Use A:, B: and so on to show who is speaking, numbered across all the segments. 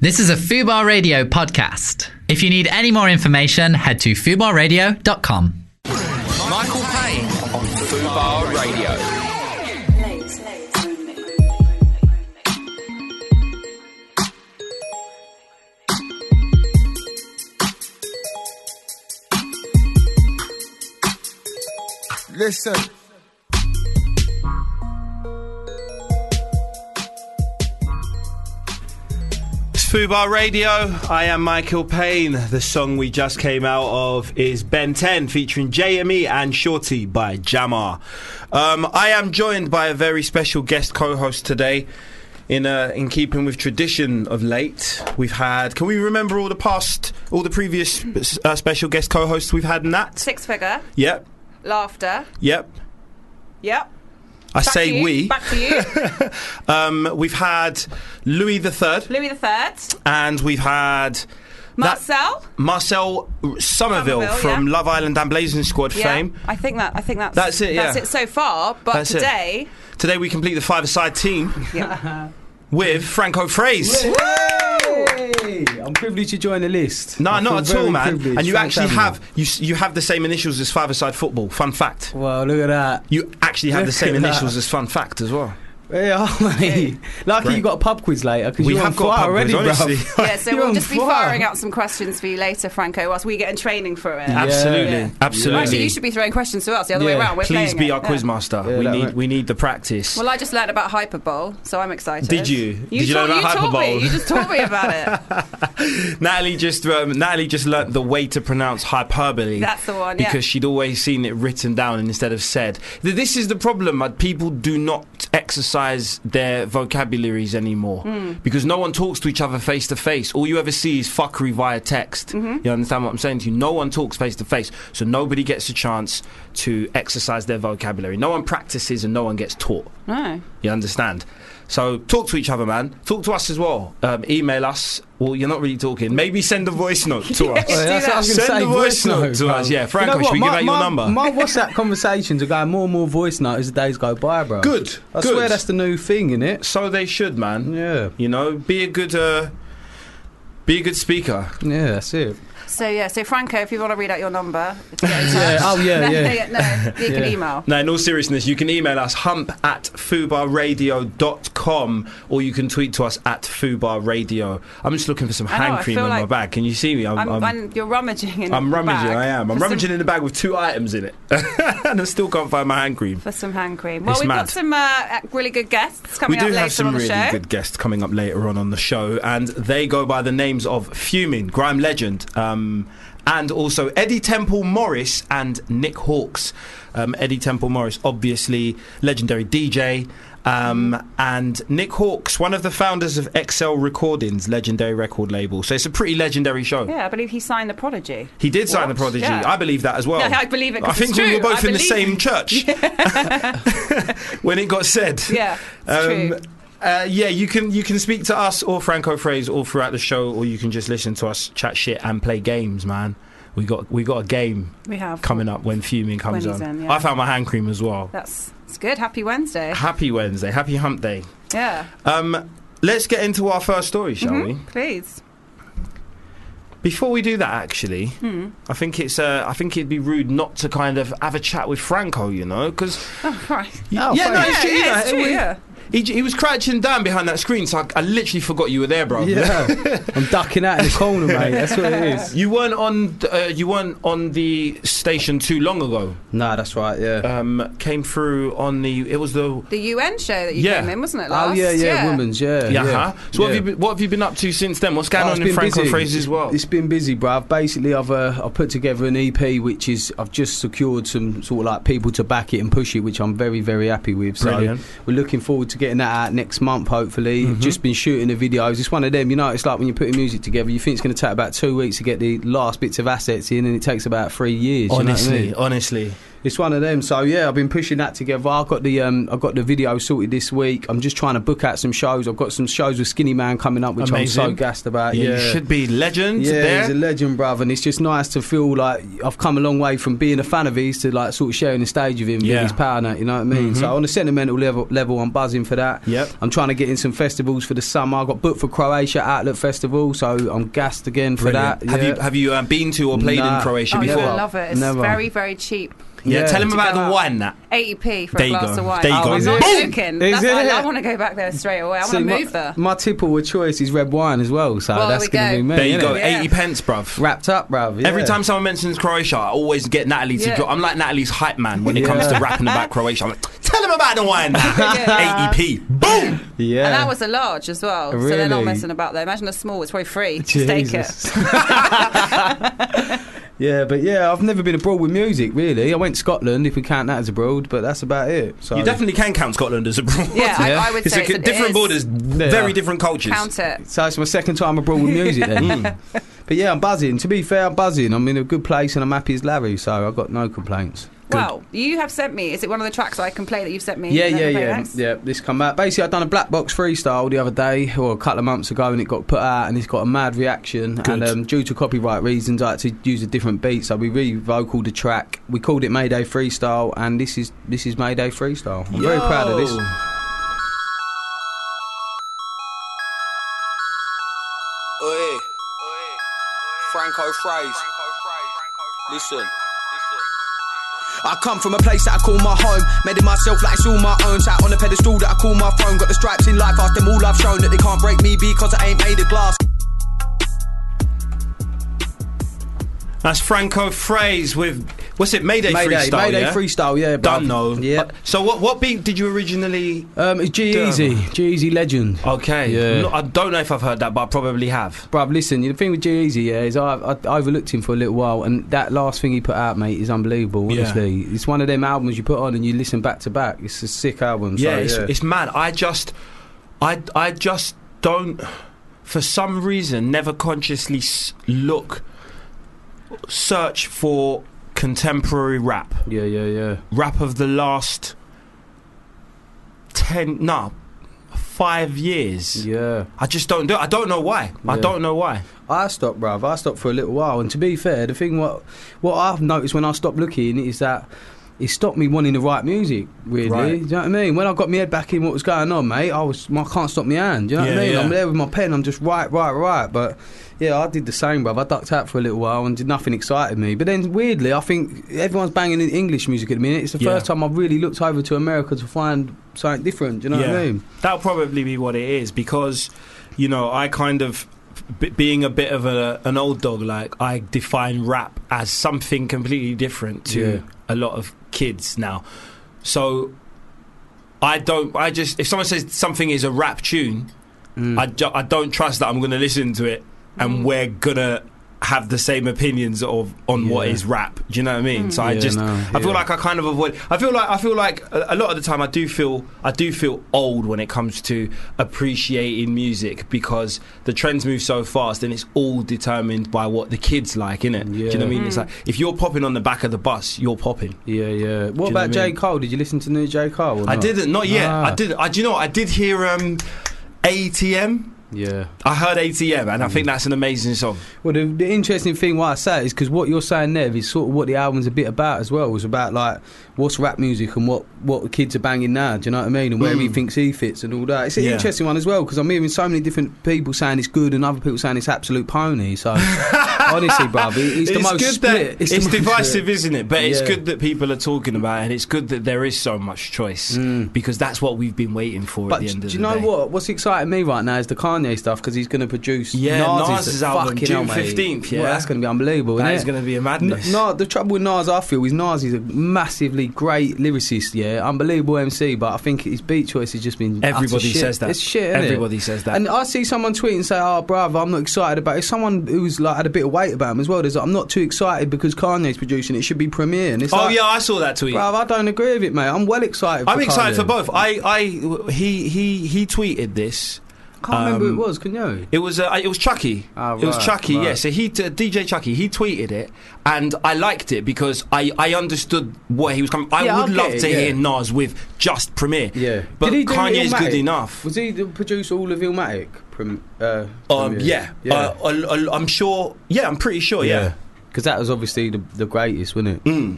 A: This is a Fubar Radio podcast. If you need any more information, head to fubarradio.com.
B: Michael Payne on Fubar Radio.
C: Late, late, only.
D: Listen.
E: It's Fubar Radio. I am Michael Payne. The song we just came out of is Ben 10 featuring JME and Shorty by Jamar. Um, I am joined by a very special guest co-host today. In uh, in keeping with tradition of late, we've had. Can we remember all the past, all the previous uh, special guest co-hosts we've had in that?
F: Six figure,
E: Yep,
F: laughter.
E: yep.
F: Yep.
E: I
F: Back to
E: say
F: you,
E: we.
F: Back to you.
E: Um, we've had Louis the Third,
F: Louis the Third.
E: and we've had that-
F: Marcel.
E: Marcel Somerville
F: Somerville,
E: from
F: yeah.
E: Love Island and Blazing Squad
F: Yeah,
E: fame.
F: I think that. I think that's
E: That's it,
F: That's
E: yeah.
F: it so far. But
E: That's it.
F: today,
E: Today we complete the five-a-side team with Franco Fraze.
G: Hey! I'm privileged to join the list.
E: No,
G: I feel
E: not at
G: very
E: all, man.
G: privileged
E: And you
G: from
E: actually
G: family.
E: have you s- you have the same initials as five-a-side football. Fun fact.
G: Well, look at that.
E: You actually have the
G: Look
E: same
G: at that.
E: initials as fun fact as well.
G: Hey, oh, mate. Lucky
E: Great.
G: you got a pub quiz later because
E: We
G: you're
E: have
G: on
E: got a
G: fire
E: pub
G: already,
E: quiz, honestly.
G: bruv.
F: yeah. So
G: You're
F: we'll
G: on
F: just be
G: fire.
F: firing out some questions for you later, Franco, whilst we get in training for it.
E: Absolutely,
F: Yeah.
E: absolutely.
F: Actually, you should be throwing questions to us the other
G: Yeah.
F: way around. We're
E: Please
F: playing
E: be
F: it.
E: our
F: Yeah.
E: quizmaster.
G: Yeah,
E: we
G: that
E: need
G: right.
E: we need the practice.
F: Well, I just learned about Hyperbowl, so I'm excited.
E: Did you?
F: You,
E: Did you know
F: taught-
E: about
F: taught
E: Hyperbowl?
F: Me. You just taught me about it.
E: Natalie just um, Natalie just learnt the way to pronounce hyperbole.
F: That's the one, yeah.
E: Because she'd always seen it written down instead of said. Th- This is the problem. uh, People do not exercise their vocabularies anymore
F: Hmm.
E: because no one talks to each other face to face. All you ever see is fuckery via text.
F: Mm-hmm.
E: You understand what I'm saying to you? No one talks face to face, so nobody gets a chance to exercise their vocabulary. No one practices and no one gets taught.
F: No.
E: You understand? So talk to each other, man. Talk to us as well. Um, email us. Well, you're not really talking. Maybe send a voice note to us.
G: Oh, yeah, that's what I was gonna
E: Send
G: say,
E: a voice note to
G: bruv.
E: us. Yeah, Franco,
G: what?
E: should we
G: my,
E: give out your
G: my-
E: number?
G: My WhatsApp conversations are going more and more voice note as the days go by, bro.
E: Good,
G: I
E: good.
G: swear that's the new thing, innit?
E: So they should, man.
G: Yeah.
E: You know, be a good, uh, be a good speaker.
G: Yeah, that's it.
F: So yeah. So Franco, if you want to read out your number, to get in touch.
G: Oh, yeah,
F: no,
G: yeah.
F: No, no, you can
G: Yeah.
F: email.
E: Now, in all seriousness, you can email us hump at fubarradio.com or you can tweet to us at fubarradio. I'm just looking for some
F: I know,
E: hand
F: I
E: cream in
F: feel
E: my
F: like-
E: bag. Can you see me?
F: I'm, I'm, you're rummaging in
E: I'm
F: the
E: rummaging.
F: bag
E: I am. I'm
F: for some-
E: rummaging in the bag with two items in it, and I still can't find my hand cream.
F: for some hand cream. Well,
E: It's
F: we've
E: mad.
F: got some uh, really good guests
E: We
F: coming
E: do
F: up later
E: have some
F: on the
E: really
F: show.
E: good guests coming up later on on the show, and they go by the names of Fuming, Grime Legend, um, and also Eddie Temple Morris and Nick Hawks. Um, Eddie Temple Morris, obviously legendary DJ, um, and Nick Hawks, one of the founders of XL Recordings, legendary record label. So it's a pretty legendary show.
F: Yeah, I believe he signed the Prodigy.
E: He did sign
F: What?
E: the Prodigy.
F: Yeah.
E: I believe that as well.
F: Yeah, I believe it 'cause
E: Oh. I think
F: it's
E: we were
F: true.
E: both
F: I
E: in the
F: believe-
E: same church when it got said.
F: Yeah, it's true.
E: Uh, yeah, you can you can speak to us or Franco Phrase all throughout the show, or you can just listen to us chat shit and play games, man. We got we got a game
F: We have
E: coming up when fuming comes
F: When he's
E: on.
F: in, yeah.
E: I found my hand cream as well.
F: That's it's good. Happy Wednesday.
E: Happy Wednesday, happy hump day.
F: Yeah,
E: Um, let's get into our first story, shall
F: Mm-hmm.
E: we?
F: please.
E: Before we do that, actually,
F: Hmm.
E: I think it's uh, I think it'd be rude not to kind of have a chat with Franco, you know, because
F: Oh, right.
G: Oh,
E: yeah, no,
G: thanks.
E: it's true.
F: Yeah,
E: you know,
F: yeah, it's
E: it
F: true,
E: was-
F: yeah.
E: He, j- he was crouching down behind that screen, so I, I literally forgot you were there, bro.
G: Yeah. I'm ducking out in the corner, mate. That's what it is.
E: You weren't on. th- Uh, you weren't on the station too long ago.
G: Nah, that's right, yeah.
E: Um, came through on the. It was the.
F: The UN show that you
E: Yeah.
F: came in, wasn't it? Last?
G: Oh yeah, yeah, women's, yeah.
E: Yeah. huh? So
G: yeah.
E: what have you been, what have you been up to since then? What's going
G: Oh, it's
E: on in
G: been
E: Franco
G: busy.
E: Fraser's world?
G: It's been busy, bruv. Basically, I've uh, I've put together an EP, which is I've just secured some sort of like people to back it and push it, which I'm very very happy with.
E: Brilliant. Mm-hmm.
G: So we're looking forward to getting that out next month, hopefully. Just been shooting the videos. It's one of them, you know. It's like when you're putting music together, you think it's going to take about two weeks to get the last bits of assets in, and it takes about three years. you know what I
E: honestly,
G: mean?
E: honestly,
G: it's one of them. So yeah, I've been pushing that together. I've got the um, I've got the video sorted this week. I'm just trying to book out some shows. I've got some shows with Skinny Man coming up, which I'm so
H: Amazing.
G: gassed about. Uh, Yeah,
E: You should be legend
G: yeah,
E: there.
G: he's a legend, bruv, and it's just nice to feel like I've come a long way from being a fan of his to like sort of sharing the stage with him,
H: Yeah.
G: yeah. his power, and that, you know what I mean? So on a sentimental level, level, I'm buzzing for that.
H: Yep.
G: I'm trying to get in some festivals for the summer. I got booked for Croatia Outlet Festival, so I'm gassed again for
E: Brilliant.
G: that.
E: Have
G: yeah.
E: you have you um, been to or played
G: Nah.
E: in Croatia
F: Oh,
E: before?
F: you'll
G: Never.
F: love it. It's
G: Never.
F: very, very cheap.
E: Yeah,
G: Yeah.
E: tell him about
F: go
E: the
F: out.
E: wine. That
F: 80p for
E: There
F: a
E: you
F: glass
E: go.
F: of wine. Oh,
E: There you
G: go.
F: I'm
G: Is
F: not
G: it?
F: joking.
G: Is
F: That's why
G: it?
F: I, want to go back there straight away. I want
G: See,
F: to
G: my,
F: move there.
G: My tipple with choice is red wine as well, so
F: Well, there
G: that's
F: we
G: going to
F: go.
G: be me.
E: there you
G: innit?
E: go,
F: Yeah.
E: eighty pence, bruv.
G: Wrapped up, bruv.
E: Every
G: yeah.
E: time someone mentions Croatia, I always get Natalie to
F: Yeah.
E: drop. I'm like Natalie's hype man when it
G: Yeah.
E: comes to rapping about Croatia. I'm like, tell him about the wine.
F: Yeah.
E: AEP, boom.
G: Yeah.
F: And that was a large as well. So they're not
G: Really?
F: messing about there. Imagine a small, it's probably free. Just take it.
G: Jesus. yeah, but yeah, I've never been abroad with music really. I went to Scotland, if we count that as abroad, but that's about it. So
E: You definitely can count Scotland as abroad.
F: Yeah, I- I would
E: it's
F: say
E: a
F: it's- it
E: different borders,
F: is.
E: very
G: are.
E: different cultures.
F: Count it.
G: So it's my second time abroad with music then. Hmm. but yeah, I'm buzzing. To be fair, I'm buzzing. I'm in a good place and I'm happy as Larry, so I've got no complaints.
F: Well, you have sent me. Is it one of the tracks I can play that you've sent me?
G: Yeah,
F: Is that
G: yeah,
F: okay,
G: yeah,
F: thanks?
G: yeah. This come out. Basically, I done a black box freestyle the other day, or a couple of months ago, and it got put out, and it's got a mad reaction. And um, due to copyright reasons, I had to use a different beat, so we re-vocaled the track. We called it Mayday Freestyle, and this is this is Mayday Freestyle. I'm very proud of this.
E: Yo.
B: Oi. Franco Phrase. Listen.
I: I come from a place that I call my home. Made it myself like it's all my own. Sat on a pedestal that I call my throne. Got the stripes in life, asked them all I've shown that they can't break me because I ain't made of glass.
E: That's Franco Phrase with what's it? Mayday,
G: Mayday,
E: freestyle.
G: Mayday
E: yeah?
G: Freestyle, yeah. bruv.
E: Done though.
G: Yeah.
E: But- So what what beat did you originally?
G: Um, it's G Easy, G Easy Legend.
E: Okay.
G: Yeah.
E: No, I don't know if I've heard that, but I probably have.
G: Bruv, listen, the thing with G Easy, yeah, is I, I, I overlooked him for a little while, and that last thing he put out, mate, is unbelievable,
E: Yeah.
G: honestly. It's one of them albums you put on and you listen back to back. It's a sick album.
E: yeah,
G: so,
E: it's,
G: yeah.
E: it's mad. I just, I I just don't, for some reason, never consciously s- look, search for contemporary rap,
G: yeah, yeah, yeah.
E: rap of the last ten, no, five years.
G: Yeah.
E: I just don't do. it. I don't know why. I
G: Yeah.
E: don't know why.
G: I stopped, bruv. I stopped for a little while. And to be fair, the thing what what I've noticed when I stopped looking is that it stopped me wanting to write music, really.
E: Right.
G: Do you know what I mean? When I got my head back in what was going on, mate, I was I can't stop my hand. Do you know what
E: Yeah,
G: I mean?
E: yeah.
G: I'm there with my pen, I'm just right, right, right. But yeah, I did the same, bruv. I ducked out for a little while and did nothing excited me. But then weirdly, I think everyone's banging in English music at the minute. It's the
E: Yeah.
G: first time I've really looked over to America to find something different. Do you know what I mean?
E: That'll probably be what it is because, you know, I kind of b- being a bit of a, an old dog. Like I define rap as something completely different to
G: Yeah.
E: a lot of kids now. So I don't. I just if someone says something is a rap tune,
G: Mm.
E: I ju- I don't trust that I'm going to listen to it and we're gonna have the same opinions of on what
G: Yeah.
E: is rap. Do you know what I mean? So I
G: Yeah,
E: just
G: no,
E: I feel
G: yeah.
E: like I kind of avoid. I feel like I feel like a, a lot of the time I do feel I do feel old when it comes to appreciating music because the trends move so fast and it's all determined by what the kids like, innit? Do you know what I
G: Yeah.
E: mean? It's like if you're popping on the back of the bus, you're popping.
G: Yeah, yeah. What
E: what I
G: about J
E: mean?
G: Cole? Did you listen to new J Cole? Or
E: I
G: not?
E: didn't, not yet.
G: Ah.
E: I did. I do you know what? I did hear um, ATM.
G: Yeah.
E: I heard ATM,
G: Mm.
E: and I think that's an amazing song.
G: Well, the, the interesting thing why I say it is because what you're saying there is sort of what the album's a bit about as well. It's about like what's rap music and what what the kids are banging now. Do you know what I mean? And where he thinks he fits and all that. It's an
E: Mm. Yeah.
G: interesting one as well because I'm hearing so many different people saying it's good and other people saying it's absolute pony. So honestly, bruv, it- it's, the most split.
E: That, it's
G: the most split.
E: divisive, isn't it? But it's
G: Yeah.
E: good that people are talking about it, and it's good that there is so much choice because that's what we've been waiting for
G: Mm. But
E: at the
G: do
E: end of
G: do
E: the
G: you know
E: day.
G: what? What's exciting me right now is the Kanye stuff because he's going to produce
E: Yeah,
G: Nas's,
E: Nas's album,
G: fucking
E: June
G: hell, mate.
E: 15th, yeah.
G: well, that's going to be unbelievable.
E: That
G: innit?
E: is going to be a
G: N-
E: madness.
G: No, the trouble with Nas, I feel, is Nas is a massively great lyricist, yeah, unbelievable MC, but I think his beat choice has just been. utter
E: Everybody
G: shit.
E: says that.
G: It's shit. Isn't
E: Everybody says that.
G: And I see someone tweet and say, "Oh, brother, I'm not excited about." it. It's someone who's like had a bit of weight about him as well. There's like, I'm not too excited because Kanye's producing. It should be premiere. And it's
E: oh
G: like,
E: yeah, I saw that tweet.
G: bruv, I don't agree with it, mate. I'm well excited. For
E: I'm excited
G: Kanye.
E: for both. I, I, he, he, he tweeted this,
G: can't remember
E: Um,
G: who it was, can you?
E: It was uh, it was Chucky.
G: Ah,
E: it was
G: right,
E: Chucky. Yeah.
G: right.
E: So he t- DJ Chucky. He tweeted it, and I liked it because I, I understood where he was coming. I
G: Yeah,
E: would
G: I get
E: love
G: it,
E: to
G: yeah.
E: hear Nas with just Premiere.
G: Yeah.
E: But
G: Did he do
E: Kanye's
G: Illmatic?
E: good enough.
G: Was he the producer all of Illmatic? Prim, uh,
E: Um,
G: Premiere?
E: yeah. Uh, I, am sure. Yeah, I'm pretty sure. Yeah. Mm.
G: Because that was obviously the, the greatest, wasn't it?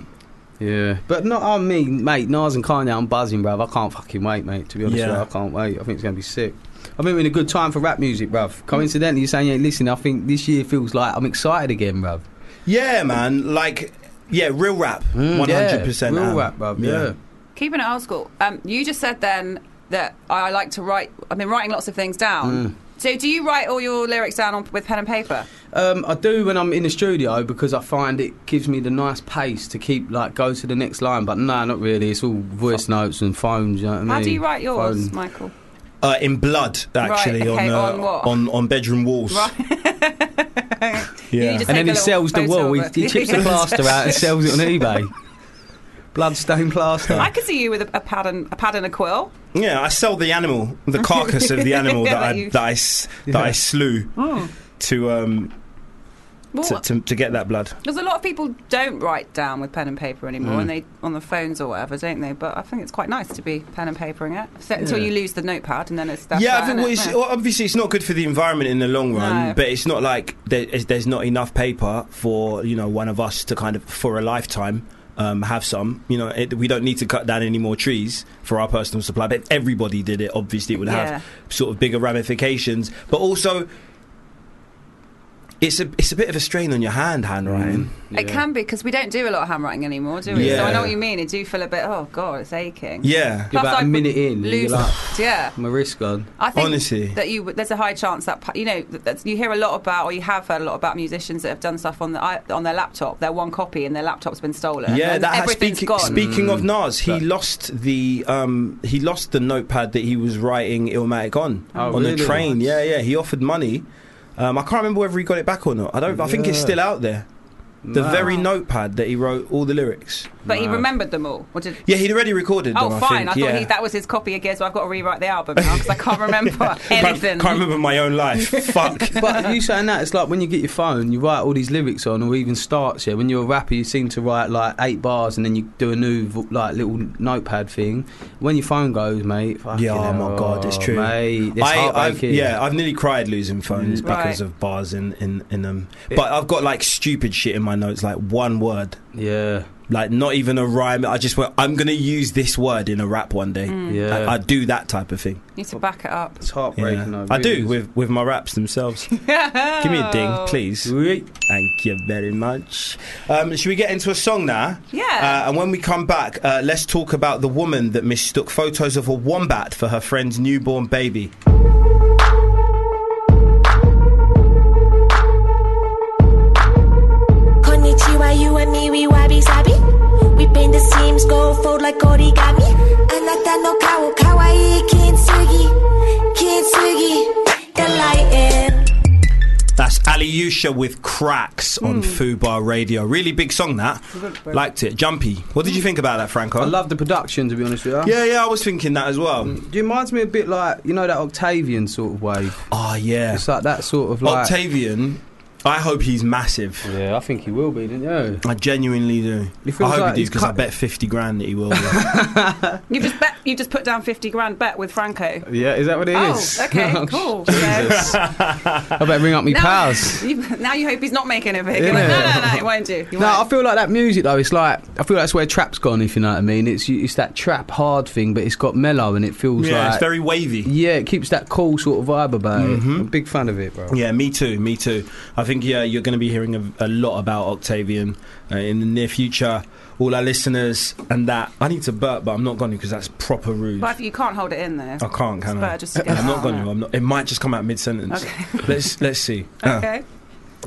G: Yeah. But not on me, mate. Nas and Kanye, I'm buzzing, bruv. I can't fucking wait, mate. To be honest
E: Yeah.
G: with you, I can't wait. I think it's going to be sick. I think we're in a good time for rap music, bruv. Coincidentally, you're saying you ain't listening. I think this year feels like I'm excited again, bruv.
E: yeah. man. Like, yeah, real rap.
G: Mm,
E: 100%.
G: Yeah. Real
E: Am.
G: rap, bruv. Yeah.
F: Keeping it old school. Um, you just said then that I like to write. I've been writing lots of things down.
G: Mm.
F: So do you write all your lyrics down on, with pen and paper?
G: Um, I do when I'm in the studio because I find it gives me the nice pace to keep like go to the next line. But no, not really. It's all voice notes and phones. You know what I mean?
F: How do you write yours,
G: Phone.
F: Michael?
E: Uh, in blood, actually,
F: okay,
E: on, uh,
F: on what?
E: on on bedroom walls.
F: Right.
E: Yeah.
F: You just
G: And then
F: take a
G: he
F: little
G: sells the
F: photo
G: wall.
F: of
G: He,
F: it.
G: he chips the
F: Yeah.
G: plaster out and sells it on eBay. Bloodstained plaster.
F: I could see you with a, a pad and a pad and a quill.
E: Yeah, I sell the animal, the carcass of the animal that I
F: You- Hmm.
E: that I, s- that I slew to um
F: Well,
E: to, to to get that blood.
F: Because a lot of people don't write down with pen and paper anymore, and
E: Mm.
F: they on the phones or whatever, don't they? But I think it's quite nice to be pen and papering it so, until you lose the notepad, and then it's that's
E: yeah, I
F: that,
E: think
F: innit?
E: well, it's,
F: Yeah.
E: well, obviously it's not good for the environment in the long run,
F: No.
E: but it's not like there, is- there's not enough paper for you know one of us to kind of for a lifetime. Um, have some, you know. It, we don't need to cut down any more trees for our personal supply. But if everybody did it, obviously, it would have
F: Yeah.
E: sort of bigger ramifications. But also, it's a it's a bit of a strain on your hand, handwriting.
F: It can be because we don't do a lot of handwriting anymore, do we? So I
E: Yeah.
F: know what you mean. It do feel a bit. Oh God, it's aching.
E: Yeah,
G: You're about
F: Plus,
G: a
F: I
G: minute in. and You're
F: Lose,
G: like,
F: yeah.
G: my wrist gone.
F: I think
E: Honestly.
F: that you would- there's a high chance that pa- you know that, that's you hear a lot about or you have heard a lot about musicians that have done stuff on the i- on their laptop, their one copy, and their laptop's been stolen.
E: Yeah,
F: and
E: that has,
F: everything's
E: speaking,
F: gone.
E: speaking of
G: Mm.
E: Nas, he
G: That-
E: lost the um, he lost the notepad that he was writing Illmatic on
G: Oh,
E: on the
G: really?
E: train. Yeah, yeah. He offered money. Um, I can't remember whether he got it back or not. I don't. I think it's
G: Yeah.
E: still out there. The
G: Wow.
E: very notepad that he wrote all the lyrics.
F: but he
G: Mad.
F: remembered them all. Or did,
E: Yeah, he'd already recorded.
F: Oh,
E: them,
F: fine. I,
E: I, think.
F: thought
E: yeah.
F: he, that was his copy again, so I've got to rewrite the album now because I can't remember
E: Can't,
F: anything.
E: can't remember my own life. Fuck.
G: But you saying that, it's like when you get your phone, you write all these lyrics on, or even starts. Yeah, when you're a rapper, you seem to write like eight bars, and then you do a new v- like little notepad thing. When your phone goes, mate. fucking
E: Yeah, oh my god, it's
G: hell,
E: true.
G: Mate, it's
E: I've,
G: heartbreaking.
E: yeah, I've nearly cried losing phones
F: Mm. Right.
E: because of bars in, in, in them. But I've got like stupid shit in my notes, like one word,
G: yeah,
E: like not even a rhyme. I just went, I'm gonna use this word in a rap one day.
G: Yeah.
E: I, I do that type of thing.
F: You need to back it up.
G: it's
E: Yeah.
G: heartbreaking. though,
E: I
G: really.
E: do with with my raps themselves. Give me a ding, please.
G: Sweet.
E: Thank you very much. Um, should we get into a song now?
F: Yeah.
E: Uh, and when we come back, uh, let's talk about the woman that mistook photos of a wombat for her friend's newborn baby.
H: Konnichiwa, you and me, we wabi sabi. We paint the seams, go fold like origami. Anata no kao, kawaii, kintsugi, kintsugi, delighting.
E: That's Aliusha with Cracks on Fubar Radio. Really big song that. Liked it. Jumpy. What did you think about that, Franco?
G: I love the production, to be honest with you.
E: yeah, yeah, I was thinking that as well.
G: It reminds me a bit like you know that Octavian sort of wave.
E: Oh yeah.
G: It's like that sort of like.
E: Octavian, I hope he's massive.
G: yeah, I think he will be, didn't you?
E: I genuinely do.
G: He feels
E: I hope
G: like
E: he does
G: he's
E: because I
G: cut-
E: bet fifty grand that he will.
F: You just bet. You just put down fifty grand bet with Franco.
G: Yeah, is that what it
F: oh,
G: is?
F: okay, cool. So,
G: I better ring up my
F: now,
G: pals.
F: you, now you hope he's not making it big.
G: Yeah.
F: You're like, no, no, no, it won't do. You
G: No, I
F: won't.
G: feel like that music though. It's like I feel that's where trap's gone. If you know what I mean, it's it's that trap hard thing, but it's got mellow and it feels
E: yeah,
G: like
E: it's very wavy.
G: yeah, it keeps that cool sort of vibe about it. I'm a big fan of it, bro.
E: Yeah, me too, me too. I think yeah, you're going to be hearing a, a lot about Octavian uh, in the near future. All our listeners and that. I need to burp, but I'm not going to because that's proper rude.
F: But if you can't hold it in there.
G: Oh,
E: I can't, can
F: It's
E: I?
F: better just to get
E: I'm
F: it
E: not
F: out
E: going to.
F: there.
E: I'm not. It might just come out mid-sentence. let's let's see.
F: Okay.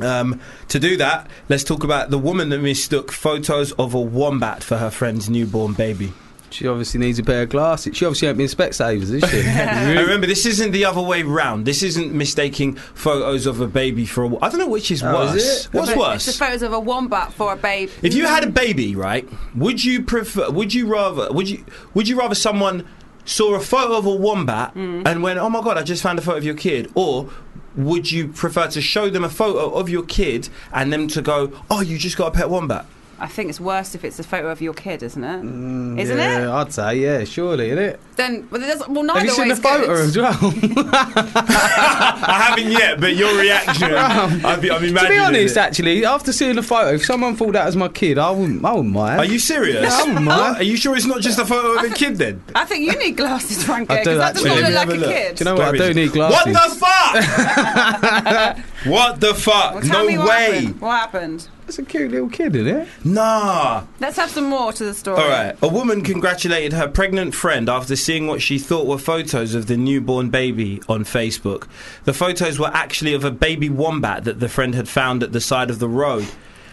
E: Um, to do that, let's talk about the woman that mistook photos of a wombat for her friend's newborn baby.
G: She obviously needs a pair of glasses. She obviously ain't been Specsavers, is she?
E: And remember, this isn't the other way round. This isn't mistaking photos of a baby for a. wo- I don't know which is
G: Oh,
E: worse.
G: is it?
E: What's
F: But
E: worse?
F: It's the photos of a wombat for a babe.
E: If you had a baby, right? Would you prefer? Would you rather? Would you? Would you rather someone saw a photo of a wombat and went, "Oh my god, I just found a photo of your kid," or would you prefer to show them a photo of your kid and them to go, "Oh, you just got a pet wombat"?
F: I think it's worse if it's a photo of your kid, isn't it? not
G: Mm, yeah,
F: it?
G: I'd say, yeah, surely, innit?
F: Then well, there's, well neither
G: Have you seen the
F: way's
G: photo
F: good.
G: as well?
E: I haven't yet, but your reaction, I'd be, I'm imagining.
G: to be honest,
E: it.
G: actually, after seeing the photo, if someone thought that was my kid, I wouldn't, I wouldn't mind.
E: are you serious?
G: Yeah, I wouldn't mind.
E: Are you sure it's not just a photo of a kid then?
F: I think you need glasses, Franco,
G: I do
F: because that does
G: actually.
F: not
G: Let
F: look
G: me
F: like
E: have a look.
F: a kid.
G: Do you know what? I do need
E: What
G: glasses.
E: the fuck? what the fuck?
F: Well, tell me
E: no
F: what
E: way.
F: Happened. What happened?
G: That's a cute little kid, isn't it?
E: Nah.
F: Let's have some more to the story.
E: All right. A woman congratulated her pregnant friend after seeing what she thought were photos of the newborn baby on Facebook. The photos were actually of a baby wombat that the friend had found at the side of the road.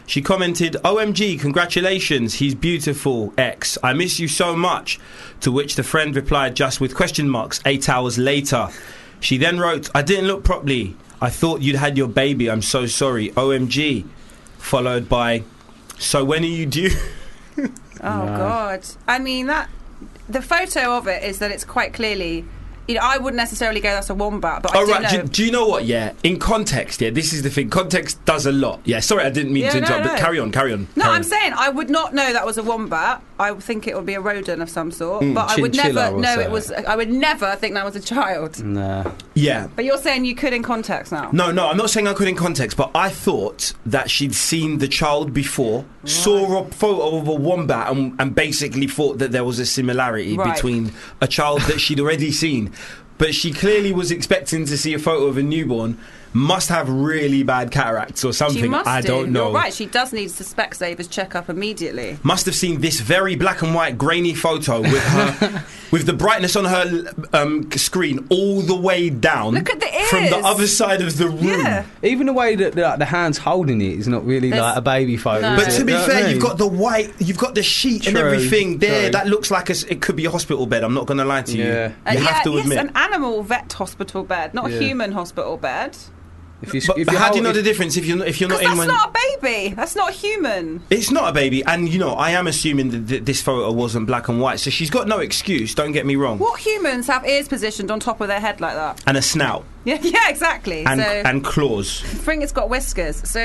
E: She commented, OMG, congratulations, he's beautiful, X. I miss you so much. To which the friend replied just with question marks eight hours later. She then wrote, I didn't look properly. I thought you'd had your baby. I'm so sorry. OMG. Followed by, So when are you due?
F: Oh God! I mean that the photo of it is that it's quite clearly. You know, I wouldn't necessarily go that's a wombat, but I
E: All
F: do
E: Oh, right.
F: know.
E: Do, do you know what? Yeah. In context, yeah. This is the thing. Context does a lot. Yeah. Sorry, I didn't mean
F: Yeah,
E: to
F: no,
E: interrupt. But
F: no.
E: carry on. Carry on.
F: no,
E: carry
F: I'm
E: on.
F: saying I would not know that was a wombat. I would think it would be a rodent of some sort, but I would
G: Hmm, chinchilla,
F: never
G: we'll
F: know
G: say. Hmm.
F: it was. I would never think that was a child.
G: Nah.
E: Yeah.
F: But you're saying you could in context now.
E: No, no. I'm not saying I could in context, but I thought that she'd seen the child before, saw a photo of a wombat, and, and basically thought that there was a similarity
F: Right.
E: between a child that she'd already seen. But she clearly was expecting to see a photo of a newborn. Must have really bad cataracts or something.
F: She must
E: I
F: do.
E: don't know.
F: You're right. She does need to Specsavers checkup immediately.
E: must have seen this very black and white grainy photo with her with the brightness on her um, screen all the way down
F: Look at the
E: from the
F: ears.
E: other side of the room
F: Yeah.
G: Even the way that like, the hand's holding it is not really
F: There's-
G: like a baby photo.
F: No.
G: is
E: but
G: it?
E: to be
G: You know what I
E: fair,
G: mean?
E: you've got the white, you've got the sheet and
G: True,
E: everything there.
G: true.
E: That looks like a, s- it could be a hospital bed. I'm not going to lie to
G: Yeah.
E: you.
F: Uh,
E: You
F: yeah,
E: have to
F: yes,
E: admit.
F: an animal vet hospital bed, not
G: Yeah.
F: a human hospital bed.
G: If you,
E: but
G: if
E: but
G: you
E: how do you
G: hold-
E: know the
G: if-
E: difference if you're not, if you're not
F: Because
E: in
F: that's
E: one?
F: not a baby. That's not human.
E: It's not a baby, and you know I am assuming that th- this photo wasn't black and white, so she's got no excuse. Don't get me wrong.
F: What humans have ears positioned on top of their head like that?
E: And a snout
F: Yeah, yeah, exactly.
E: and
F: so
E: and claws.
F: I think it's got whiskers. So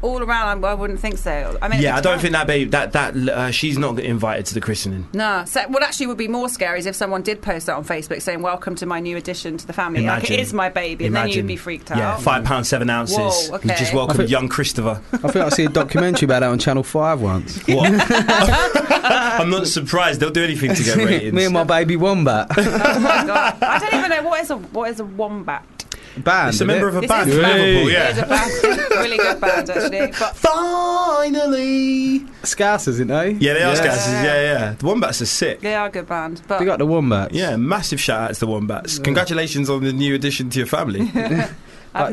F: all around, I I wouldn't think so. I mean,
E: Yeah, I don't think that babe that that uh, she's not invited to the christening.
F: No, so what actually would be more scary is if someone did post that on Facebook saying, "Welcome to my new addition to the family." Like it is my baby, and then
E: Imagine.
F: you'd be freaked
E: Yeah,
F: out.
E: five pounds seven ounces.
F: Whoa,
E: You just
F: okay.
E: welcome
G: I think-
E: young Christopher.
G: I think I see a documentary about that on Channel 5 once.
E: What? I'm not surprised. They'll do anything to get ratings.
G: Me and my baby wombat.
F: Oh my God. I don't even know what is a what is a wombat.
G: Band,
E: it's a member of a
F: It's
E: band.
F: inflammable,
E: Flammable,
F: It is a band, really good band actually. But
E: Finally.
G: Scousers, isn't they?
E: Yeah, they are scousers. Yeah, yeah. The Wombats are sick.
F: they are a good band. But
G: They got the wombats.
E: Yeah, massive shout out to the Wombats. Congratulations on the new addition to your family.
F: I've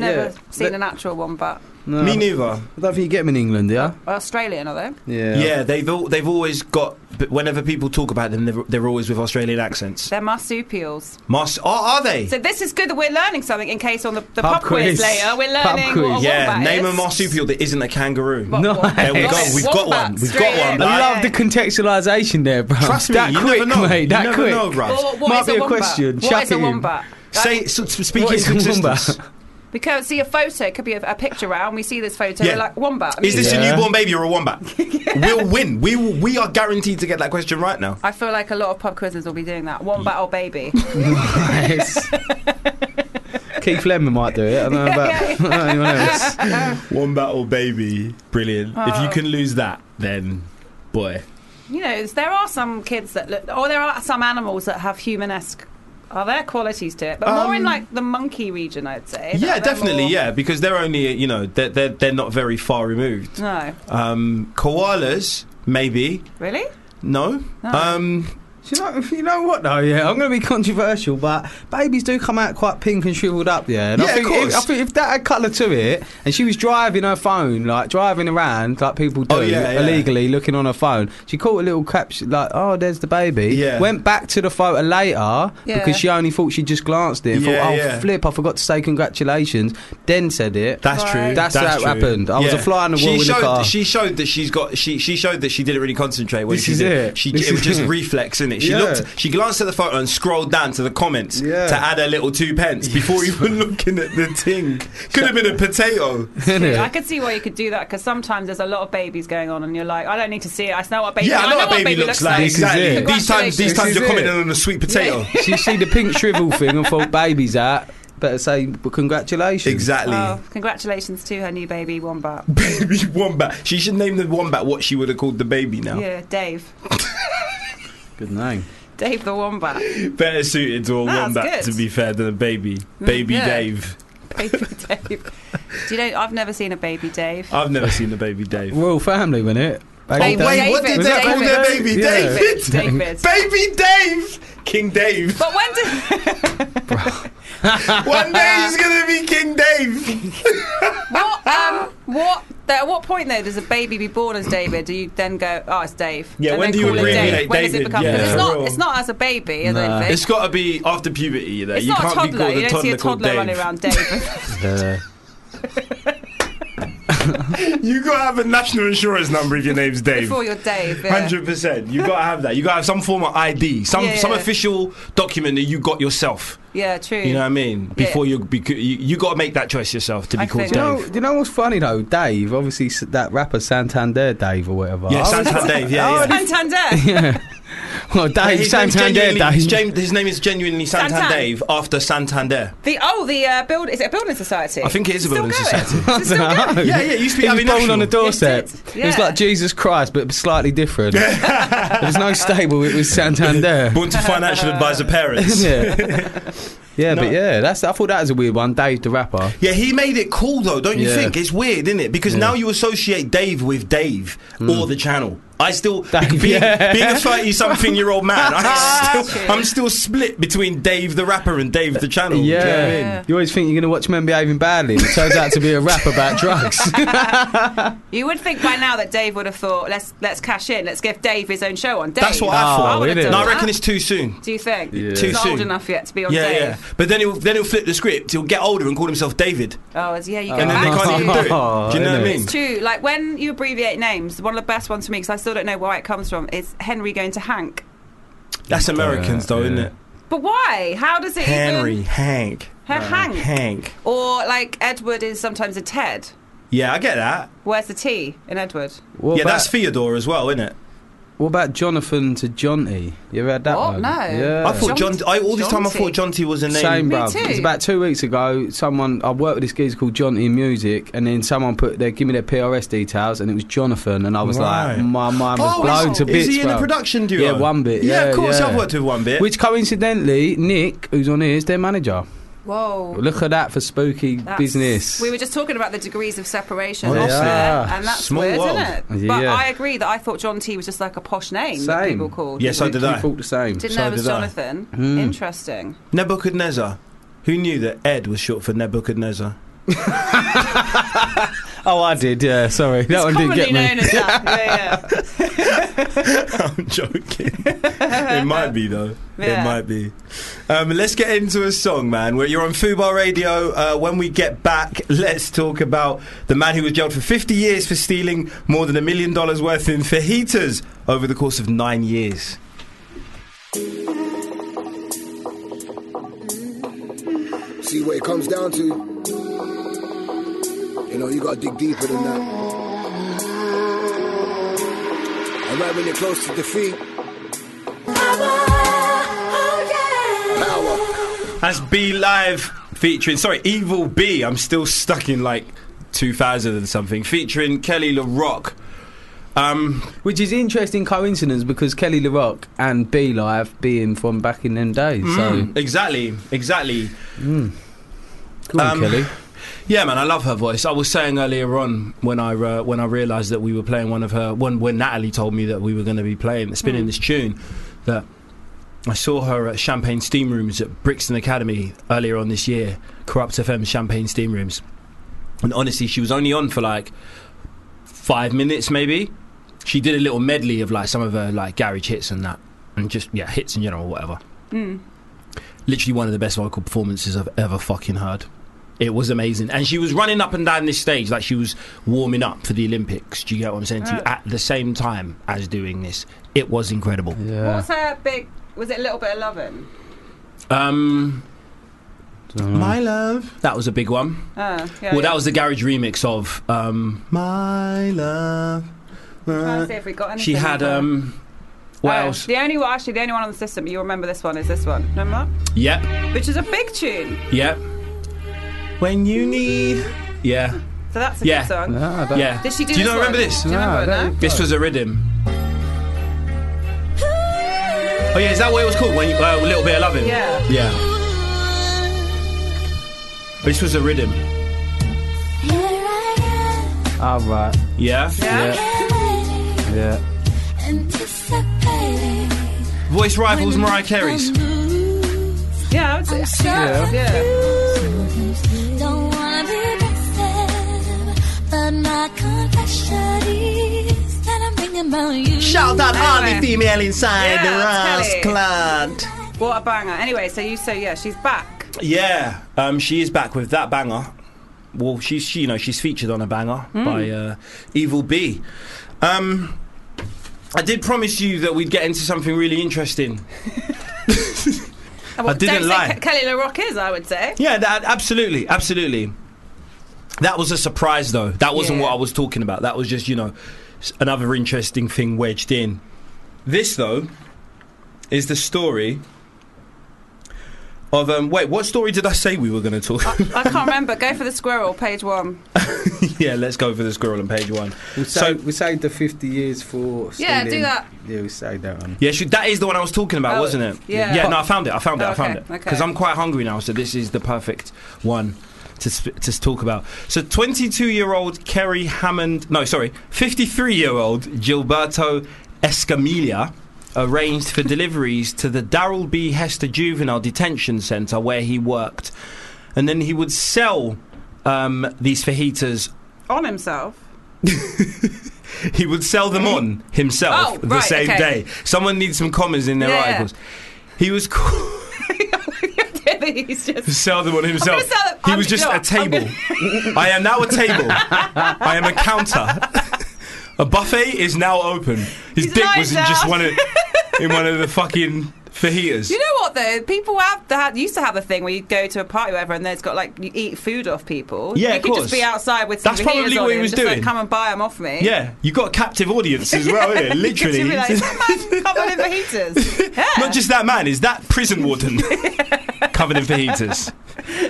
G: But,
F: never
G: yeah.
F: seen
G: Let-
F: an actual wombat.
G: No,
E: Me neither.
G: I don't think you get them in England, yeah?
F: Australian, are they?
G: Yeah.
E: Yeah, they've all, they've always got. But whenever people talk about them, they're, they're always with Australian accents.
F: They're marsupials.
E: Must oh, are they?
F: So this is good that we're learning something in case on the, the
G: Pub
F: pub, quiz.
G: quiz.
F: later we're
G: Pub
F: learning
G: quiz.
F: what a
E: yeah,
F: wombat
E: name
F: is.
E: a marsupial that isn't a kangaroo.
F: What- what-
E: There we
F: wombat.
E: go. We've got one. We've got
F: Straight
E: one.
F: in.
E: I
G: I love the contextualisation there, bro.
E: Trust me,
G: that
E: you
G: quick,
E: never know.
G: mate. That
E: you never
G: quick.
E: know,
F: Well,
E: bruv.
F: what- what
G: Might
F: is
G: be a
F: wombat?
G: question.
F: What
G: Chuck
F: is a
G: it in.
F: wombat?
E: Say,
F: Like,
E: so, speaking
G: What
E: in
G: is a wombat?
E: consistency.
F: because see a photo, it could be a, a picture round. We see this photo,
E: Yeah.
F: we're like wombat. I
E: Is this
G: Yeah.
E: a newborn baby or a wombat? We'll win. We will, we are guaranteed to get that question right now.
F: I feel like a lot of pub quizzes will be doing that. Wombat or baby?
G: Nice. Keith Lemon might do it. I don't know about anyone else.
E: Wombat or baby. Brilliant. If
G: Oh.
E: you can lose that, then boy.
F: you know, there are some kids that look, or there are some animals that have humanesque. Are there qualities to it? But more in
E: Um,
F: like the monkey region, I'd say.
E: Yeah,
F: That they're
E: definitely.
F: more-
E: Yeah, because they're only you know they're they're, they're not very far removed.
F: No,
E: Um, koalas maybe
F: really?
E: no. Um,
G: Do you know, you know what though? Yeah, I'm going to be controversial, but babies do come out quite pink and shriveled up. Yeah, and
E: Yeah,
G: I
E: of
G: think
E: course.
G: If, I think if that had colour to it, and she was driving her phone, like driving around, like people do
E: Oh, yeah, yeah.
G: illegally, looking on her phone, she caught a little caption like, "Oh, there's the baby."
E: Yeah.
G: Went back to the photo later
F: Yeah.
G: because she only thought she just glanced at it. And
E: Yeah,
G: thought, "Oh,
E: yeah.
G: flip! I forgot to say congratulations." Then said it.
E: that's
F: Right.
E: true.
G: That's
E: that
G: how it happened. I was a fly on the wall
E: She
G: in the
E: showed,
G: car.
E: She showed that she's got. She she showed that she didn't really concentrate. When
G: This
E: she
G: is
E: did.
G: it.
E: She
G: This
E: it was
G: is
E: just
G: it.
E: reflex in it. She
G: Yeah.
E: looked, she glanced at the photo and scrolled down to the comments
G: Yeah.
E: to add a little two pence before even looking at the thing. Could have been a potato.
F: Yeah, I could see why you could do that because sometimes there's a lot of babies going on, and you're like, I don't need to see it. I know what baby.
E: Yeah, I know what baby, looks like.
G: This is
E: Exactly.
G: it.
E: These times, these
G: This
E: times
G: is
E: you're
G: it.
E: commenting on a sweet potato.
G: she see the pink shrivel thing and thought, "Baby's out." Better say well, congratulations.
E: Exactly.
F: Oh, congratulations to her new baby wombat.
E: Baby wombat. She should name the wombat what she would have called the baby now.
F: Yeah, Dave.
G: Good name.
F: Dave the wombat.
E: Better suited to a
F: That's
E: wombat,
F: good.
E: to be fair, than a baby. Baby
F: yeah.
E: Dave.
F: Baby Dave. Do you know? I've never seen a baby Dave.
E: I've never seen a baby Dave.
G: Royal family, wasn't it?
E: wait, what did they call their baby?
F: David.
G: Yeah.
F: David.
E: baby Dave! King Dave.
F: But when did?
E: One day he's gonna be King Dave.
F: What? Um, what? At what point though does a baby be born as David? Do you then go, oh, it's Dave?
E: Yeah,
F: And
E: when
F: then
E: do you
F: call it
E: agree
F: Dave?
E: with
F: When does it
E: David?
F: become?
E: Yeah.
F: 'cause
E: For
F: It's not.
E: real.
F: It's not as a baby. I
G: Nah.
F: don't think.
E: It's gotta be after puberty, you know.
F: It's
E: you
F: not
E: can't
F: a
E: be
F: toddler.
E: called
F: You
E: a
F: don't see
E: toddler
F: a
E: called
F: toddler running
E: Dave.
F: around David.
E: You gotta have a national insurance number if your name's Dave.
F: Before you're Dave. yeah.
E: Hundred percent. You gotta have that. You gotta have some form of ID, some
F: Yeah,
E: some
F: yeah.
E: official document that you got yourself.
F: Yeah, true.
E: You know what I mean?
F: Yeah.
E: Before you, bec- you, you gotta make that choice yourself to be
F: I
E: called
F: think-
G: You know,
E: Dave.
G: you know what's funny though, Dave. Obviously, s- that rapper Santander Dave or whatever. Oh,
E: Yeah,
G: I always-
E: Santander Dave. Yeah, yeah.
F: Oh, Santander.
G: well,
E: Oh, Hey,
G: Oh, Dave
E: his name's
G: Santander
E: genuinely- his,
G: Dave.
E: gem- his name is genuinely Santander
F: Santan.
E: Dave after Santander.
F: the oh, the uh, build is it a building society?
E: I think it is a
F: Still
E: building
F: going?
E: society.
F: Is it still going?
E: Yeah, yeah, it used to be
G: He was
E: Abbey
G: born on the
E: National.
G: doorstep.
F: It
G: It,
F: did,
G: was
F: yeah.
G: like Jesus Christ, but slightly different. there was no stable. It was Santander.
E: Born to financial advisor parents.
G: yeah, yeah, but yeah, that's. I thought that was a weird one, Dave the rapper.
E: Yeah, he made it cool though, don't you
G: Yeah.
E: think? It's weird, isn't it? Because now you associate Dave with Dave or the channel. I still
G: Dave,
E: being,
G: Mm. yeah.
E: being a thirty-something-year-old man. I
F: That's
E: still,
F: true.
E: I'm still split between Dave the rapper and Dave the channel.
G: Yeah.
E: Do you know what I mean?
F: mean?
G: you always think you're gonna watch men behaving badly. and It turns out to be a rap about drugs.
F: You would think by now that Dave would have thought, let's let's cash in, let's give Dave his own show on Dave.
E: That's what I
G: Oh,
E: thought.
G: would've
E: no,
G: done
E: I
F: that.
E: reckon it's too soon.
F: Do you think? He's
E: Too
F: not
E: soon.
F: old enough yet to be on
E: Yeah,
F: Dave.
E: yeah. But then he'll then he'll flip the script. He'll get older and call himself David,
F: Oh, it's- yeah, you go
E: and then they
F: back
E: can't even do
F: to.
E: it. Do you know what I
G: Innit?
E: mean?
F: It's true. Like when you abbreviate names, one of the best ones for me because I still don't know where it comes from is Henry going to Hank.
E: That's Americans, though, isn't
G: yeah.
E: it?
F: But why? How does it
E: Henry,
F: even?
E: Hank,
F: Her Hank.
E: Hank.
F: Or like Edward is sometimes a Ted.
E: Yeah, I get that.
F: Where's the T in Edward?
G: What
E: yeah,
G: about,
E: that's Theodore as well, isn't it?
G: what about Jonathan to Jonty? You ever had that
F: What?
G: one?
F: No.
G: Yeah.
E: I thought John.
F: John-
E: I, all this time, I
F: Jonty.
E: thought Jonty was a name.
G: Same,
F: Me
G: bruv.
F: too.
G: It was about two weeks ago. Someone I worked with this geezer called Jonty in Music, and then someone put their give me their PRS details, and it was Jonathan, and I was
E: Right.
G: like, my mind was
E: Oh,
G: blown
E: is,
G: to bits.
E: is he in
G: bruv.
E: the production duo?
G: Yeah, one bit.
E: Yeah, of course.
G: yeah.
E: I've worked with one bit.
G: Which coincidentally, Nick, who's on here, is their manager.
F: Whoa.
G: Look at that for spooky
F: That's-
G: business.
F: We were just talking about the degrees of separation,
E: Honestly.
F: there,
G: Yeah.
F: and that's
E: Small
F: weird,
E: world.
F: isn't it? But
G: Yeah.
F: I agree that I thought John T was just like a posh name that
G: Same.
F: people called.
E: yes, I did
G: Literally
E: that.
G: thought the same.
F: Didn't
E: so
F: know it was
E: did I.
F: Jonathan. Interesting.
E: Nebuchadnezzar. Who knew that Ed was short for Nebuchadnezzar?
G: Oh, I did. Yeah, sorry, that one
F: it's
G: didn't get
F: commonly
G: me.
F: known as that. Yeah, yeah.
E: I'm joking. it might be though. It
F: Yeah.
E: might be. Um, let's get into a song, man. Where you're on Fubar Radio. Uh, when we get back, let's talk about the man who was jailed for 50 years for stealing more than a million dollars worth in fajitas over the course of nine years.
D: See what it comes down to. You know, you gotta dig deeper than that. And right when you're close to defeat, power.
E: That's B Live featuring, sorry, Evil B. I'm still stuck in like 2000 and something. Featuring Kelly LaRock. Um,
G: Which is interesting coincidence because Kelly LaRock and B Live being from back in them days.
E: Mm.
G: So
E: exactly, exactly.
G: come on,
E: Um,
G: Kelly.
E: Yeah, man, I love her voice. I was saying earlier on when I uh, when I realised that we were playing one of her when when Natalie told me that we were going to be playing spinning this tune that I saw her at Champagne Steam Rooms at Brixton Academy earlier on this year, Corrupt FM Champagne Steam Rooms, and honestly, she was only on for like five minutes maybe. She did a little medley of like some of her like garage hits and that, and just yeah hits in general, whatever. Literally one of the best vocal performances I've ever fucking heard. It was amazing. And she was running up and down this stage like she was warming up for the Olympics. Do you get what I'm saying to you? At the same time as doing this.
J: It was incredible.
F: What
G: Yeah.
F: was her big? Was it a little bit of loving?
J: Um,
E: My love.
J: that was a big one.
F: Uh, yeah,
J: well,
F: yeah.
J: that was the garage remix of. Um,
E: My love.
F: Trying to see if we got anything.
J: she had.
F: over.
J: Um, what
F: Oh,
J: else?
F: The only one, actually, the only one on the system. You remember this one? Is this one? Remember?
J: Yeah,
F: that? Which is a big tune.
J: yeah,
E: When you need.
J: yeah,
F: So that's a
J: Yeah.
F: good song.
G: Yeah, I don't-
J: yeah.
F: Did she do?
E: Do you
F: this
E: not remember
F: one?
E: this?
F: Do you
G: No,
F: remember
G: I
F: it?
G: don't.
J: This was a rhythm.
E: Oh yeah, is that what it was called? When you, uh, little bit of loving.
F: no? Yeah.
E: Yeah.
J: This was a rhythm.
G: All Ah, right.
J: Yeah.
F: Yeah.
G: Yeah.
E: Voice rivals Mariah Carey's.
F: Yeah. I would say,
G: Yeah.
F: yeah.
H: Don't wanna be aggressive, but my confession is that I'm thinking about you.
E: Shout out
F: Anyway. all the
E: female inside
F: Yeah, the that's Ross Kelly.
E: Club.
F: What a banger. Anyway, so you say yeah, she's back.
E: Yeah, um, she is back with that banger. Well, she's she, you know she's featured on a banger by uh, Evil B. Um, I did promise you that we'd get into something really interesting.
F: Well,
E: didn't
F: don't say
E: lie.
F: Ke- Kelly LaRock is, I would say.
E: Yeah, that, absolutely, absolutely. That was a surprise, though. That wasn't
F: Yeah.
E: what I was talking about. That was just you know s- another interesting thing wedged in. This though is the story of um. Wait, what story did I say we were going to talk?
F: I can't remember. Go for the squirrel, page one.
E: yeah, let's go for the squirrel on page one.
G: We
E: So-
G: saved, we saved the 50 years for
F: Yeah, do
G: stealing.
F: that.
G: Yeah, we saved that one.
E: Yeah, shoot, that is the one I was talking about,
F: Oh,
E: wasn't it?
F: yeah.
E: Yeah, no, I found it. I found it.
F: Oh,
E: I found
F: okay,
E: it.
F: okay.
E: Because I'm quite hungry now, so this is the perfect one to sp- to talk about. So, 22 year old Kerry Hammond, no, sorry, 53 year old Gilberto Escamilla arranged for deliveries to the Darrell B. Hester Juvenile Detention Centre where he worked, and then he would sell um, these fajitas.
F: On himself.
E: He would sell them on himself
F: Oh,
E: the
F: right,
E: same
F: okay.
E: day. Someone needs some commas in their
F: Yeah, yeah.
E: articles. He was. Called-
F: He's just.
E: sell them on himself.
F: I'm gonna sell them-
E: He
F: I'm-
E: was just
F: you know
E: a
F: what, I'm
E: table. I am now a table. I am a counter. a buffet is now open. His
F: He's
E: dick
F: lying
E: was in just
F: down.
E: one of in one of the fucking fajitas.
F: You know what though? People have they had, used to have a thing where you go to a party, or whatever, and there's got like you eat food off people.
E: Yeah,
F: you
E: of
F: could
E: course.
F: just be outside with some
E: That's probably
F: fajitas on
E: what he
F: him,
E: was
F: just like,
E: doing.
F: Come and buy them off me.
E: yeah, you got a captive audience as well, innit? Literally. Um,
F: You'd be like, "Man, covered in fajitas. Yeah,
E: Not just that man, is that prison warden covered in fajitas.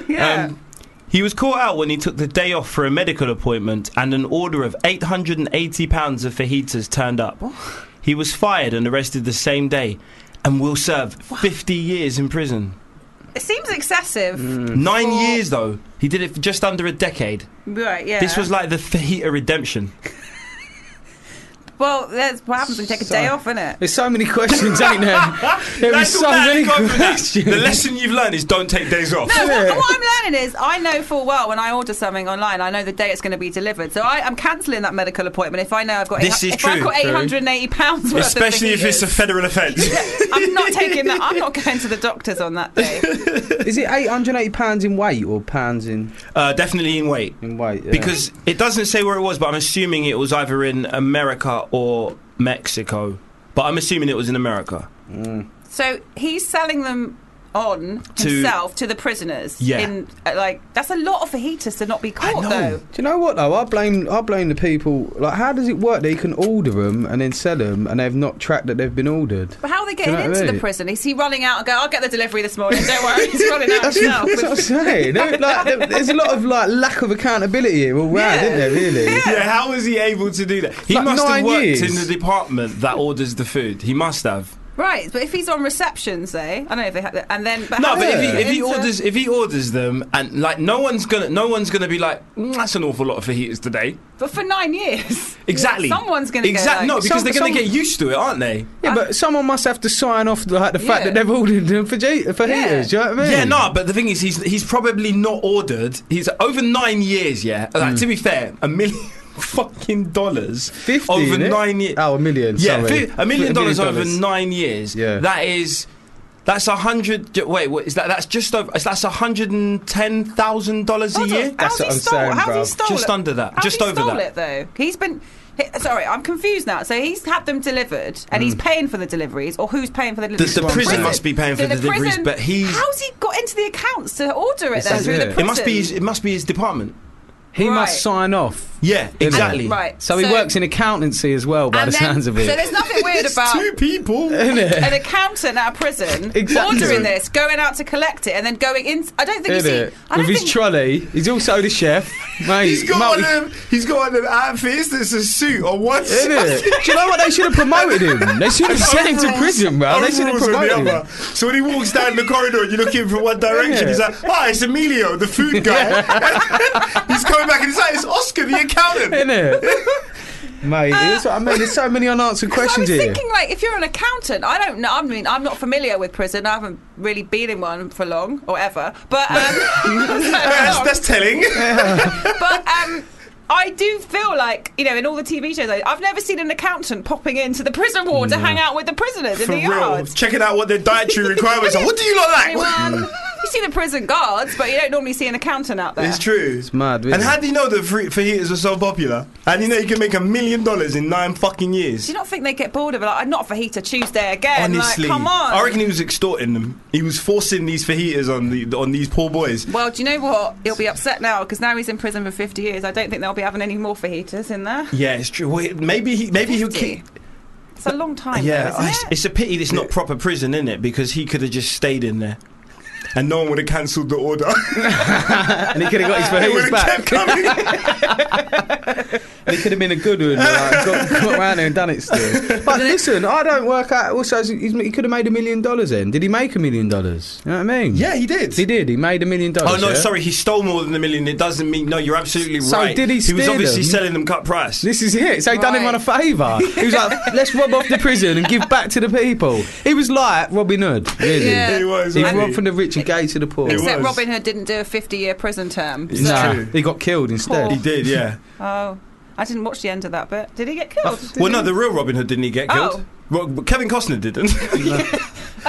F: yeah.
E: Um, he was caught out when he took the day off for a medical appointment and an order of £880 of fajitas turned up. He was fired and arrested the same day and will serve 50 years in prison.
F: it seems excessive.
E: Nine
F: Four-
E: years, though. He did it for just under a decade.
F: Right, yeah.
E: This was like the fajita redemption.
F: well, that's what happens when you take a day off, innit?
G: There's so many questions, ain't there? There was
E: That's
G: so
E: all bad
G: many
E: going for that.
G: questions.
E: The lesson you've learned is don't take days off.
F: No, what, what I'm learning is I know full well when I order something online, I know the day it's going to be delivered. So I, I'm cancelling that medical appointment if I know I've got
E: This
F: eight-
E: is
F: if I've
E: true,
F: got
E: true.
F: 880 pounds worth
E: Especially
F: of
E: if it's a
F: fajitas.
E: federal offence.
F: I'm not taking that. I'm not going to the doctors on that day.
G: Is it 880 pounds in weight or pounds in,
E: uh, definitely in weight.
G: in weight? Yeah.
E: Because it doesn't say where it was, but I'm assuming it was either in America or Mexico. But I'm assuming it was in America.
F: So he's selling them on
E: To-
F: himself to the prisoners.
E: Yeah.
F: In, uh, like that's a lot of fajitas to not be caught
E: know.
F: though.
G: do you know what though? I blame I blame the people. Like, how does it work? They can order them and then sell them, and they've not tracked that they've been ordered.
F: But how are they getting
G: know what I
F: into
G: mean?
F: the prison? Is he running out and go, I'll get the delivery this morning, don't worry. He's running out
G: That's,
F: himself.
G: that's what I'm saying. There- like, there- there's a lot of like lack of accountability here all round,
F: Yeah.
G: isn't there? Really?
E: Yeah, how was he able to do that? He
G: Like
E: must have
G: nine
E: worked
G: years.
E: in the department that orders the food. He must have.
F: Right, but if he's on reception, say, I don't know if they have, and then but
E: No,
F: how
E: but
F: does
E: if he, if he
F: get into-
E: orders if he orders them and like no one's gonna no one's gonna be like "Mm, that's an awful lot of fajitas today.
F: but for nine years,
E: Exactly.
F: someone's going to
E: exactly.
F: go.
E: No,
F: Like,
E: because
G: Some-
E: they're gonna
G: some-
E: get used to it, aren't they?
G: Yeah, but someone must have to sign off like the fact
F: Yeah.
G: that they've ordered them for, je- for
F: Yeah.
G: heaters. Do you know what I mean?
E: Yeah, no, but the thing is, he's he's probably not ordered. He's over nine years. Yeah, like,
K: Hmm.
E: to be fair, a million fucking dollars
G: 50,
E: over
G: innit?
E: nine years.
G: Oh, a million.
E: yeah,
G: sorry.
E: fi- a million dollars over
G: dollars.
E: nine years.
G: Yeah.
E: that is That's a hundred. ju- Wait, what is that? That's just over. is- That's a hundred and ten thousand dollars a
F: Hold on,
E: year.
G: That's
F: how's
G: what
F: he
G: I'm
F: stole?
G: saying,
F: how's
G: bro.
F: he stole
E: Just
F: it?
E: under that.
F: How's
E: Just
F: he
E: over
F: stole
E: that.
F: it though. He's been. he- Sorry, I'm confused now. So he's had them delivered, and he's paying for the deliveries, or who's paying for the deliveries?
E: Hmm. the prison must be paying
F: So
E: for the deliveries,
F: prison-
E: but he's-
F: How's he got into the accounts to order it then
G: says
F: through
G: here.
F: the prison?
E: It must be. His, it must be his department.
G: He must
F: Right.
G: sign off.
E: Yeah, exactly.
F: Right.
G: So, he works in accountancy as well, by
F: and
G: the
F: then-
G: sounds of it.
F: So there's nothing weird about
E: people.
F: an accountant at a prison
G: Exactly.
F: ordering this, going out to collect it, and then going in. I don't think
G: Isn't
F: you see.
G: it?
F: I
G: With
F: don't
G: his
F: think
G: trolley, he's also the chef. Mate,
K: He's got
G: multi-
K: one of them. He's got one of them outfits. That's a suit on one
G: Isn't
K: side.
G: it? Do you know what? They should have promoted him. They should have sent him to prison, bro. They should have
K: Overalls on
G: promoted
K: the
G: him.
K: other. So when he walks down the corridor and you look in from one direction, he's like, "Hi, it's Emilio, the food guy." he's coming back and he's like, "It's Oscar, the accountant."
G: Isn't it? Mate, it's what I mean. There's so many unanswered
F: I was
G: questions here.
F: thinking, like, if you're an accountant, I don't know. I mean, I'm not familiar with prison. I haven't really been in one for long or ever. But um, so
K: That's,
F: long.
K: that's telling.
F: but um, I do feel like you know, in all the TV shows, I, I've never seen an accountant popping into the prison ward to hang out with the prisoners in
K: For
F: the
K: real,
F: yard.
K: checking out what their dietary requirements are. What do you not like? What-
F: Anyone? You see the prison guards, but you don't normally see an accountant out there.
K: It's true.
G: It's mad, isn't
K: And
G: it?
K: how do you know that fri- fajitas are so popular? And you know you can make a million dollars in nine fucking years.
F: Do you not think they get bored of it? Like, not fajita Tuesday again.
K: Honestly,
F: like, come on.
K: I reckon he was extorting them. He was forcing these fajitas on the on these poor boys.
F: well, do you know what? He'll be upset now because now he's in prison for 50 years. I don't think they'll be having any more fajitas in there.
E: Yeah, it's true. Well, it- maybe he, maybe he'll
F: 50.
E: keep.
F: It's a long time.
E: Yeah,
F: though,
E: it's,
F: isn't it?
E: it's a pity it's not proper prison, isn't it? Because he could have just stayed in there.
K: And no one would have cancelled the order.
G: And he could have got his
K: they would
G: fajitas back.
K: have kept coming.
G: It could have been a good one. Like, got, got round there and done it still. But listen, I don't work out. Also, he's, he could have made a million dollars. Then did he make a million dollars? You know what I mean?
K: yeah, he did.
G: he did. He made a million
E: Oh
G: dollars.
E: no,
G: yeah?
E: sorry, he stole more than a million. It doesn't mean no. You're absolutely
G: So
E: right.
G: did he
E: He was
G: steal
E: obviously
G: them?
E: selling them cut price.
G: This is it. So he done him
F: Right.
G: on a favour. He was like, let's rob off the prison and give back to the people. He was like Robin Hood, really.
F: Yeah.
K: He was.
G: He
K: wasn't
G: robbed
K: he?
G: from the rich and gave to the poor.
K: It
F: Except
K: was.
F: Robin Hood didn't do a 50 year prison term.
K: It's
G: nah,
K: true.
G: he got killed instead.
K: He did, yeah.
F: Oh, I didn't watch the end of that bit. Did he get killed? Oh, Did
E: well,
F: he?
E: no, the real Robin Hood didn't he get
F: Oh.
E: killed? Well, but Kevin Costner didn't.
F: the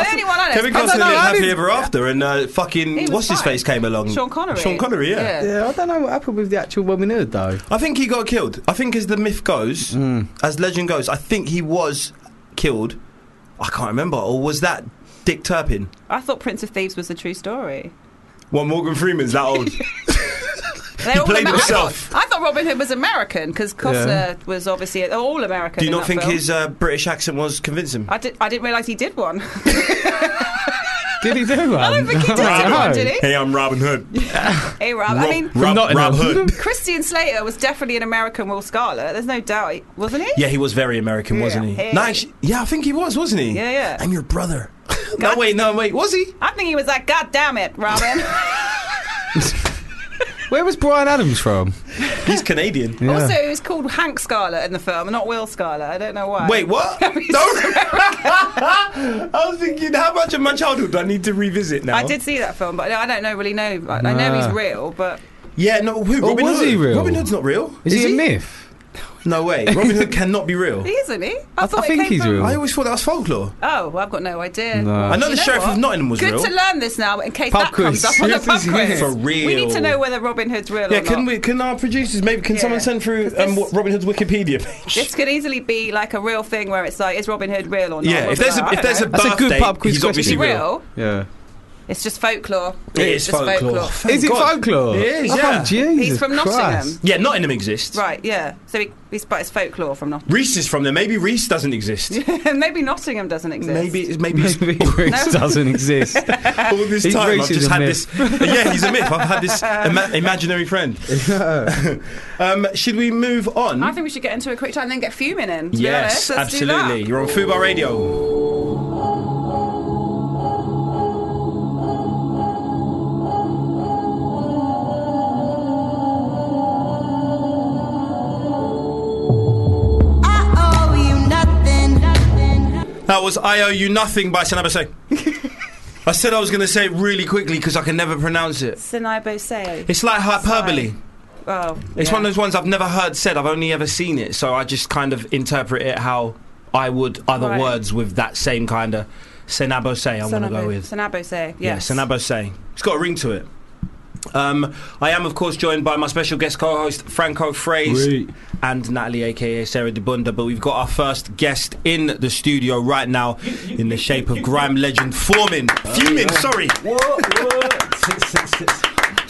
F: only one I know.
E: Kevin
F: I
E: Costner
F: don't
E: did
F: know, I
E: Happy
F: didn't-
E: Ever After, and uh,
F: He
E: fucking
F: was
E: what's his
F: fine.
E: face came along.
F: Sean Connery.
E: Sean Connery, yeah.
G: Yeah, I don't know what happened with the actual Robin Hood though.
E: I think he got killed. I think as the myth goes, as legend goes, I think he was killed. I can't remember, or was that Dick Turpin?
F: I thought Prince of Thieves was the true story.
K: Well, Morgan Freeman's that old.
F: They all
K: played
F: Amer- I thought-
K: himself.
F: I thought Robin Hood was American because Costner was obviously a- all American.
E: Do you
F: in
E: not
F: that
E: think
F: film.
E: his uh, British accent was convincing?
F: I, did, I didn't realise he did one.
G: Did he do one?
F: I don't think he did
G: No.
F: do one, did he?
K: hey, I'm Robin Hood.
F: Hey, Rob. I mean,
G: From
K: Rob, Rob,
G: Nottingham.
K: Hood.
F: Christian Slater was definitely an American Will Scarlet. There's no doubt, he- wasn't he?
E: Yeah, he was very American, wasn't he?
F: Yeah. Hey.
E: No, actually- yeah, I think he was, wasn't he?
F: Yeah, yeah.
E: I'm your brother. no, wait, no, wait, was he?
F: I think he was like, God damn it, Robin.
G: Where was Brian Adams from?
E: He's Canadian.
G: Yeah.
F: Also, he was called Hank Scarlet in the film, not Will Scarlet. I don't know why.
E: Wait, what? no,
K: I was thinking, how much of my childhood do I need to revisit now?
F: I did see that film, but I don't know really know. I, I know
G: Nah.
F: he's real, but
E: yeah, no. Who?
G: Or
E: Robin
G: was
E: Hood.
G: he real?
E: Robin Hood's not real.
G: Is, he, a myth?
E: No way. Robin Hood cannot be real.
F: he isn't he?
G: I- I
F: it
G: think
F: came
G: he's
F: from-
G: real.
E: I always thought that was folklore.
F: Oh, well, I've got no idea.
G: No.
E: I know
F: Oh. You
E: the sheriff
F: what?
E: of Nottingham was
F: Good
E: real.
F: to learn this now in case
G: Pub
F: that
G: quiz.
F: comes up on the
G: This
F: pub
G: is it.
F: quiz.
E: For
F: We need
E: real.
F: to know whether Robin Hood's real
E: Yeah,
F: or
E: can
F: not.
E: we? Can our producers maybe? Can
F: Yeah.
E: someone send through
F: 'Cause
E: um,
F: this-
E: what, Robin Hood's Wikipedia page?
F: This could easily be like a real thing where it's like, is Robin Hood real or not?
E: yeah,
F: Robin
E: if there's a,
F: Hood,
E: if there's a
G: That's a
E: birthday,
G: good pub quiz
E: he's obviously
F: He's
G: question.
E: real.
F: real.
G: Yeah.
F: It's just folklore.
E: It
F: It's
E: is
F: just
E: folklore. Thank
G: is it
E: God.
G: folklore?
E: It is,
G: Oh,
E: yeah.
G: Jesus
F: He's from
G: Christ.
F: Nottingham.
E: Yeah, Nottingham exists.
F: Right, yeah. So he, he's but it's folklore from Nottingham.
E: Reese is from there. Maybe Reese doesn't exist.
F: Maybe Nottingham doesn't exist.
E: Maybe it's- maybe it's-
G: Maybe Bruce doesn't exist.
K: All this
G: He's
K: time, I've
G: racist,
K: just
G: isn't
K: had
G: he?
K: this.
E: this, yeah, he's a myth. I've had this ima- imaginary friend. um, should we move on?
F: I think we should get into a quick chat and then get fuming in. To
E: yes,
F: be honest. Let's do that.
E: absolutely. You're on Fubar Radio.
H: I owe you nothing.
E: That was I owe you nothing by Sanabase. I said I was going to say it really quickly because I can never pronounce it.
F: Sinaibo Seo.
E: It's like hyperbole.
F: Oh,
E: It's
F: yeah.
E: one of those ones I've never heard said. I've only ever seen it, so I just kind of interpret it how I would other
F: Right.
E: words with that same kind of Senabose, I'm going to go
F: Sanabo-
E: with.
F: Sanabose, yes.
E: Yeah, Sanabose. It's got a ring to it. Um, I am, of course, joined by my special guest co-host Franco Fraze and Natalie, aka Sarah Debunda. But we've got our first guest in the studio right now, in the shape of grime legend Foreman. Fuming, sorry.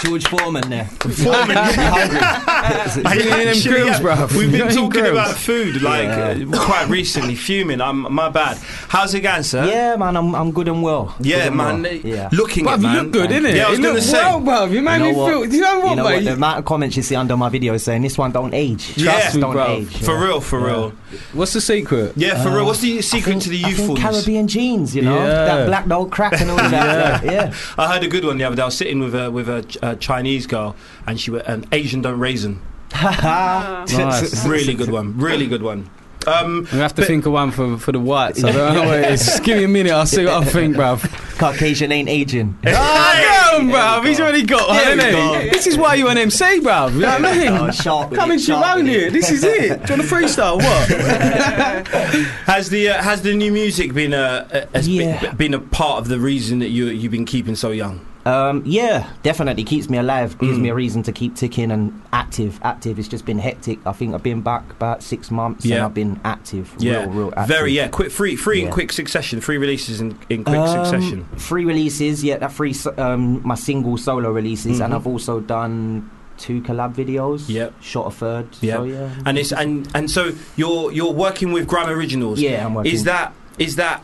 L: George Foreman there.
E: Foreman.
L: Bringing in them
E: Actually,
L: grills,
E: yeah,
L: bruv.
E: We've been
L: Bringing
E: talking
L: grills.
E: about food like
L: Yeah.
E: uh, quite recently. Fuming. I'm my bad. How's it going, sir?
L: Yeah, man, I'm, I'm good and well.
E: Yeah,
L: Good and
E: man,
L: well. Yeah.
E: looking Bruv, it, you man. look good,
L: Thank
E: innit?
L: you.
E: Yeah, I was You gonna look say. well, bruv. You made me
L: know what?
E: feel- you know what, mate?
L: The amount of comments you see under my videos saying this one don't age.
E: Yeah,
L: Trust me, don't age.
E: for
L: yeah.
E: real, for
L: Yeah.
E: real.
G: What's the secret?
E: Yeah, for
L: Uh,
E: real. What's the secret to the
L: I think
E: youthfulness?
L: Caribbean jeans, you know,
E: Yeah.
L: that black old crack and all that. yeah.
E: I heard a good one the other day. I was sitting with a with a, Ch- a Chinese girl, and she was an Asian don't raisin.
G: Nice.
E: really good one. Really good one. Um,
G: We have to think of one for, for the whites. I don't know what it is. Just give me a minute. I'll see what I think, bruv.
L: Caucasian ain't aging.
G: Ah, damn, bruv. He's already got one,
L: There we
G: hasn't he?
L: go.
G: This is why you an MC, bruv. You know what I mean?
L: Oh, sharp with
G: Coming
L: it,
G: to your
L: sharp
G: own
L: with
G: here.
L: it.
G: This is it. Do you want a freestyle? What?
E: Has the uh, has the new music been a, a has been, been a part of the reason that you you've been keeping so young?
L: Um, yeah, definitely keeps me alive. Gives
E: Mm.
L: me a reason to keep ticking and active. Active. It's just been hectic. I think I've been back about six months and
E: Yeah.
L: I've been active.
E: Yeah,
L: real, real active.
E: very yeah. Quick, three, three in
L: Yeah.
E: quick succession. Three releases in, in quick
L: Um,
E: succession.
L: Three releases. Yeah, that three. s- Um, my single solo releases, and
E: Mhm.
L: I've also done two collab videos.
E: Yep.
L: Shot a third.
E: Yeah.
L: So, yeah.
E: And it's and and so you're you're working with Grime Originals.
L: Yeah, I'm working.
E: Is that is that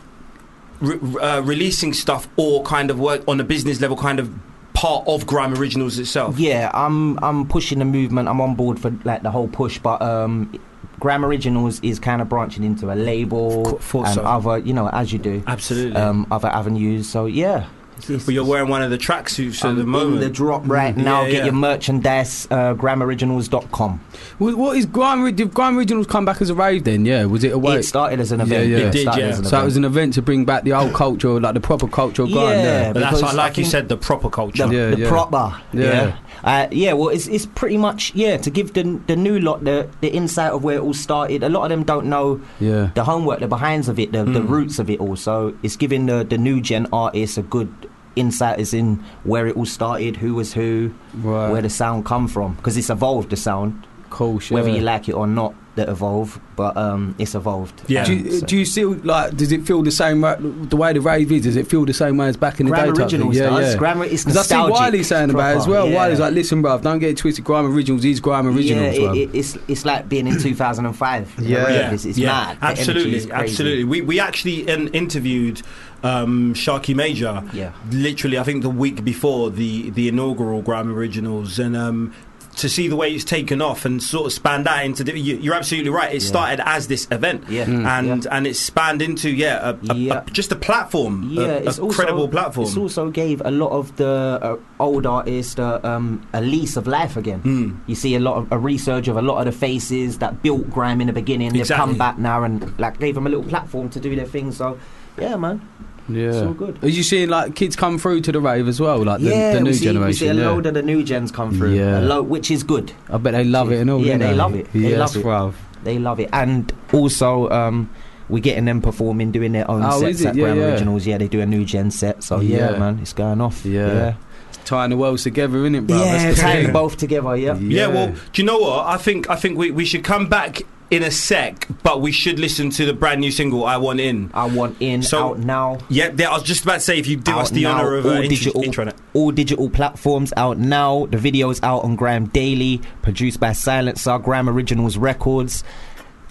E: re- uh, releasing stuff or kind of work on a business level kind of part of Grime Originals itself?
L: Yeah, I'm I'm pushing the movement. I'm on board for like the whole push, but um, Gram Originals is kind of branching into a label
E: Of course
L: and
E: so.
L: other, you know, as you do,
E: Absolutely.
L: um, other avenues. So yeah,
E: but you're wearing one of the tracksuits at
L: I'm
E: the
L: in
E: moment.
L: the drop right now.
E: Yeah,
L: Get
E: yeah.
L: your merchandise, uh, GramOriginals.com.
G: What what is Grime? Ri- Did Grime Originals come back as a rave then? Yeah. Was it a way?
L: It started as an event.
G: Yeah, yeah.
E: It did,
L: started
E: yeah.
L: as an
G: So it
L: event.
G: was an event to bring back the old culture, like the proper culture of Grime.
L: Yeah,
E: But that's
L: because
E: like, like
L: I
E: you
L: think
E: said, the proper culture.
L: the,
G: Yeah,
L: the
G: yeah.
L: proper.
G: Yeah.
L: Yeah. Yeah. Uh, yeah, well, it's, it's pretty much, yeah, to give the, the new lot the, the insight of where it all started. A lot of them don't know
G: Yeah.
L: the homework, the behinds of it, the, the
E: Mm.
L: roots of it all. So it's giving the, the new gen artists a good insight as in where it all started, who was who,
G: Right.
L: where the sound come from. Because it's evolved, the sound,
G: cool shit.
L: whether you like it or not, that evolved, but um, it's evolved.
E: Yeah.
G: Do you,
L: So-
G: do you still like? Does it feel the same ra- the way the rave is? Does it feel the same way as back in the
L: Grime
G: day? type thing?
L: Originals
G: yeah,
L: does.
G: yeah.
L: Grime- it's
G: Because I see
L: nostalgic.
G: Wiley saying about it as
L: Proper,
G: well.
L: yeah.
G: Wiley's like, listen, bruv, don't get it twisted. Grime Originals is Grime Originals,
L: yeah,
G: bruv.
L: it, it, it's it's like being in 2005.
G: Yeah.
L: Like, it's, it's mad. The energy
E: Absolutely,
L: is crazy.
E: absolutely. We we actually um, interviewed um, Sharky Major.
L: Yeah.
E: Literally, I think the week before the the inaugural Grime Originals and. Um, to see the way it's taken off and sort of spanned out into, di- you- you're absolutely right. It
L: Yeah.
E: started as this event,
L: Yeah. Mm.
E: and and it's spanned into yeah, a, a,
L: Yeah.
E: a- just a platform,
L: Yeah,
E: a, a
L: it's also
E: credible platform.
L: It's also gave a lot of the uh, old artists uh, um, a lease of life again.
E: Mm.
L: You see a lot of a resurge of a lot of the faces that built grime in the beginning. They've
E: Exactly.
L: come back now and like gave them a little platform to do their thing. So yeah, man, it's all
G: yeah.
L: good.
G: Are you seeing like kids come through to the rave as well, like the,
L: yeah,
G: the new
L: we see,
G: generation?
L: we see a
G: yeah.
L: load of the new gens come through,
G: Yeah.
L: a lo- which is good.
G: I bet they love it and all.
L: Yeah,
G: don't
L: they love it. They
G: yes,
L: love it.
G: bruv.
L: They love it, and also um, we're getting them performing, doing their own
G: Oh, is
L: sets
G: it?
L: at
G: Yeah,
L: Grand
G: yeah.
L: Originals. Yeah, they do a new gen set. So yeah,
G: Yeah.
L: man, it's going off.
G: Yeah. Tying the worlds together, innit,
L: yeah,
G: bruv? That's the
L: tying
G: thing.
L: both together. Yeah,
E: Yeah. well, do you know what? I think I think we, we should come back in a sec, but we should listen to the brand new single "I Want In."
L: I want in
E: So-
L: out now.
E: Yeah, there, I was just about to say if you do
L: Out
E: us the
L: now,
E: honour of uh,
L: all
E: intro-
L: digital.
E: intro-
L: All digital platforms out now. The video's out on Graham Daily, produced by Silencer, Graham Originals Records.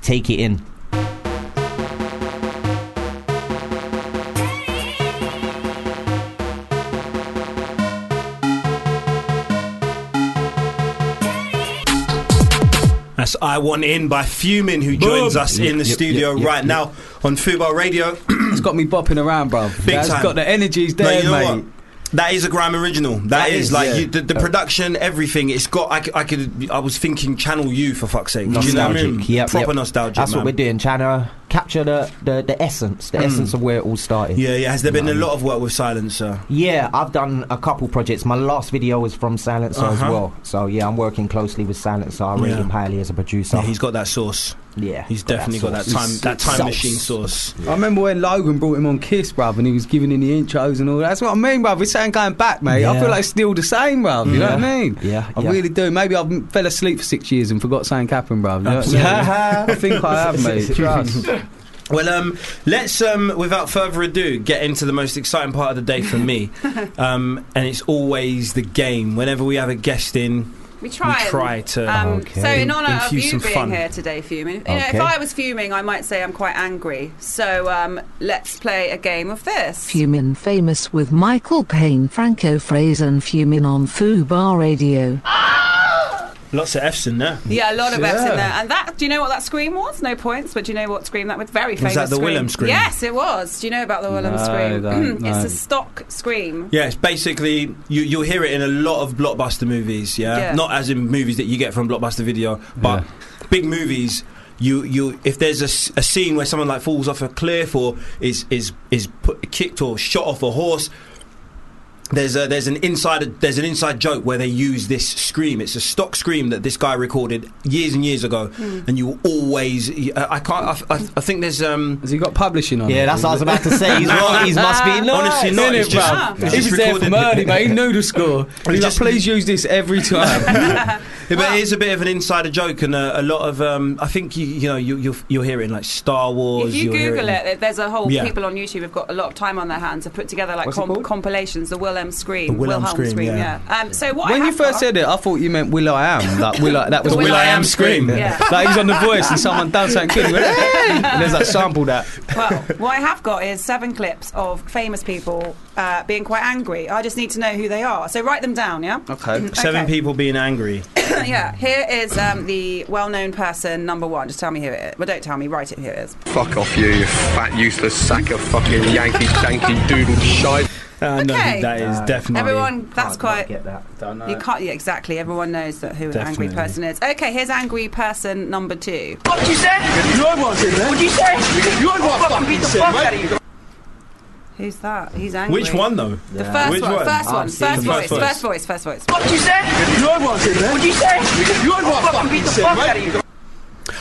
L: Take it in.
E: That's I Want In by Fuming, who joins us in
G: Yep,
E: the
G: yep,
E: studio
G: yep,
E: right
G: yep.
E: now on Fubar Radio.
G: It's got me bopping around, bruv.
E: Big
G: That's
E: time.
G: got the energies
E: No,
G: there,
E: you know
G: mate.
E: what? That is a grime original. that
G: That
E: is,
G: is,
E: like
G: yeah.
E: you, the, the production, everything. It's got. I, c- I could. I was thinking Channel U for fuck's sake. Do you know what I
L: Nostalgic.
E: mean?
L: Yep,
E: Proper
L: yep.
E: nostalgic.
L: That's
E: man.
L: what we're doing. Trying to capture the, the, the essence, the
E: Mm.
L: essence of where it all started.
E: Yeah, yeah. Has there
L: You
E: been
L: know
E: a
L: what I mean?
E: lot of work with Silencer?
L: Yeah, I've done a couple projects. My last video was from Silencer as
E: Uh-huh.
L: well. So yeah, I'm working closely with Silencer. I rate
E: Yeah.
L: him highly as a producer.
E: Yeah, he's got that sauce.
L: Yeah,
E: He's definitely got that time that time machine sauce.
G: I remember when Logan brought him on Kiss, bruv, and he was giving in the intros and all that. That's what I mean, bruv. It's ain't going back, mate. I
L: Yeah.
G: feel like it's still the same, bruv. You know what I
L: Yeah.
G: mean?
L: Yeah,
G: I
L: yeah.
G: really do. Maybe I fell asleep for six years and forgot something happened, bruv. You know what I mean? I think I have, mate. Trust.
E: Well, um, let's um, without further ado get into the most exciting part of the day for me, um, and it's always the game. Whenever we have a guest in,
F: We try.
E: We
F: and-
E: try to-
F: Um,
E: Okay.
F: So, in honour of
E: infuse
F: you
E: some
F: being
E: fun.
F: here today, fuming. You know,
E: Okay.
F: if I was fuming, I might say I'm quite angry. So, um, let's play a game of this.
M: Fumin Famous with Michael Payne, Franco Fraser, and Fumin on Fubar Radio.
E: lots of F's in there.
F: Yeah, a lot of F's in there.
E: Yeah.
F: And that, do you know what that scream was? No points, but do you know what scream that was? Very
E: Was that
F: famous.
E: the
F: scream.
E: Willem scream?
F: Yes, it was. Do you know about the Willem
E: No,
F: scream?
E: don't
F: it's
E: know.
F: a stock scream.
E: Yeah, it's basically you, you'll hear it in a lot of blockbuster movies. Yeah?
F: Yeah.
E: not as in movies that you get from blockbuster video, but big movies. You, you, if there's a, s- a scene where someone like falls off a cliff or is is is put, kicked or shot off a horse, there's a, there's an inside there's an inside joke where they use this scream. It's a stock scream that this guy recorded years and years ago,
L: Mm.
E: and you always I I can't I, I, I think there's um
G: has he got publishing on?
L: Yeah, that's what I was about to say. He's not. He must be not.
E: honestly not. It's just, it's
G: he
E: just
G: was there from
E: recorded.
G: early, mate. He knew the score. He's
E: just-
G: like, please use this every time.
E: Yeah, but it is a bit of an insider joke, and a, a lot of um, I think you you know you you'll, you'll hear it in like Star Wars.
F: If you
E: you'll hear
F: Google
E: in-
F: it, there's a whole
E: Yeah.
F: people on YouTube have got a lot of time on their hands to put together like
G: What's it
F: comp- compilations. The Willem Scream,
G: The Wilhelm
F: Wilhelm
G: Scream, yeah.
F: Um, so what? I
G: when you
F: have
G: first
F: got-
G: said it, I thought you meant Will I Am. Like Will I, that was
F: The Will I Am scream. Yeah.
G: Like he was on The Voice and someone done something good. He went, hey! And there's that sample that.
F: well, what I have got is seven clips of famous people uh, being quite angry. I just need to know who they are. So write them down, yeah. Mm,
E: Okay, seven
F: Okay.
E: people being angry.
F: yeah. Here is um, the well-known person number one. Just tell me who it is. Well, don't tell me. Write it. Here it is.
K: Fuck off you, you fat useless sack of fucking Yankee danky doodle shite.
E: Uh,
F: Okay.
E: that is definitely
F: Everyone, that's quite.
E: get that. Don't know.
F: You can't. Yeah, exactly. Everyone knows that who an angry
E: Definitely.
F: person is. Okay, here's angry person number two.
N: What you say? You're what's in there. What you say? You're what fucking beat the fuck out of you.
F: Who's that? He's angry.
E: Which one, though?
F: The
E: Yeah.
F: first
E: Which
F: one.
E: one?
F: First
E: I've
F: one.
E: seen
F: First
E: the
F: voice.
E: first
F: First voice. First voice.
N: What you say? You're what's in there. What you say? You're what fucking beat the fuck out of you.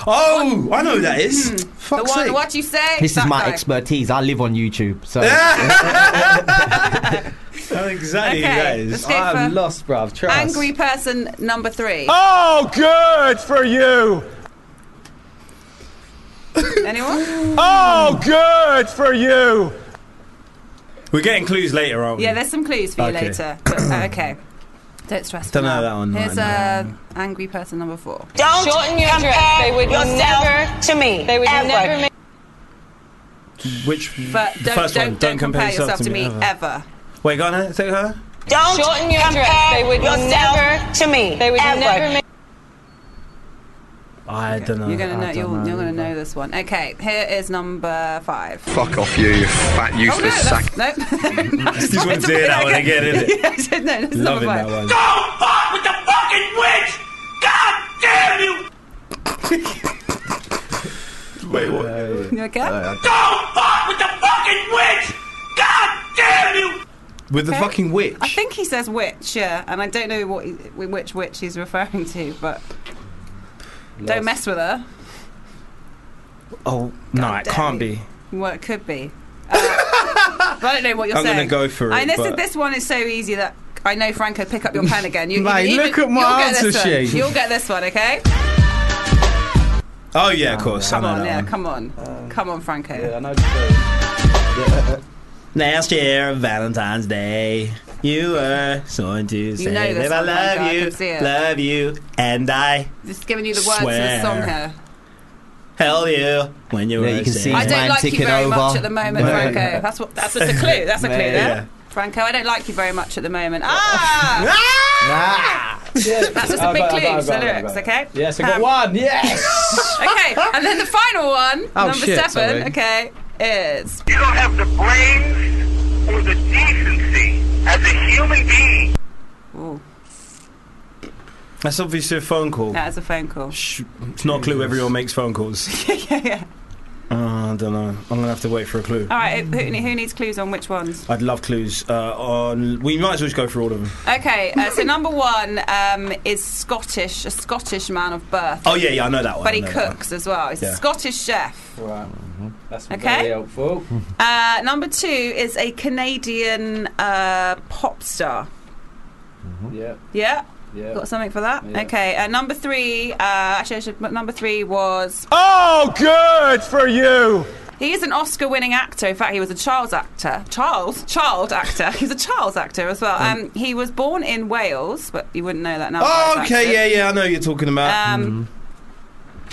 E: Oh, I know who that is.
F: The
E: Fuck's
F: one.
E: sake.
F: What you say?
L: This is
F: That
L: my
F: guy.
L: expertise. I live on YouTube, so
F: Hmm.
E: That's exactly
F: Okay,
E: who that is.
F: let's go I'm for-
G: lost, bruv.
F: Angry person number three.
N: Oh, good for you.
F: Anyone?
N: Oh, good for you.
E: We're getting clues later, aren't we?
F: Yeah, there's some clues for you
E: Okay.
F: later. But, uh, okay. Don't stress.
E: Don't
F: me
E: know
F: out.
E: that one,
F: Here's
E: no,
F: uh, angry person number four.
O: Don't Shorten your compare dress. They would yourself never-
F: to me.
O: they would ever. never make-
E: Which
F: But
E: the
F: don't,
E: 1st
F: don't,
E: one?
F: don't, compare yourself to me ever.
E: Wait, go on, eh? take her.
O: Don't shorten your dress. They would never to me. They would never make.
E: I don't know.
F: You're gonna know. You're, you're gonna know this one. Okay, here is number five.
K: Fuck off you, you fat
F: Oh no,
K: useless sack.
F: that's, no.
K: Just wanted to hear that one again, innit?
F: Yes, no, that's number
K: Loving
F: five.
K: that one.
N: Don't fuck with the fucking witch. God damn you.
P: Wait, what?
F: You okay?
N: Don't fuck with the fucking witch. God damn you.
E: With the fucking witch.
F: I think he says witch, yeah, and I don't know what he, which witch he's referring to, but don't mess with her.
E: Oh no, it can't be.
F: Well, it could be. Uh, I don't know what you're
E: I'm
F: saying.
E: gonna go for it,
F: And this,
E: but-
F: this one is so easy that I know Franco. Pick up your pen again. You,
G: Mate,
F: you- you-
G: look at my
F: you'll get this
G: answer
F: one.
G: sheet.
F: You'll get this one, okay?
E: Oh yeah, of course.
F: Come
E: I know
F: on,
E: that
F: yeah,
E: one.
F: come on, come on, Franco. Yeah, I
G: know.
E: Last year, Valentine's Day, you were someone to
F: say know this that I one, love Franco, I you, can see it. love
E: you, and I
F: Just giving you the words to the song
E: Swear.
F: here.
E: held you when you
L: were saying-
F: I
L: His
F: don't
L: mind
F: like you
L: ticking
F: very
L: over.
F: much at the moment,
L: Yeah.
F: Franco. That's what. That's just a clue. That's a clue.
L: Yeah.
F: Yeah. Franco, I don't like you very much at the moment. Ah! That's just a big clue. So lyrics, okay?
G: Yes, I got
F: Um,
G: one. Yes.
F: okay, and then the final one,
G: Oh,
F: number
G: shit,
F: seven,
G: sorry.
F: okay, is.
N: You don't have the brains or the decency as a human being.
E: That's obviously a phone call.
F: That is a phone call.
E: It's not a clue. Everyone makes phone calls.
F: yeah, yeah.
E: Uh, I don't know. I'm gonna have to wait for a clue.
F: All right, who, who needs clues on which ones?
E: I'd love clues. Uh, on we might as well just go through all of them.
F: Okay, uh, so number one um, is Scottish, a Scottish man of birth.
E: Oh yeah, yeah, I know that one.
F: But
E: I
F: he
E: know that
F: cooks as well. He's
E: Yeah.
F: a Scottish chef.
G: Right. That's
F: Okay.
G: very helpful.
F: Uh, number two is a Canadian uh, pop star.
G: Yeah.
F: Yeah.
G: Yeah.
F: Got something for that?
G: Yeah.
F: Okay. Uh, number three. Uh, actually, I should, but number three was.
Q: Oh, good for
F: Oh,
Q: you.
F: He is an Oscar-winning actor. In fact, he was a Charles actor. Charles, child actor. He's a Charles actor as well. Um, he was born in Wales, but you wouldn't know that now.
E: Mm. Oh,
F: by his
E: okay, yeah,
F: accent.
E: yeah, I know who you're talking about.
F: Um,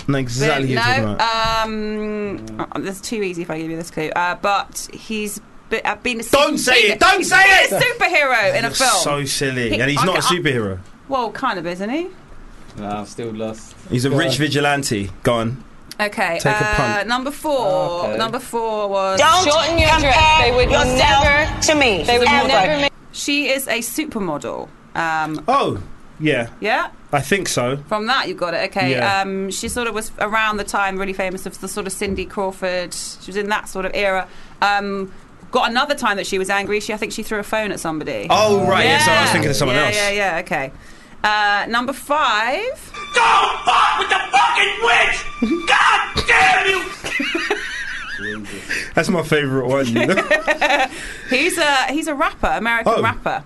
E: I know exactly who you're talking
F: no, uh,
E: about.
F: um, oh, that's too easy if I give you this clue. Uh, but he's be, uh, been a
E: Don't say
F: been
E: it, don't
F: he's
E: say
F: been
E: it!
F: A superhero in a
E: You're
F: film.
E: So silly,
F: He-
E: and he's
F: I
E: not a
F: ca- I-
E: superhero.
F: well, kind of, isn't he?
G: Nah, I'm still lost.
E: He's a rich vigilante. Go on.
F: Okay.
E: Take a
F: uh,
E: punt.
F: Number four. Number four was.
O: Don't Shorten your compare dress. They would yourself never- to me. They would Ever. never make-
F: She is a supermodel. Um,
E: oh. Yeah,
F: Yeah.
E: I think so.
F: From that, you got it. Okay.
E: Yeah.
F: Um, she sort of was around the time really famous of the sort of Cindy Crawford. She was in that sort of era. Um, got another time that she was angry. She, I think, she threw a phone at somebody.
E: Oh, right, yeah, so I was thinking of someone
F: Uh, Yeah,
E: else.
F: Yeah, yeah, okay. Uh, number five.
E: That's my favourite one.
F: He's a he's a rapper, American
E: Oh.
F: rapper.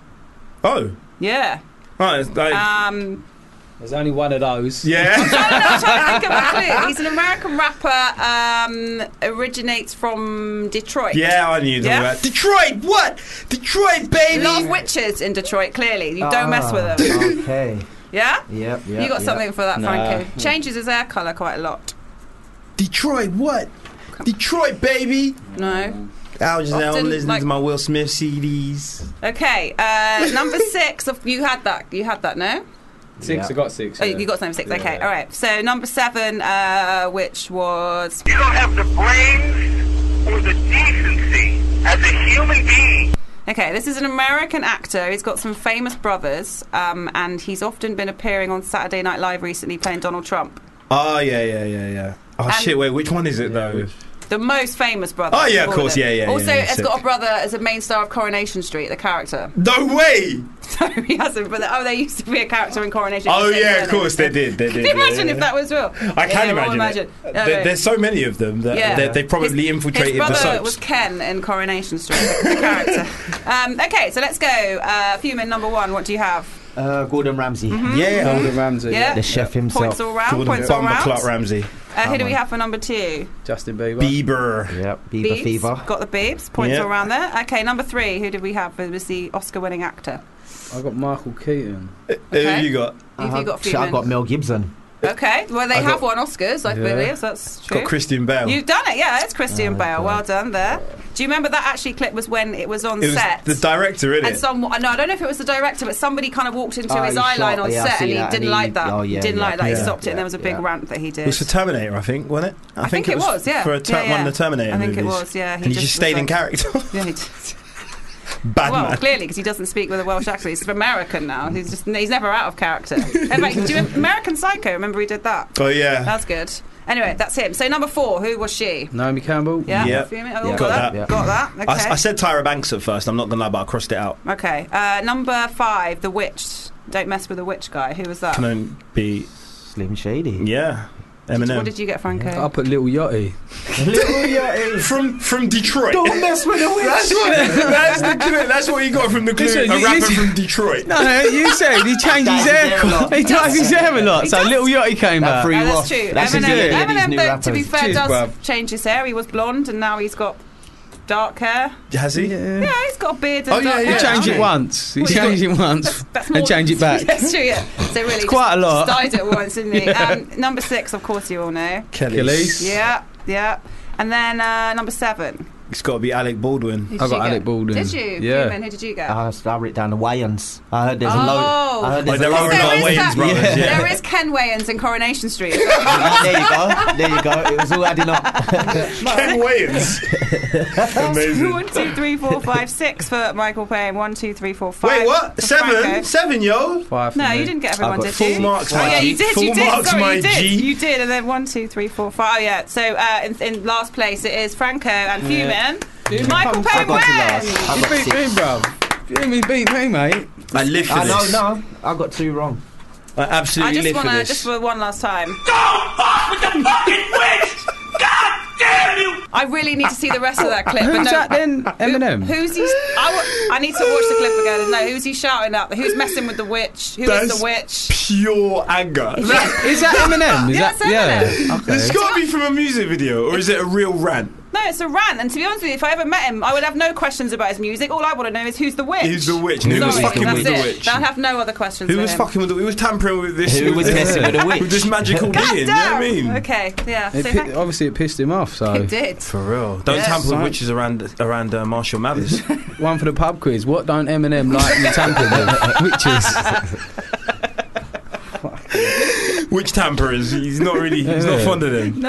E: oh,
F: Yeah.
E: right. I,
F: Um,
G: There's only one of those.
E: Yeah.
F: I'm trying to think of a clue. He's an American rapper. Um, originates from Detroit.
E: yeah, I knew
F: Yeah.
E: that. Detroit, what? Detroit,
F: They
E: baby.
F: love witches in Detroit. Clearly, you don't mess with them.
L: Ah, Okay.
F: Yeah?
L: Yep, yep.
F: you got
L: yep.
F: something for that, Franco. Changes his hair colour quite a lot.
E: Detroit, what? Detroit, baby.
F: No.
E: I was just now
F: Often,
E: listening
F: like-
E: to my Will Smith CDs.
F: Okay, uh, number six. Of, you had that. You had that, no?
G: Six, I got six.
F: Oh,
G: yeah.
F: you got number six.
G: Yeah.
F: Okay, all right. So number seven, uh, which was
K: You don't have the brains or the decency as a human being.
F: okay. This is an American actor. He's got some famous brothers, um, and he's often been appearing on Saturday Night Live recently, playing Donald Trump.
E: Oh yeah, yeah, yeah, yeah. Oh
F: And-
E: shit! Wait, which one is it though?
F: The most famous brother.
E: Oh, yeah, of
F: all
E: course.
F: them.
E: Yeah, yeah, yeah,
F: Also,
E: yeah,
F: has
E: sick.
F: got a brother as a main star of Coronation Street, the character.
E: No way!
F: he hasn't, but oh, there used to be a character in Coronation.
E: Oh
F: Street,
E: yeah,
F: weren't
E: of
F: there?
E: course they did. They
F: Can
E: did.
F: you imagine
E: yeah,
F: if
E: yeah.
F: that was real?
E: I can
F: Yeah, we'll
E: imagine.
F: imagine.
E: it.
F: Yeah,
E: There-
F: yeah.
E: there's so many of them that
F: Yeah.
E: that they probably infiltrated
F: His
E: the
F: brother
E: soaps.
F: was Ken in Coronation Street, the character. Um, okay, so let's go. Uh, Fuming number one, what do you have?
L: Uh, Gordon Ramsay.
F: Mhm. Yeah. Gordon
G: Ramsay.
F: Yeah.
L: The chef
F: Points
L: himself.
F: all round, Gordon points all
L: Ramsay.
F: round. Bumper Clark
E: Ramsay.
F: Uh, who do we have for number two?
G: Justin Bieber.
E: Bieber.
L: Yep. Bieber
F: Beebs.
L: fever.
F: Got the Beebs. Points
L: Yeah.
F: all around there. Okay, number three, who did we have? It was the Oscar winning actor.
G: I got Michael Keaton.
E: Who have you got?
F: You've you got a few
L: Shit, I've
F: men.
L: Uh-huh. got Mel Gibson.
F: Okay, well, they
L: I
F: have won
L: got-
F: Oscars, I
L: Yeah.
F: believe, so that's true.
L: Got Christian Bale.
F: You've done it, yeah, it's Christian
E: Oh,
F: Bale. Well done there. Do you remember that actually clip was when it was on
E: It was
F: set?
E: the director, innit?
F: And some, no, I don't know if it was the director, but somebody kind of walked into
E: Ah,
F: his
E: he
F: eye line
E: shot-
F: on
E: yeah, I've
F: set and
E: seen
F: he
E: that,
F: didn't
E: and
F: like
E: he-
F: that.
E: oh, yeah,
F: didn't like that. He
E: yeah.
F: stopped it, and there was a big rant that he
E: It
F: did.
E: was for Terminator, I think, wasn't it? I,
F: think it was, yeah.
E: For a ter- one
F: Yeah,
E: of
F: yeah.
E: the Terminator
F: I think it
E: movies.
F: was, yeah, he
E: and he
F: just
E: just stayed
F: was
E: in
F: like-
E: character.
F: yeah, he did.
E: Bad
F: well,
E: man.
F: clearly, because he doesn't speak with a Welsh accent. He's American now. He's just—he's never out of character. In fact, do you remember American Psycho? Remember he did that?
E: Oh, yeah.
F: that's good. Anyway, that's him. So number four, who was she?
G: Naomi Campbell.
F: Yeah,
E: Yeah.
F: Fuming. Oh,
E: Yeah.
F: got,
E: Got
F: that.
E: that.
F: Got that.
E: I,
F: Okay.
E: s- I said Tyra Banks at first. I'm not gonna lie, but I crossed it out.
F: Okay. Uh, number five, the witch. Don't mess with the witch guy. Who was that?
E: Can only be
L: Slim Shady.
E: Yeah, Eminem.
F: What did you get, Franco? Uh,
G: I put Little Yachty.
E: oh, from from Detroit.
G: Don't mess with the witch.
E: That's what, that's the clue. That's what you got from the clue.
G: Listen,
E: a
G: you-
E: rapper
G: you-
E: from Detroit.
G: No, no, you said he changed his
E: Dyes his
G: hair.
E: hair a lot.
G: He dyes his hair a lot.
E: He
G: So
E: does.
G: Little Yachty came
E: That
G: out.
E: threw you
F: Oh, that's true. Eminem, Eminem though, to be fair, does change his hair. He was blonde and now he's got dark hair.
E: Has he?
F: Yeah, he's got a beard and
G: Oh,
F: dark
G: yeah,
F: hair.
G: He changed it
F: hasn't
G: once. He
F: Well, yeah.
G: changed it once.
F: That's more
G: And
F: than-
G: change it back.
F: That's true, yeah. So really, just
G: quite a lot.
F: Started it once, didn't he?
G: Yeah.
F: Um, number six, of course, you all know.
G: Kelly's. Kelly's.
F: Yeah, yeah. And then uh, number seven.
R: It's got to be Alec Baldwin.
F: Who did you get? Did you? Cuban, who did you get?
L: I, I wrote down the Wayans. I heard there's a
F: Oh.
L: load. I heard there's
R: Like,
L: a
R: there
L: load
R: are a lot of
L: Wayans
R: Wayans brothers, Yeah.
F: There is Ken Wayans in Coronation Street.
L: Ah, there you go. There you go. It was all adding up.
F: Ken
R: Wayans.
F: One, two, three, four, five, six for Michael Payne. One, two, three, four, five.
R: Wait, what?
F: for
R: Seven?
F: Franco.
R: Seven, yo?
G: Five
F: No, you didn't get everyone, did you? oh, yeah, you did.
R: Full
F: you did.
R: marks,
F: Sorry,
R: my
F: you did.
R: G.
F: You did, and then one, two, three, four, five. Oh, yeah. So uh, in, in last place it is Franco and
G: Yeah.
F: Fuman. Michael Payne wins.
G: You beat me, bro. You me beat me, mate.
R: I live for
L: I know,
R: this.
L: no, I got two wrong.
R: I
F: I
R: absolutely
F: just
R: live
F: want
R: for
F: to,
R: this.
F: just for one last time. I really need to see the rest of that clip. but
G: Who's
F: no,
G: that then? Eminem.
F: Who's he? I, wa- I need to watch the clip again and know who's he shouting at. Who's messing with the witch? Who is
E: That's
F: the witch?
E: Pure anger.
G: Is that Eminem? Is
F: Yes,
G: that yeah? Okay.
E: It's got to be from a music video, or is it a real rant?
F: No, it's a rant. And to be honest with you, if I ever met him, I would have no questions about his music. All I want to know is who's the witch.
E: Who's the witch? and Who was
F: Sorry,
E: fucking
F: that's
E: with the
F: it.
E: witch?
F: I'll have no other questions.
E: Who
F: for
E: was
F: him.
E: fucking with the? Who was tampering with this?
L: Who was messing with the witch?
E: With this magical being?
F: God
E: You know what I
F: Ah, damn!
E: mean?
F: Okay, yeah. So
G: It oh.
F: thank-
G: pi- obviously, it pissed him off. So
F: It did.
E: For real. Don't
F: Yes.
E: tamper with
G: Right.
E: witches around around uh, Marshall Mathers.
G: One for the pub quiz. What don't Eminem like you tampered with? Which is
E: Witch tamperers. He's not really. He's not
G: Yeah.
E: fond of them.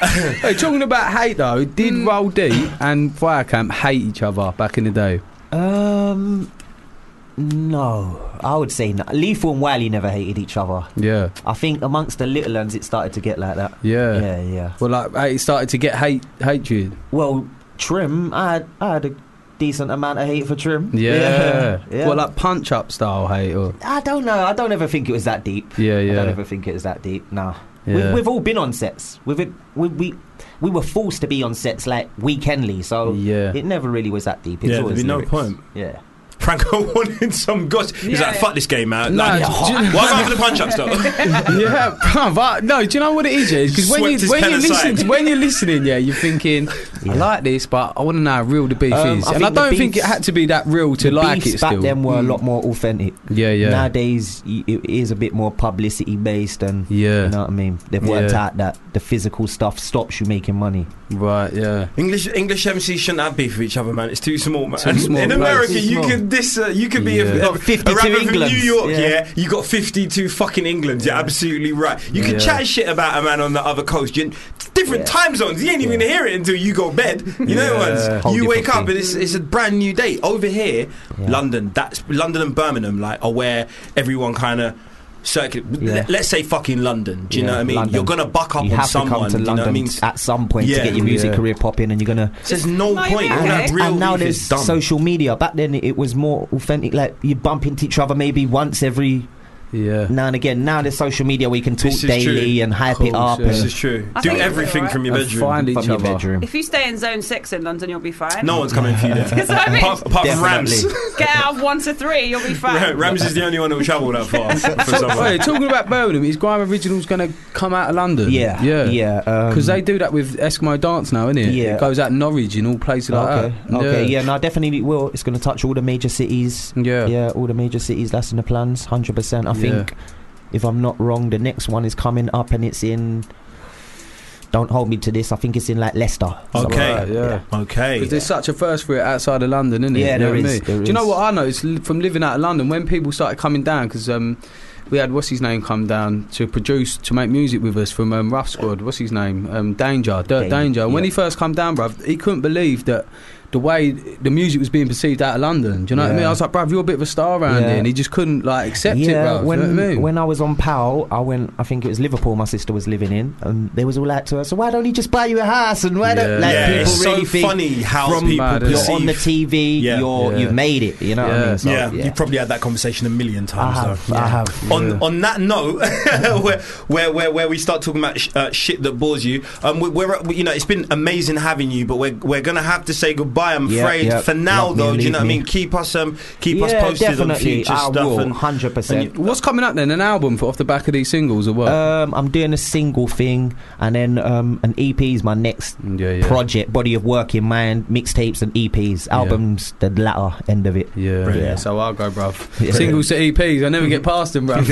G: hey, talking about hate though. Did
F: Mm.
G: Roll Deep and Firecamp hate each other back in the day?
L: Um, no, I would say no. Lethal and Wiley never hated each other.
G: Yeah,
L: I think amongst the little ones, it started to get like that.
G: yeah,
L: Yeah, yeah.
G: Well, like hey, it started to get hate hatred.
L: Well, Trim, I had, I had a decent amount of hate for Trim.
G: Yeah.
L: yeah.
G: Well, like punch up style hate or
L: I don't know. I don't ever think it was that deep.
G: yeah,
L: I don't
G: yeah.
L: ever think it was that deep. Nah.
G: Yeah.
L: We, we've all been on sets. We've been- we, we we were forced to be on sets like weekendly, so
G: Yeah.
L: it never really was that deep. It
E: Yeah,
L: was
E: there'd
L: always
E: be no
L: lyrics.
E: point.
L: Yeah.
E: Franco wanted some gossip. He's
G: Yeah.
E: like, "Fuck this game, man.
G: No,
E: like,
G: do
E: why
G: you
E: am
G: know-
E: I having the punch up stuff?"
G: yeah, bruv, I- no, do you know what it is? Yeah, because when
E: Swept
G: you
E: his
G: when
E: pen
G: you
E: aside.
G: listen, when you're listening, yeah, you're thinking, I like this, but I want to know how real the beef
L: Um,
G: is,
L: I
G: and I
L: think the
G: don't think it
L: beefs-
G: had to be that real to
L: The
G: like
L: beefs
G: it.
L: back
G: Still,
L: then were a
G: Mm.
L: lot more authentic.
G: Yeah, yeah.
L: Nowadays, y- it is a bit more publicity based, and
G: Yeah.
L: you know what I mean. They've worked
G: Yeah.
L: out that the physical stuff stops you making money.
G: Right, yeah.
E: English English MCs shouldn't have beef with each other, man. It's too small, man.
G: Too small,
E: in
G: right.
E: America,
G: Too
E: you
G: small.
E: could this, uh, you could be
G: Yeah.
E: a, a,
G: Got 50
E: a
G: to
E: rapper from
G: England.
E: New York. Yeah.
G: Yeah.
E: you got fifty-two fucking England. You're absolutely right. You could
G: Yeah.
E: chat shit about a man on the other coast. You, different time zones. You ain't even gonna hear it until you go bed. You know,
G: Yeah.
E: ones.
G: Whole
E: you wake
G: different
E: up and it's, it's a brand new day over here. London, that's London and Birmingham, like are where everyone kind of. Circuit.
L: Yeah.
E: Let's say fucking London. Do you
L: Yeah,
E: know what I mean?
L: London.
E: You're gonna buck up
L: you
E: on
L: have
E: someone.
L: to come to
E: do you know what I
L: London
E: mean?
L: at some point
E: Yeah.
L: to get your music
E: Yeah.
L: career popping, and you're gonna.
E: So there's no
F: Not
E: point.
F: even
E: All that
F: okay.
E: real
L: and now
E: beef
L: there's
E: is dumb.
L: social media. Back then, it was more authentic. Like you bump into each other maybe once every
G: Yeah.
L: now and again. Now there's social media where you can talk
E: This is
L: daily
E: true.
L: and hype
G: Cool,
L: it up.
G: sure.
L: and-
E: This is true.
F: I
E: Do
F: think-
E: everything from your
G: And
E: bedroom.
G: find each
L: from your
G: other.
L: bedroom.
F: If you stay in Zone Six in London, you'll be fine.
E: no one's coming for you there.
F: 'Cause I mean-
E: apart apart from Rams.
L: Definitely.
F: Get out of one to three, you'll be fine.
E: Rams is the only one who will travel that far for
G: Hey,
E: someone.
G: talking about Birmingham, is Grime Originals going to come out of London?
L: Yeah,
G: yeah,
L: yeah, um,
G: Because they do that with Eskimo Dance now, innit?
L: Yeah.
G: it goes out Norwich and all places like
L: okay.
G: that.
L: Okay. Yeah. No, definitely it will. It's going to touch all the major cities.
G: Yeah.
L: Yeah. All the major cities. That's in the plans. Hundred percent. I
G: Yeah.
L: think, if I'm not wrong, the next one is coming up, and it's in. Don't hold me to this. I think it's in like Leicester.
E: Okay.
G: Right, yeah.
E: Okay.
G: Because there's such a thirst for it outside of London, isn't it? You
L: Yeah,
G: know
L: there
G: what I
L: is,
G: mean?
L: there
G: Do you know
L: is.
G: what I noticed li- from living out of London? When people started coming down, because um, we had what's his name come down to produce to make music with us from um, Rough Squad. What's his name? Um, Danger, Dirt
L: Danger,
G: Danger. And When
L: yeah.
G: he first come down, bruv, he couldn't believe that. The way the music was being perceived out of London, do you know what I mean?
L: Yeah.
G: I was like, bruv, you're a bit of a star around
L: Yeah.
G: here, and he just couldn't like accept it, bruv.
L: when
G: do you know what I mean?
L: when I was on Powell, I went. I think it was Liverpool. My sister was living in, and they was all like to her. So why don't he just buy you a house? And why
G: Yeah.
L: don't like
E: Yeah,
L: people
E: it's so
L: really think
E: funny how
L: from
E: people
L: you're on the
E: perceive-
L: TV,
E: Yeah.
L: you're
G: Yeah.
L: you've made it. You know what I mean? So,
E: yeah, you've probably had that conversation a million times.
L: I have,
E: though.
L: I have.
E: On on that note, where, where where where we start talking about sh- uh, shit that bores you, um, we, we're we, you know it's been amazing having you, but we're we're gonna have to say goodbye. by. I'm
L: Yeah,
E: afraid
L: yeah.
E: for now,
L: Love me,
E: though. Do you
L: leave
E: know what I
L: me.
E: mean? Keep us um, keep us
L: Yeah,
E: posted on
L: definitely.
E: future
L: I
E: stuff.
L: will,
E: and-
L: 100%.
E: and you-
G: What's coming up then? An album for off the back of these singles or what?
L: Um, I'm doing a single thing, and then um, an EP is my next project. Body of work in mind, mixtapes and EPs, albums, the latter end of it.
G: Yeah,
L: yeah.
G: So I'll go, bruv.
L: Yeah.
G: Singles to EPs, I never get past them, bruv.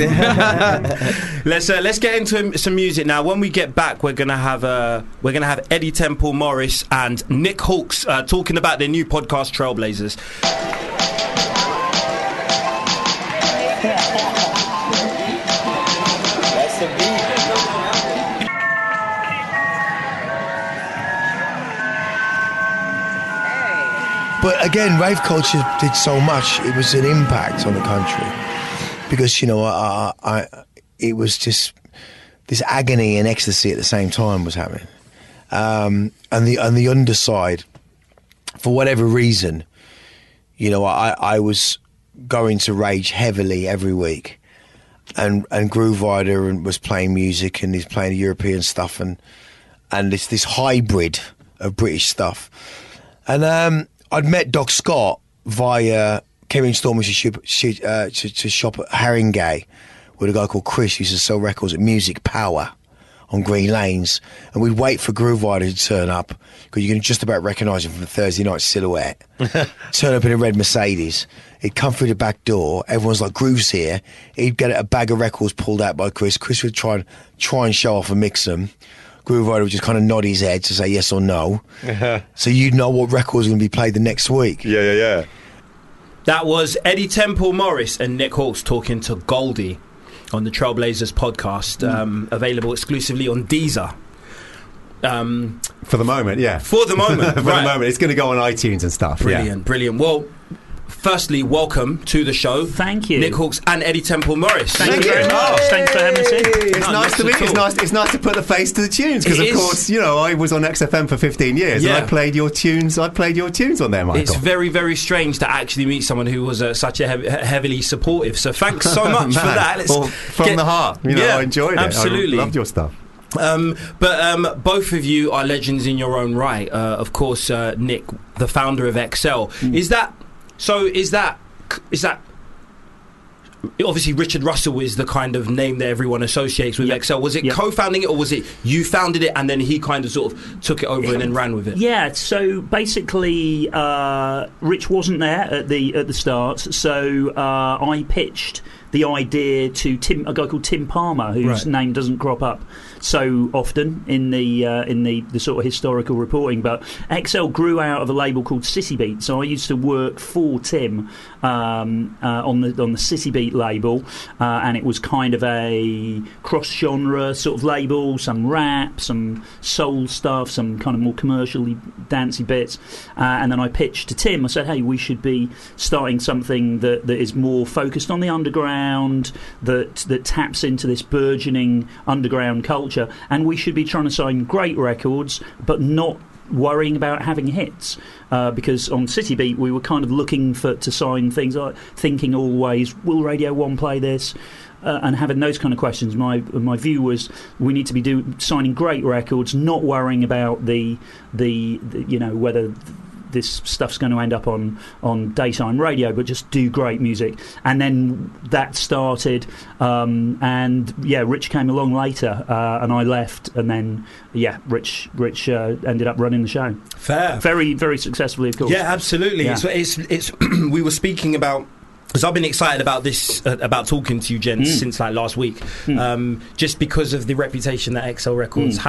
E: Let's uh, let's get into some music now. When we get back, we're gonna have uh, we're gonna have Eddie Temple Morris and Nick Hawkes uh, talking about their new podcast Trailblazers.
S: That's the beat.
T: But again, rave culture did so much. It was an impact on the country because you know, I, I, I- it was just this agony and ecstasy at the same time was happening, um, and the and the underside, for whatever reason, you know, I, I was going to rage heavily every week, and and Groove Rider and was playing music and he's playing European stuff and and it's this hybrid of British stuff, and um, I'd met Doc Scott via came in Stormers to, shop- sh- uh, to, to shop at Haringey with a guy called Chris who used to sell records at Music Power on Green Lanes, and we'd wait for Groove Rider to turn up because you can just about recognise him from the Thursday night silhouette. turn up in a red Mercedes. He'd come through the back door. Everyone's like, "Groove's here." He'd get a bag of records pulled out by Chris. Chris would try and try and show off and mix them. Groove Rider would just kind of nod his head to say yes or no,
E: yeah,
T: so you'd know what record's going to be played the next week.
E: yeah, yeah. That was Eddie Temple Morris and Nick Hawkes talking to Goldie on the Trailblazers podcast,
K: Mm.
E: um, available exclusively on Deezer. Um,
K: For the moment, yeah.
E: For the moment,
K: For
E: right.
K: the moment. It's going to go on iTunes and stuff.
E: Brilliant, brilliant. Well, firstly, welcome to the show. Thank you, Nick Hawkes and Eddie Temple Morris.
K: Thank Thank you very you. much.
O: Thanks for having us in.
K: It's
E: No,
K: nice to
E: not
K: meet
E: at
K: you. It's
E: all.
K: nice, it's nice to put a face to the tunes because,
E: It is.
K: of course, you know, I was on XFM for 15 years
E: Yeah.
K: and I played your tunes. I played your tunes on there, Michael.
E: It's very, very strange to actually meet someone who was uh, such a heav- heavily supportive. So thanks so much for
K: Man,
E: that.
K: well, from the heart, you know, I enjoyed it. I
E: Absolutely,
K: loved your stuff.
E: Um, but um, both of you are legends in your own right. Uh, of course, uh, Nick, the founder of XL, is that so? Is that is that obviously Richard Russell is the kind of name that everyone associates with XL? Was it co-founding it, or was it you founded it and then he kind of sort of took it over and then ran with it?
O: Yeah, so basically, uh, Rich wasn't there at the at the start, so uh, I pitched the idea to Tim, a guy called Tim Palmer, whose
E: Right.
O: name doesn't crop up so often in the uh, in the, the sort of historical reporting. But XL grew out of a label called City Beat, so I used to work for Tim um, uh, on the on the City Beat label, uh, and it was kind of a cross genre sort of label, some rap, some soul stuff, some kind of more commercially dancey bits. Uh, and then I pitched to Tim. I said, "Hey, we should be starting something that, that is more focused on the underground, that that taps into this burgeoning underground culture, and we should be trying to sign great records, but not." Worrying about having hits uh, because on City Beat we were kind of looking for to sign things like thinking always will Radio One play this uh, and having those kind of questions. My my view was we need to be do, signing great records, not worrying about the the, the you know whether this stuff's going to end up on on daytime radio, but just do great music. And then that started, um, and yeah, Rich came along later, uh, and I left, and then yeah, Rich Rich uh, ended up running the show.
E: Fair,
O: very very successfully, of course.
E: Yeah, absolutely.
O: Yeah.
E: It's, it's, it's we were speaking about. Because I've been excited about this, uh, about talking to you,
O: Hmm.
E: gents, since like last week, um, just because of the reputation that XL Records
O: Mm.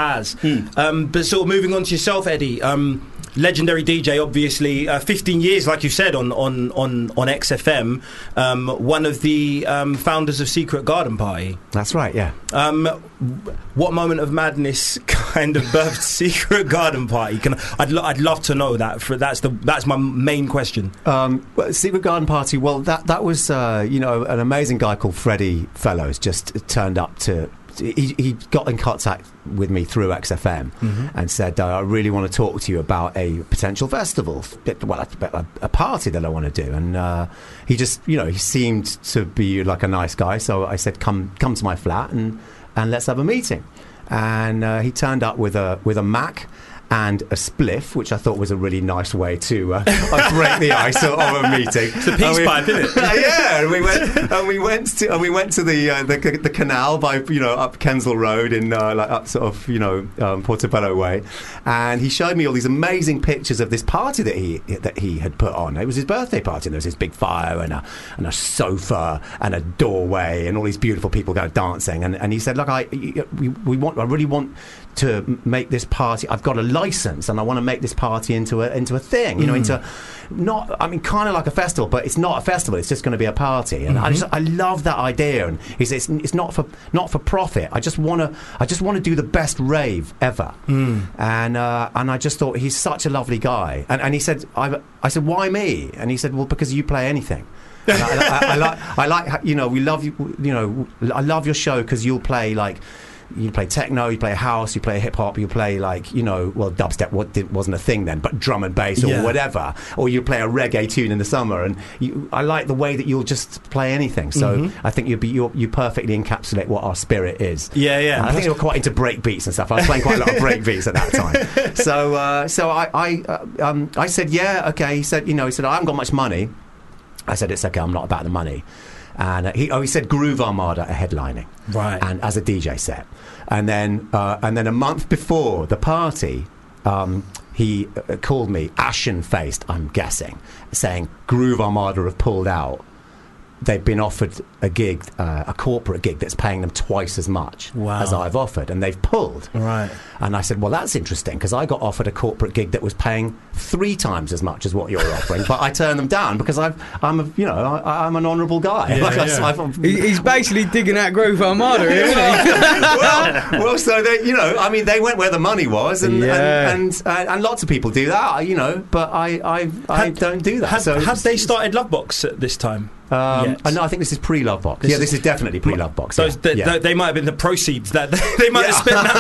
E: has. Um, but sort of moving on to yourself, Eddie, um, legendary DJ, obviously, uh, 15 years, like you said, on on on on XFM, um, one of the um, founders of Secret Garden Party.
K: That's right, yeah.
E: Um, w- what moment of madness kind of birthed Secret Garden Party? Can I'd lo- I'd love to know that. For that's the that's my main question.
K: Um, well, Secret Garden Party. Well, that that was uh, you know an amazing guy called Freddie Fellows just turned up to. He, he got in contact with me through XFM
U: Mhm.
K: and said, uh, "I really want to talk to you about a potential festival, bit- well, a, a, a party that I want to do." And uh, he just, you know, he seemed to be like a nice guy, so I said, "Come, come to my flat and and let's have a meeting." And uh, he turned up with a with a Mac and a spliff, which I thought was a really nice way to uh, uh, break the ice of, of a meeting.
E: It's a peace
K: And we-
E: pipe, isn't it?
K: yeah, and we went and we went to and we went to the uh, the, c- the canal by you know up Kensal Road in uh, like up sort of you know um, Portobello Way, and he showed me all these amazing pictures of this party that he that he had put on. It was his birthday party, and there was this big fire and a and a sofa and a doorway and all these beautiful people go dancing. And, and he said, look, I we, we want I really want to m- make this party. I've got a license, and I want to make this party into a into a thing. You know,
E: Mm.
K: into not I mean kind of like a festival, but it's not a festival. It's just going to be a party, and I
E: Mhm.
K: just I love that idea. And he says it's, it's not for not for profit. I just want to I just want to do the best rave ever. And uh, and I just thought he's such a lovely guy. And and he said I I said why me? And he said well because you play anything. And I, I, I like I like how- you know we love you you know I love your show because you'll play like. You play techno, you play house, you play hip hop, you play like you know, well, dubstep what did, wasn't a thing then, but drum and bass or
E: Yeah.
K: whatever whatever, or you play a reggae tune in the summer. And you, I like the way that you'll just play anything. So
E: Mhm.
K: I think you'll be, you'll, you perfectly encapsulate what our spirit is.
E: Yeah, yeah.
K: And I think
E: Plus-
K: they were quite into break beats and stuff. I was playing quite a lot of break beats at that time. So, uh, so I, I, uh, um, I said, yeah, okay. He said, you know, he said, I haven't got much money. I said, it's okay. I'm not about the money. And uh, he, oh, he said Groove Armada are headlining, right? And as a DJ set, and then uh, and then a month before the party, um, he uh, called me ashen faced. I'm guessing, saying Groove Armada have pulled out they've been offered a gig, uh, a corporate gig that's paying them twice as much as I've offered, and they've pulled. Right. And I said, well, that's interesting because I got offered a corporate gig that was paying three times as much as what you're offering, but I turned them down because I've, I'm, a, you know, I, I'm an honourable guy.
G: Yeah,
K: Like, I-
G: yeah.
K: I've-
G: He- he's basically digging out Groove Armada, here, isn't he?
K: well, well, so they, you know, I mean, they went where the money was, and
G: Yeah.
K: and, and, uh, and lots of people do that, you know. But I, I, I don't do that.
E: Have,
K: so
E: have they started Lovebox at this time?
K: Um,
E: yet?
K: I know. I think this is pre-love box.
E: This
K: yeah,
E: is-
K: this is definitely pre-love box.
E: Those,
K: yeah.
E: they,
K: Yeah.
E: they- they might have been the proceeds that they might have spent that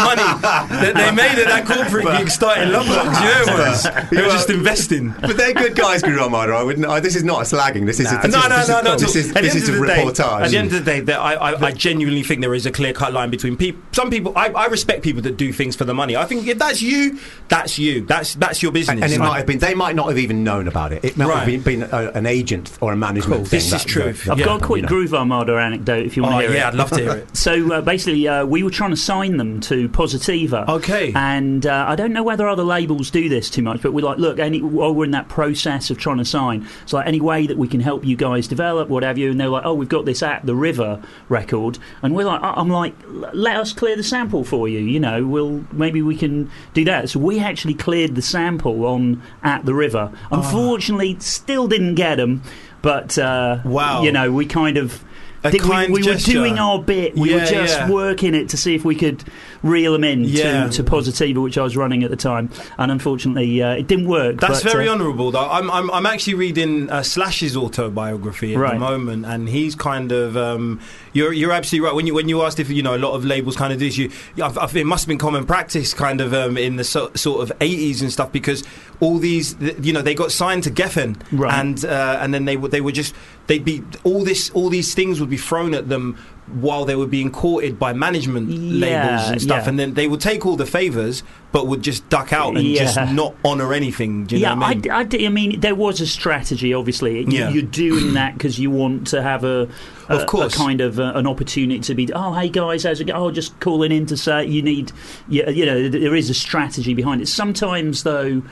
E: money that they made at that corporate gig starting Lovebox. You know what it was? They were just investing.
K: But they're good guys, Guru Armada. I wouldn't. I, this is not a slagging. This is a, this
E: no,
K: is,
E: no,
K: this
E: no,
K: is,
E: no.
K: This is,
E: At the
K: this
E: end
K: is a
E: of the day-
K: reportage.
E: At the end of the day, that I, I, I genuinely think there is a clear cut line between people. Some people, I, I respect people that do things for the money. I think if that's you, that's you. That's that's your business.
K: and it
E: I-
K: might have been. They might not have even known about it. It might
E: Right.
K: have been, been a, an agent or a management thing.
E: This
K: that-
E: is true.
K: that-
O: I've
K: that
O: got a
K: happened,
O: quick
K: you know.
O: Groove Armada anecdote if you want
E: Oh,
O: to hear it.
E: yeah, I'd love to hear it.
O: so uh, basically, uh, we were trying to sign them to Positiva. Okay. And uh, I don't know whether other labels do this too much, but we're like, look, any, while we're in that process of trying to sign, it's like any way that we can help you guys develop, what have you. And they're like, oh, we've got this app, The River record. And we're like, I- I'm like, "L- let us clear the sample for you. You know, we'll maybe we can do that. So we actually cleared the sample on At the River. Unfortunately, still didn't get them. But uh, wow, you know, we kind of
E: A
O: did- we-
E: kind
O: we,
E: gesture.
O: were doing our bit. We were
E: Yeah,
O: just
E: yeah.
O: working it to see if we could reel them in
E: Yeah.
O: to, to Positiva, which I was running at the time, and unfortunately, uh, it didn't work.
E: That's
O: but,
E: very
O: uh,
E: honourable, though. I'm, I'm, I'm actually reading uh, Slash's autobiography at the
O: Right.
E: moment, and he's kind of um, you're you're absolutely right. When you when you asked if you know a lot of labels kind of do this, you I've, I've, it must have been common practice kind of um, in the so, sort of 80s and stuff because all these th- you know they got signed to Geffen,
O: Right.
E: and uh, and then they would they were just they'd be all this all these things would be thrown at them while they were being courted by management labels
O: Yeah,
E: and stuff,
O: yeah.
E: and then they would take all the favors but would just duck out and just
O: Yeah.
E: not honour anything. Do you
O: yeah,
E: know what I
O: I,
E: mean?
O: d- I d- I mean, there was a strategy. Obviously, you,
E: Yeah.
O: you're doing that because you want to have a, a
E: Of course.
O: a kind of uh an opportunity to be. Oh, hey guys, how's it go? Oh, just calling in to say you need. You, you know, th- there is a strategy behind it. Sometimes though. th-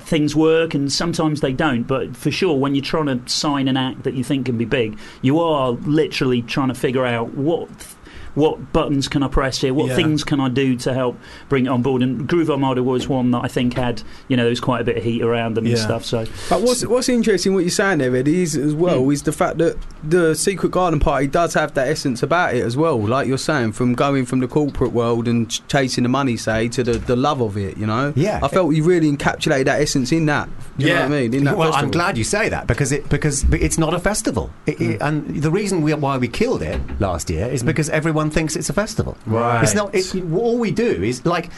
O: Things work and sometimes they don't, but for sure, when you're trying to sign an act that you think can be big, you are literally trying to figure out what what buttons can I press here, what
E: Yeah.
O: things things can I do to help bring it on board? And Groove Armada was one that I think had, you know, there was quite a bit of heat around them and
G: Yeah.
O: stuff. So
G: But what's what's interesting, what you're saying there, Eddie, is as well, is the fact that the Secret Garden Party does have that essence about it as well. Like you're saying, from going from the corporate world and ch- chasing the money, say, to the, the love of it. You know, yeah. I felt you really encapsulated that essence in that. You know what I mean? In that
K: well, I'm
G: festival.
K: glad you say that because it because it's not a festival, It- it-
G: Hmm.
K: and the reason we, why we killed it last year is because everyone thinks it's a festival.
E: Right.
K: It's not. It, all we do is like.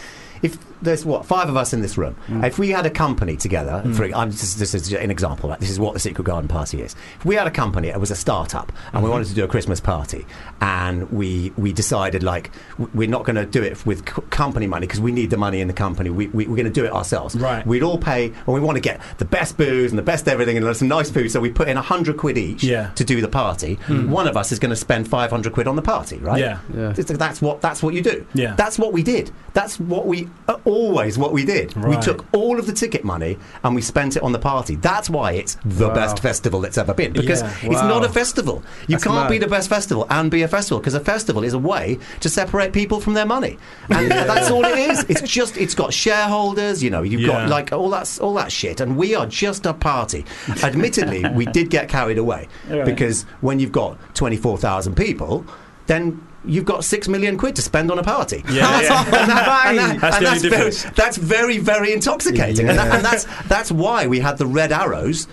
K: if there's what five of us in this room,
G: Hmm.
K: if we had a company together, for, I'm just, this is an example. Like, this is what the Secret Garden Party is. If we had a company, it was a startup, and
G: Hmm.
K: we wanted to do a Christmas party, and we we decided like w- we're not going to do it with c- company money because we need the money in the company. We, we we're going to do it ourselves. Right. We'd all pay, and we want to get the best booze and the best everything and some nice food. So we put in hundred quid each
J: Yeah.
K: to do the party.
J: Mm.
K: One of us is going to spend five hundred quid on the party, right?
J: Yeah. Yeah.
K: It's- That's what that's what you do.
J: Yeah.
K: That's what we did. That's what we uh, always what we did. We
J: Right.
K: took all of the ticket money and we spent it on the party. That's why it's the
J: Wow.
K: best festival that's ever been because
J: Yeah.
K: it's
J: Wow.
K: not a festival. You
J: That's
K: can't
J: mad.
K: be the best festival and be a festival because a festival is a way to separate people from their money. And that's all it is. It's just it's got shareholders, you know, you've
J: Yeah.
K: got like all that all that shit and we are just a party. Admittedly, we did get carried away
J: Right.
K: because when you've got 24,000 people, then you've got six million quid to spend on a party.
J: Yeah,
K: And that's-
J: yeah.
K: and that- and that-
J: That's
K: and
J: the only
K: very-
J: difference.
K: That's very, very intoxicating, and, that- and that's that's why we had the red arrows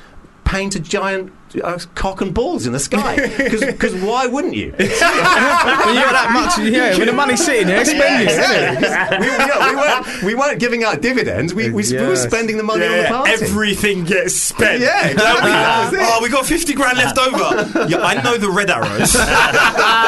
K: painted giant. Uh, cock and balls in the sky because why wouldn't you? when you
G: got that much- yeah, when the money's sitting there, spend it,
K: exactly. we, we- yeah, we weren't, we weren't giving out dividends. We, we, we were
J: Yes.
K: spending the money
J: Yeah,
K: on the
J: yeah.
K: party.
J: Everything gets spent.
K: Yeah, exactly.
J: That was
K: That was
J: it.
K: it.
J: oh, we got fifty grand left over. Yeah, I know the red arrows.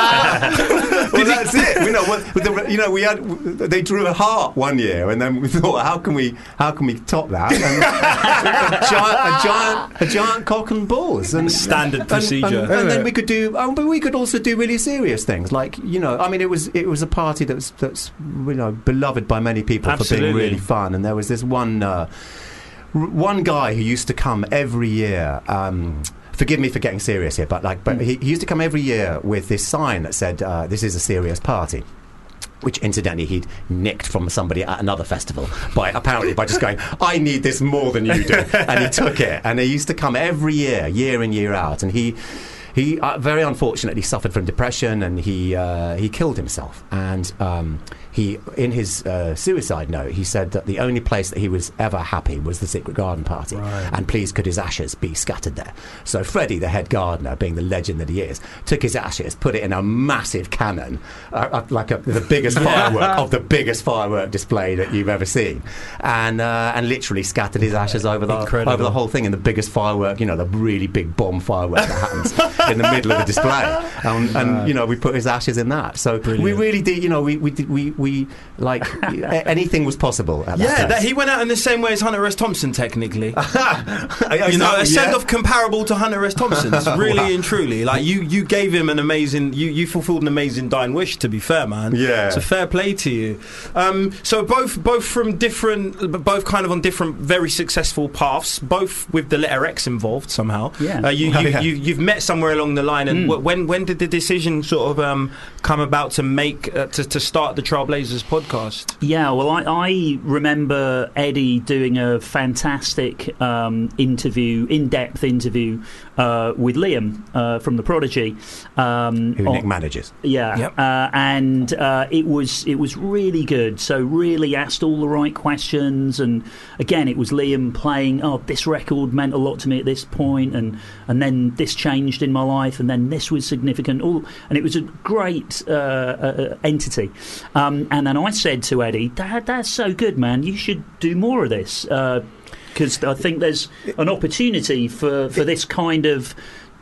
K: well, that's it. You know, what, with the, you know, we had they drew a heart one year, and then we thought, how can we how can we top that? And a giant, a giant, a giant cock and balls, and
J: Standard
K: and-
J: procedure.
K: And, and then we could do, oh, but we could also do really serious things, like you know, I mean, it was it was a party that's that's you know beloved by many people for being
J: Absolutely.
K: really fun, and there was this one. Uh, r- one guy who used to come every year. Um, forgive me for getting serious here, but like, but he, he used to come every year with this sign that said, uh, "This is a serious party." Which incidentally he'd nicked from somebody at another festival by apparently by just going, I need this more than you do, and he took it. And he used to come every year, year in year out. And he, he uh, very unfortunately suffered from depression, and he uh, he killed himself. And um, he, in his uh, suicide note, he said that the only place that he was ever happy was the Secret Garden Party, and please could his ashes be scattered there. So Freddie, the head gardener, being the legend that he is, took his ashes, put it in a massive cannon, uh, uh, like a, the biggest firework of the biggest firework display that you've ever seen, and uh, and literally scattered his ashes over the over the whole thing in the biggest firework, you know, the really big bomb firework that happens in the middle of the display,
O: Oh,
K: um, and you know we put his ashes in that. So we really did, you know, we we did, we, we like a- anything was possible. At
J: yeah,
K: that
J: that
K: place.
J: he went out in the same way as Hunter S. Thompson, technically. you
K: Exactly,
J: know, a
K: yeah.
J: send off comparable to Hunter S. Thompson's, really
K: Wow.
J: and truly. Like you, you gave him an amazing, you, you fulfilled an amazing dying wish. To be fair, man.
K: Yeah.
J: So fair play to you. Um, so both, both from different, both kind of on different, very successful paths. Both with the letter X involved somehow.
O: Yeah.
J: Uh, you, you,
O: Oh, yeah.
J: you, you've met somewhere along the line, and
O: Mm.
J: wh- when, when did the decision sort of um, come about to make uh, to, to start the Trailblazers podcast?
O: Yeah, well, I, I remember Eddie doing a fantastic um, interview, in depth interview uh, with Liam uh, from The Prodigy. Um,
K: Who
O: on-
K: Nick manages.
O: Yeah, uh, and uh, it was it was really good. So really asked all the right questions, and again, it was Liam playing. Oh, this record meant a lot to me at this point, and and then this changed in my life, and then this was significant. All and it was a great uh, uh, uh, entity. Um, and then I said to Eddie, "Dad, that's so good, man. You should do more of this." because I think there's an opportunity for, for this kind of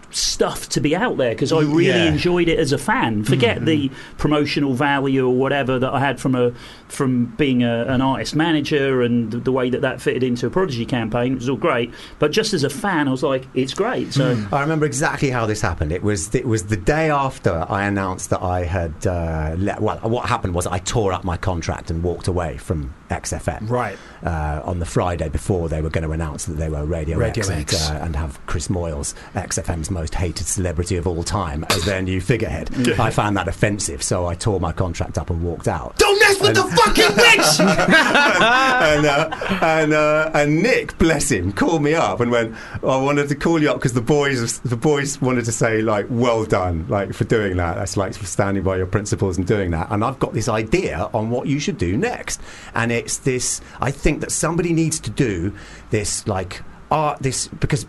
O: stuff to be out there because I really
J: Yeah.
O: enjoyed it as a fan. Forget
E: Hmm.
O: the promotional value or whatever that I had from a from being a, an artist manager and the, the way that that fitted into a Prodigy campaign. It was all great, but just as a fan, I was like, it's great. So
K: I remember exactly how this happened. It was it was the day after I announced that I had uh, let. Well, what happened was I tore up my contract and walked away from XFM.
J: Right.
K: Uh, on the Friday before they were going to announce that they were Radio,
J: Radio
K: X, and,
J: X.
K: Uh, and have Chris Moyles, XFM's most hated celebrity of all time, as their new figurehead.
J: Yeah.
K: I found that offensive, so I tore my contract up and walked out.
J: Don't mess with the fucking
K: and uh, and, uh, and Nick, bless him, called me up and went, "I wanted to call you up because the boys the boys wanted to say like, well done, like for doing that. That's like for standing by your principles and doing that. And I've got this idea on what you should do next, and it's this. I think that somebody needs to do this like." art, this because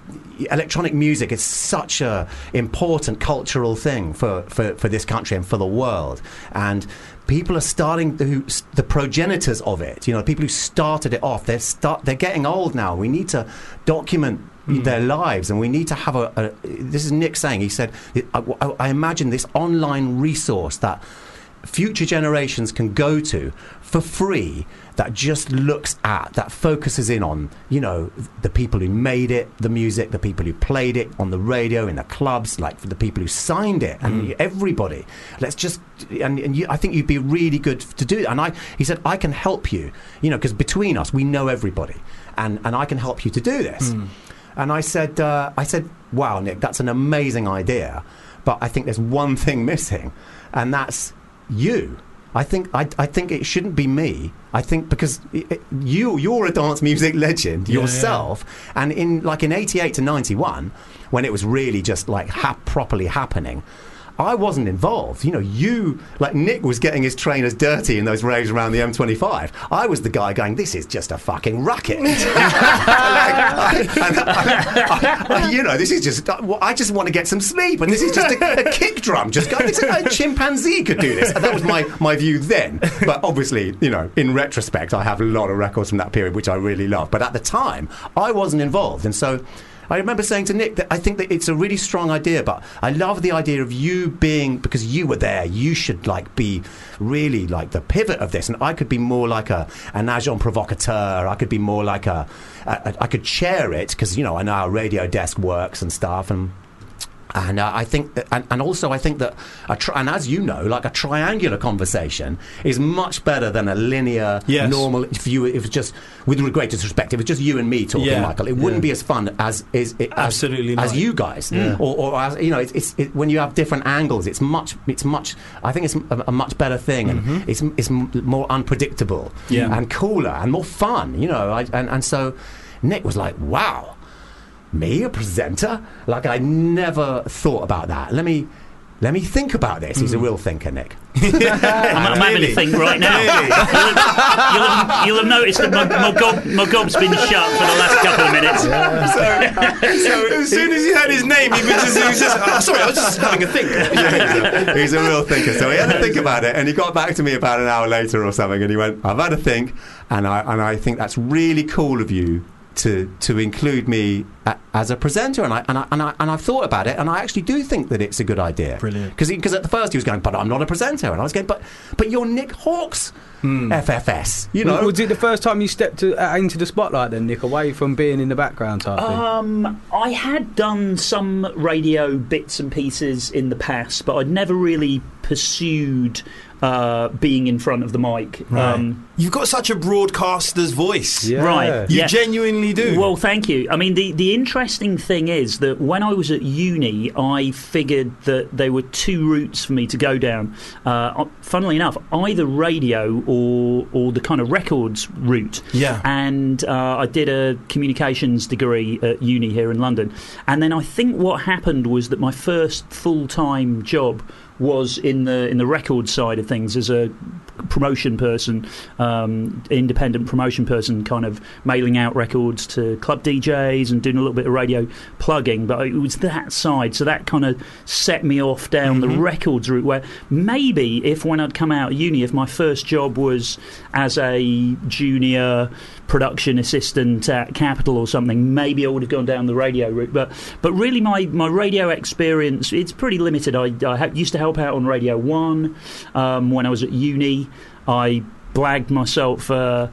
K: electronic music is such a important cultural thing for, for, for this country and for the world, and people are starting to, who, s- the progenitors of it. You know, people who started it off. They're start, they're getting old now. We need to document. Their lives, and we need to have a. a this is Nick saying. He said, I, I, "I imagine this online resource that future generations can go to for free that just looks at that focuses in on you know the people who made it the music the people who played it on the radio in the clubs like the people who signed it and everybody let's just and, and you, i think you'd be really good to do it and i he said i can help you you know because between us we know everybody and and i can help you to do this and I said, uh, I said, wow, Nick, that's an amazing idea, but I think there's one thing missing, and that's you. I think I, I think it shouldn't be me. I think because i i- you you're a dance music legend
U: Yeah,
K: yourself, and in like in '88 to '91, when it was really just like ha- properly happening. I wasn't involved. You know, you, like Nick was getting his trainers dirty in those raves around the M25. I was the guy going, this is just a fucking racket. I- you know, this is just. well, I just want to get some sleep, and this is just a, a kick drum. Just go, this is, a chimpanzee could do this. And that was my my view then. But obviously, you know, in retrospect, I have a lot of records from that period which I really love. But at the time, I wasn't involved, and so. I remember saying to Nick that I think that it's a really strong idea, but I love the idea of you being because you were there. You should like be really like the pivot of this, and I could be more like a an agent provocateur. I could be more like a, a I could chair it because you know I know how radio desk works and stuff, and and uh, I think, that, and, and also I think that, a tri- and as you know, like a triangular conversation is much better than a linear,
E: Yes.
K: normal. If you, if it's just with the greatest respect, if it's just you and me talking,
E: Yeah.
K: Michael, it wouldn't be as fun as is it, absolutely as, as you guys,
E: Yeah.
K: or, or as, you know, it's, it's it, when you have different angles, it's much, it's much. I think it's a, a much better thing,
O: Mm-hmm.
K: and it's it's m- more unpredictable,
E: Yeah.
K: and cooler and more fun, you know. I, and and so, Nick was like, wow me a presenter like i never thought about that let me let me think about this he's a real thinker nick
O: Mm. I'm, I'm having a think right now.
S: Really?
O: you'll, have, you'll have- you'll have noticed that my, my, gob, my gob's been shut for the last couple of minutes.
E: so as soon as he heard his name, he was just, he was just "Oh, sorry, I was just having a think.
K: he's a real thinker so he had to think about it and he got back to me about an hour later or something and he went i've had a think and i and i think that's really cool of you to to include me a, as a presenter and I, and I and I and I've thought about it and I actually do think that it's a good idea brilliant because because at the first he was going but I'm not a presenter and I was going but but you're Nick Hawkes
E: Hmm.
K: FFS you know
G: was it the first time you stepped to, uh, into the spotlight then, Nick, away from being in the background type thing?
K: Oh.
O: Um, I had done some radio bits and pieces in the past, but I'd never really pursued uh, being in front of the mic.
E: Right.
O: Um,
E: You've got such a broadcaster's voice,
O: Right.
E: You
O: yeah.
E: genuinely do.
O: Well, thank you. I mean, the, the interesting thing is that when I was at uni, I figured that there were two routes for me to go down. Uh, funnily enough, either radio or or the kind of records route.
E: Yeah.
O: And uh, I did a communications degree at uni here in London. And then I think what happened was that my first full time job was in the in the record side of things as a promotion person, um, independent promotion person, kind of mailing out records to club DJs and doing a little bit of radio plugging. But it was that side, so that kind of set me off down
L: Mm-hmm.
O: the records route. Where maybe if when I'd come out of uni, if my first job was as a junior production assistant at Capital or something, maybe I would have gone down the radio route. But but really, my, my radio experience it's pretty limited. I, I ha- used to help out on Radio One um, when I was at uni. I blagged myself. Uh,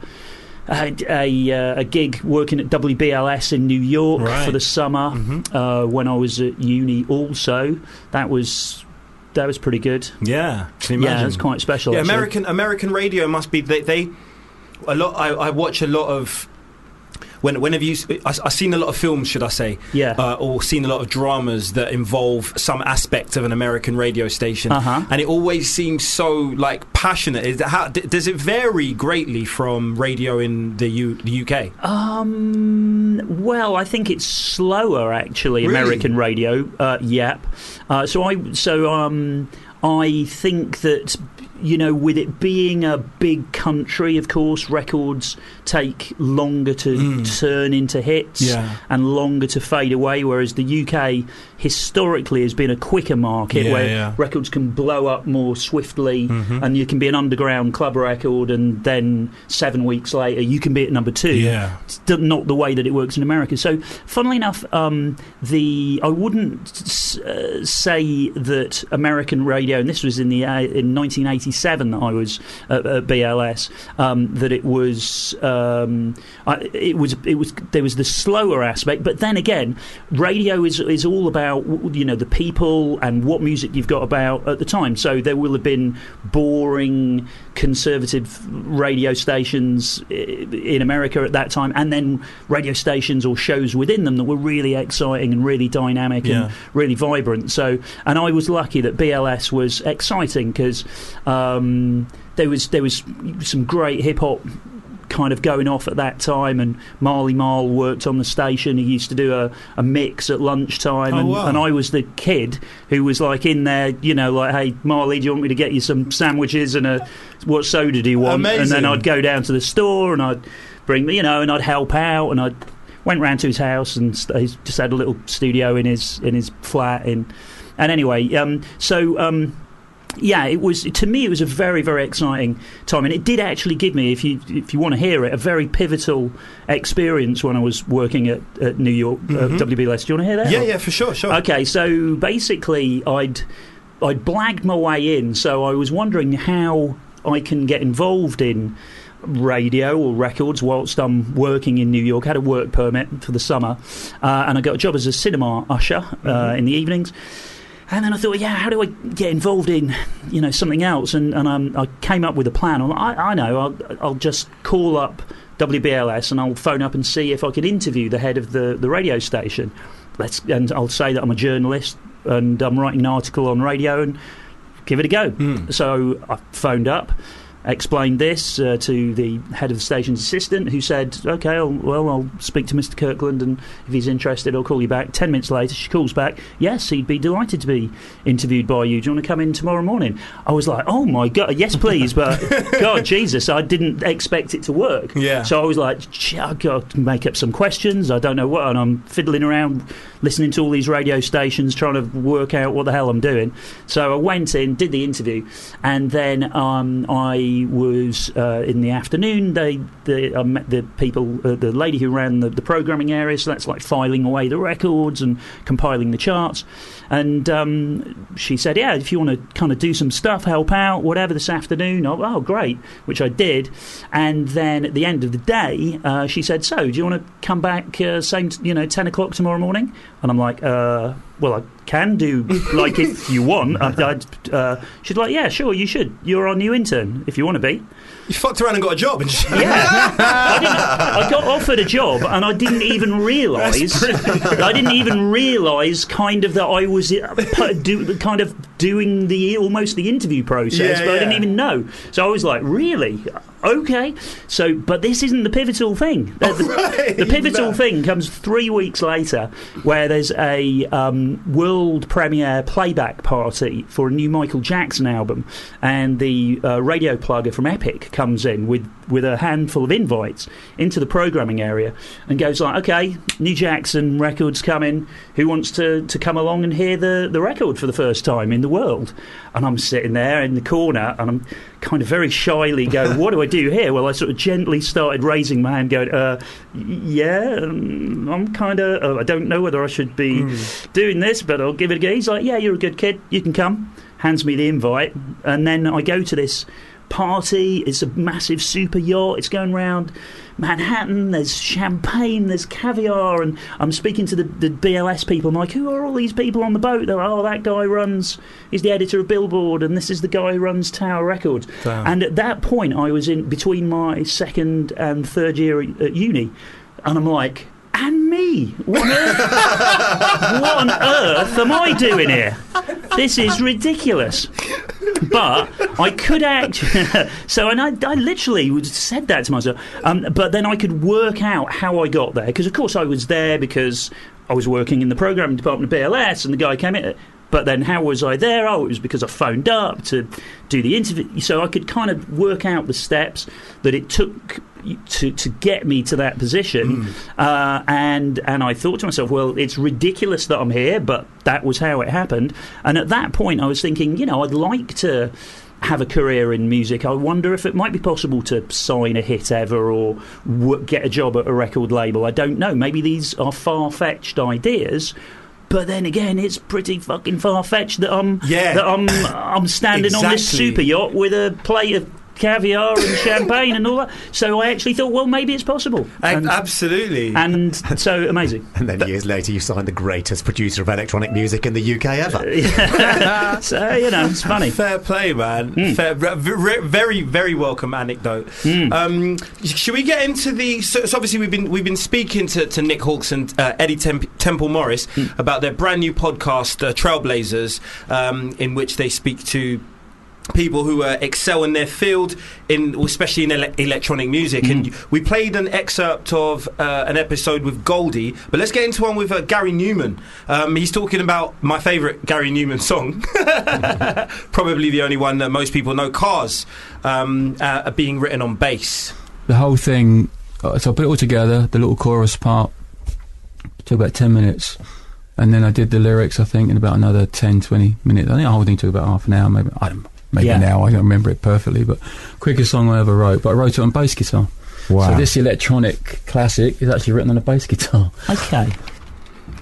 O: a, a, uh, a gig working at WBLS in New York
E: Right.
O: for the summer
E: Mm-hmm.
O: uh, when I was at uni. Also, that was that was pretty good.
E: Yeah, can you
O: yeah,
E: imagine?
O: that's quite special.
E: Yeah,
O: actually.
E: American American radio must be they, they a lot. I, I watch a lot of. When, whenever you, s- I, have seen a lot of films, should I say,
O: Yeah.
E: uh, or seen a lot of dramas that involve some aspect of an American radio station,
O: Uh-huh.
E: and it always seems so like passionate. Is that how, d- does it vary greatly from radio in the, U, the UK?
O: Um, well, I think it's slower actually.
E: Really?
O: American radio, uh, yep. Uh, so I, so um, I think that you know, with it being a big country, of course, records take longer to turn into hits
J: Hmm. Yeah.
O: and longer to fade away, whereas the UK historically has been a quicker market
J: Yeah,
O: where
J: yeah.
O: records can blow up more swiftly
J: Mhm.
O: and you can be an underground club record and then seven weeks later you can be at number two.
J: Yeah.
O: It's d- not the way that it works in America. So, funnily enough, um, the I wouldn't s- uh, say that American radio, and this was in the uh, in 1987 that I was at, at BLS, um, that it was um, I, it was it was there was the slower aspect, but then again, radio is is all about w- you know the people and what music you've got about at the time. So there will have been boring conservative radio stations i- in America at that time, and then radio stations or shows within them that were really exciting and really dynamic
J: Yeah.
O: and really vibrant. So, and I was lucky that BLS was exciting because um, there was there was some great hip hop kind of going off at that time and Marley Marl worked on the station he used to do a, a mix at lunchtime
J: Oh,
O: and,
J: wow.
O: and I was the kid who was like in there you know like hey Marley do you want me to get you some sandwiches and a what soda do you want and
J: Amazing.
O: then I'd go uh, down to the store and I'd bring you know and I'd help out and I'd went round to his house and st- he just had a little studio in his in his flat in and anyway um, so um, yeah, it was to me. It was a very, very exciting time, and it did actually give me, if you if you want to hear it, a very pivotal experience when I was working at, at New York
J: Mhm.
O: uh, WBLS. Do you want to hear that?
J: Yeah,
O: Or-
J: yeah, for sure, sure.
O: Okay, so basically, I'd I'd blagged my way in, so I was wondering how I can get involved in radio or records whilst I'm working in New York. I had a work permit for the summer, uh, and I got a job as a cinema usher uh, in the evenings. And then I thought, yeah, how do I get involved in, you know, something else? And, and um, I came up with a plan. I'm like, I, I know, I'll, I'll just call up WBLS and I'll phone up and see if I can interview the head of the, the radio station. Let's, and I'll say that I'm a journalist and I'm writing an article on radio and give it a go.
J: Mm.
O: So I phoned up, explained this uh, to the head of the station's assistant, who said, "Okay, I'll, well, I'll speak to Mr. Kirkland, and if he's interested, I'll call you back." Ten minutes later, she calls back. Yes, he'd be delighted to be interviewed by you. Do you want to come in tomorrow morning? I was like, "Oh my god, yes, please!" But God, Jesus, I didn't expect it to work.
J: Yeah.
O: So I was like, "Gee, I got to make up some questions. I don't know what, and I'm fiddling around, listening to all these radio stations, trying to work out what the hell I'm doing. So I went in, did the interview, and then um, I was uh, in the afternoon. They, the, I met the people, uh, the lady who ran the, the programming area. So that's like filing away the records and compiling the charts. And um, she said, "Yeah, if you want to kind of do some stuff, help out, whatever this afternoon." I, oh, great, which I did. And then at the end of the day, uh, she said, "So, do you want to come back uh, same, t- you know, ten o'clock tomorrow morning?" And I'm like, uh, "Well, I can do like if you want." I, I, uh, she's like, "Yeah, sure, you should. You're our new intern if you want to be."
J: You fucked around and got a job. And
O: I got offered a job, and I didn't even realise. I didn't even realise kind of that I was uh, pu- do, kind of doing the almost the interview process,
J: Yeah,
O: but I didn't
J: yeah.
O: even know. So I was like, really. Okay, so but this isn't the pivotal thing. Uh, The, the- the pivotal thing comes three weeks later, where there's a um, world premiere playback party for a new Michael Jackson album, and the uh, radio plugger from Epic comes in with with a handful of invites into the programming area, and goes like, "Okay, new Jackson records coming. Who wants to to come along and hear the the record for the first time in the world?" And I'm sitting there in the corner, and I'm kind of very shyly go, "What do I do here?" Well, I sort of gently started raising my hand, going, uh, y- "Yeah, um, I'm kind of. Uh, I don't know whether I should be doing this, but I'll give it a go." He's like, "Yeah, you're a good kid. You can come." Hands me the invite, and then I go to this party. It's a massive super yacht. It's going round Manhattan. There's champagne. There's caviar, and I'm speaking to the, the BLS people. I'm like, who are all these people on the boat? They're like, oh, that guy runs. He's the editor of Billboard, and this is the guy who runs Tower Records.
J: Damn.
O: And uh, at that point, I was in between my second and third year at at uni, and I'm like. And me. What on, earth, what on earth am I doing here? This is ridiculous but I could act. so, and I, I literally would said that to myself. Um, but then I could work out how I got there because, of course, I was there because I was working in the programming department of BLS, and the guy came in. But then how was I there? Oh, it was because I phoned up to do the interview. So I could kind of work out the steps that it took to, to get me to that position.
J: Mm.
O: Uh, and, and I thought to myself, well, it's ridiculous that I'm here, but that was how it happened. And at that point, I was thinking, you know, I'd like to have a career in music, I wonder if it might be possible to sign a hit ever or w- get a job at a record label. I don't know. Maybe these are far fetched ideas. But then again, it's pretty fucking far fetched that I'm
E: Yeah.
O: that I'm I'm standing on this
E: Exactly.
O: super yacht with a plate of caviar and champagne and all that. So I actually thought, well, maybe it's possible. And-
E: Absolutely.
O: And so amazing.
K: And then years later, you signed the greatest producer of electronic music in the UK
O: Uh,
K: ever.
O: so you know, it's funny.
E: Fair play, man. Fair, re- very, very welcome anecdote. Um, should we get into the? So, so obviously, we've been we've been speaking to, to Nick Hawks and uh, Eddie Temp- Temple Morris about their brand new podcast, uh, Trailblazers, um, in which they speak to people who uh, excel in their field, in especially in ele- electronic music. And we played an excerpt of uh, an episode with Goldie, but let's get into one with uh, Gary Newman. Um, he's talking about my favourite Gary Newman song, probably the only one that most people know, "Cars," um, uh, being written on bass.
L: the whole thing. uh, So I put it all together, the little chorus part, took about 10 minutes. And then I did the lyrics, I think, in about another 10, 20 minutes. I think the whole thing took about half an hour, maybe, I don't, maybe an
O: Yeah.
L: hour. I don't remember it perfectly, but quickest song I ever wrote. But I wrote it on bass guitar.
O: Wow.
L: So this electronic classic is actually written on a bass guitar.
O: Okay.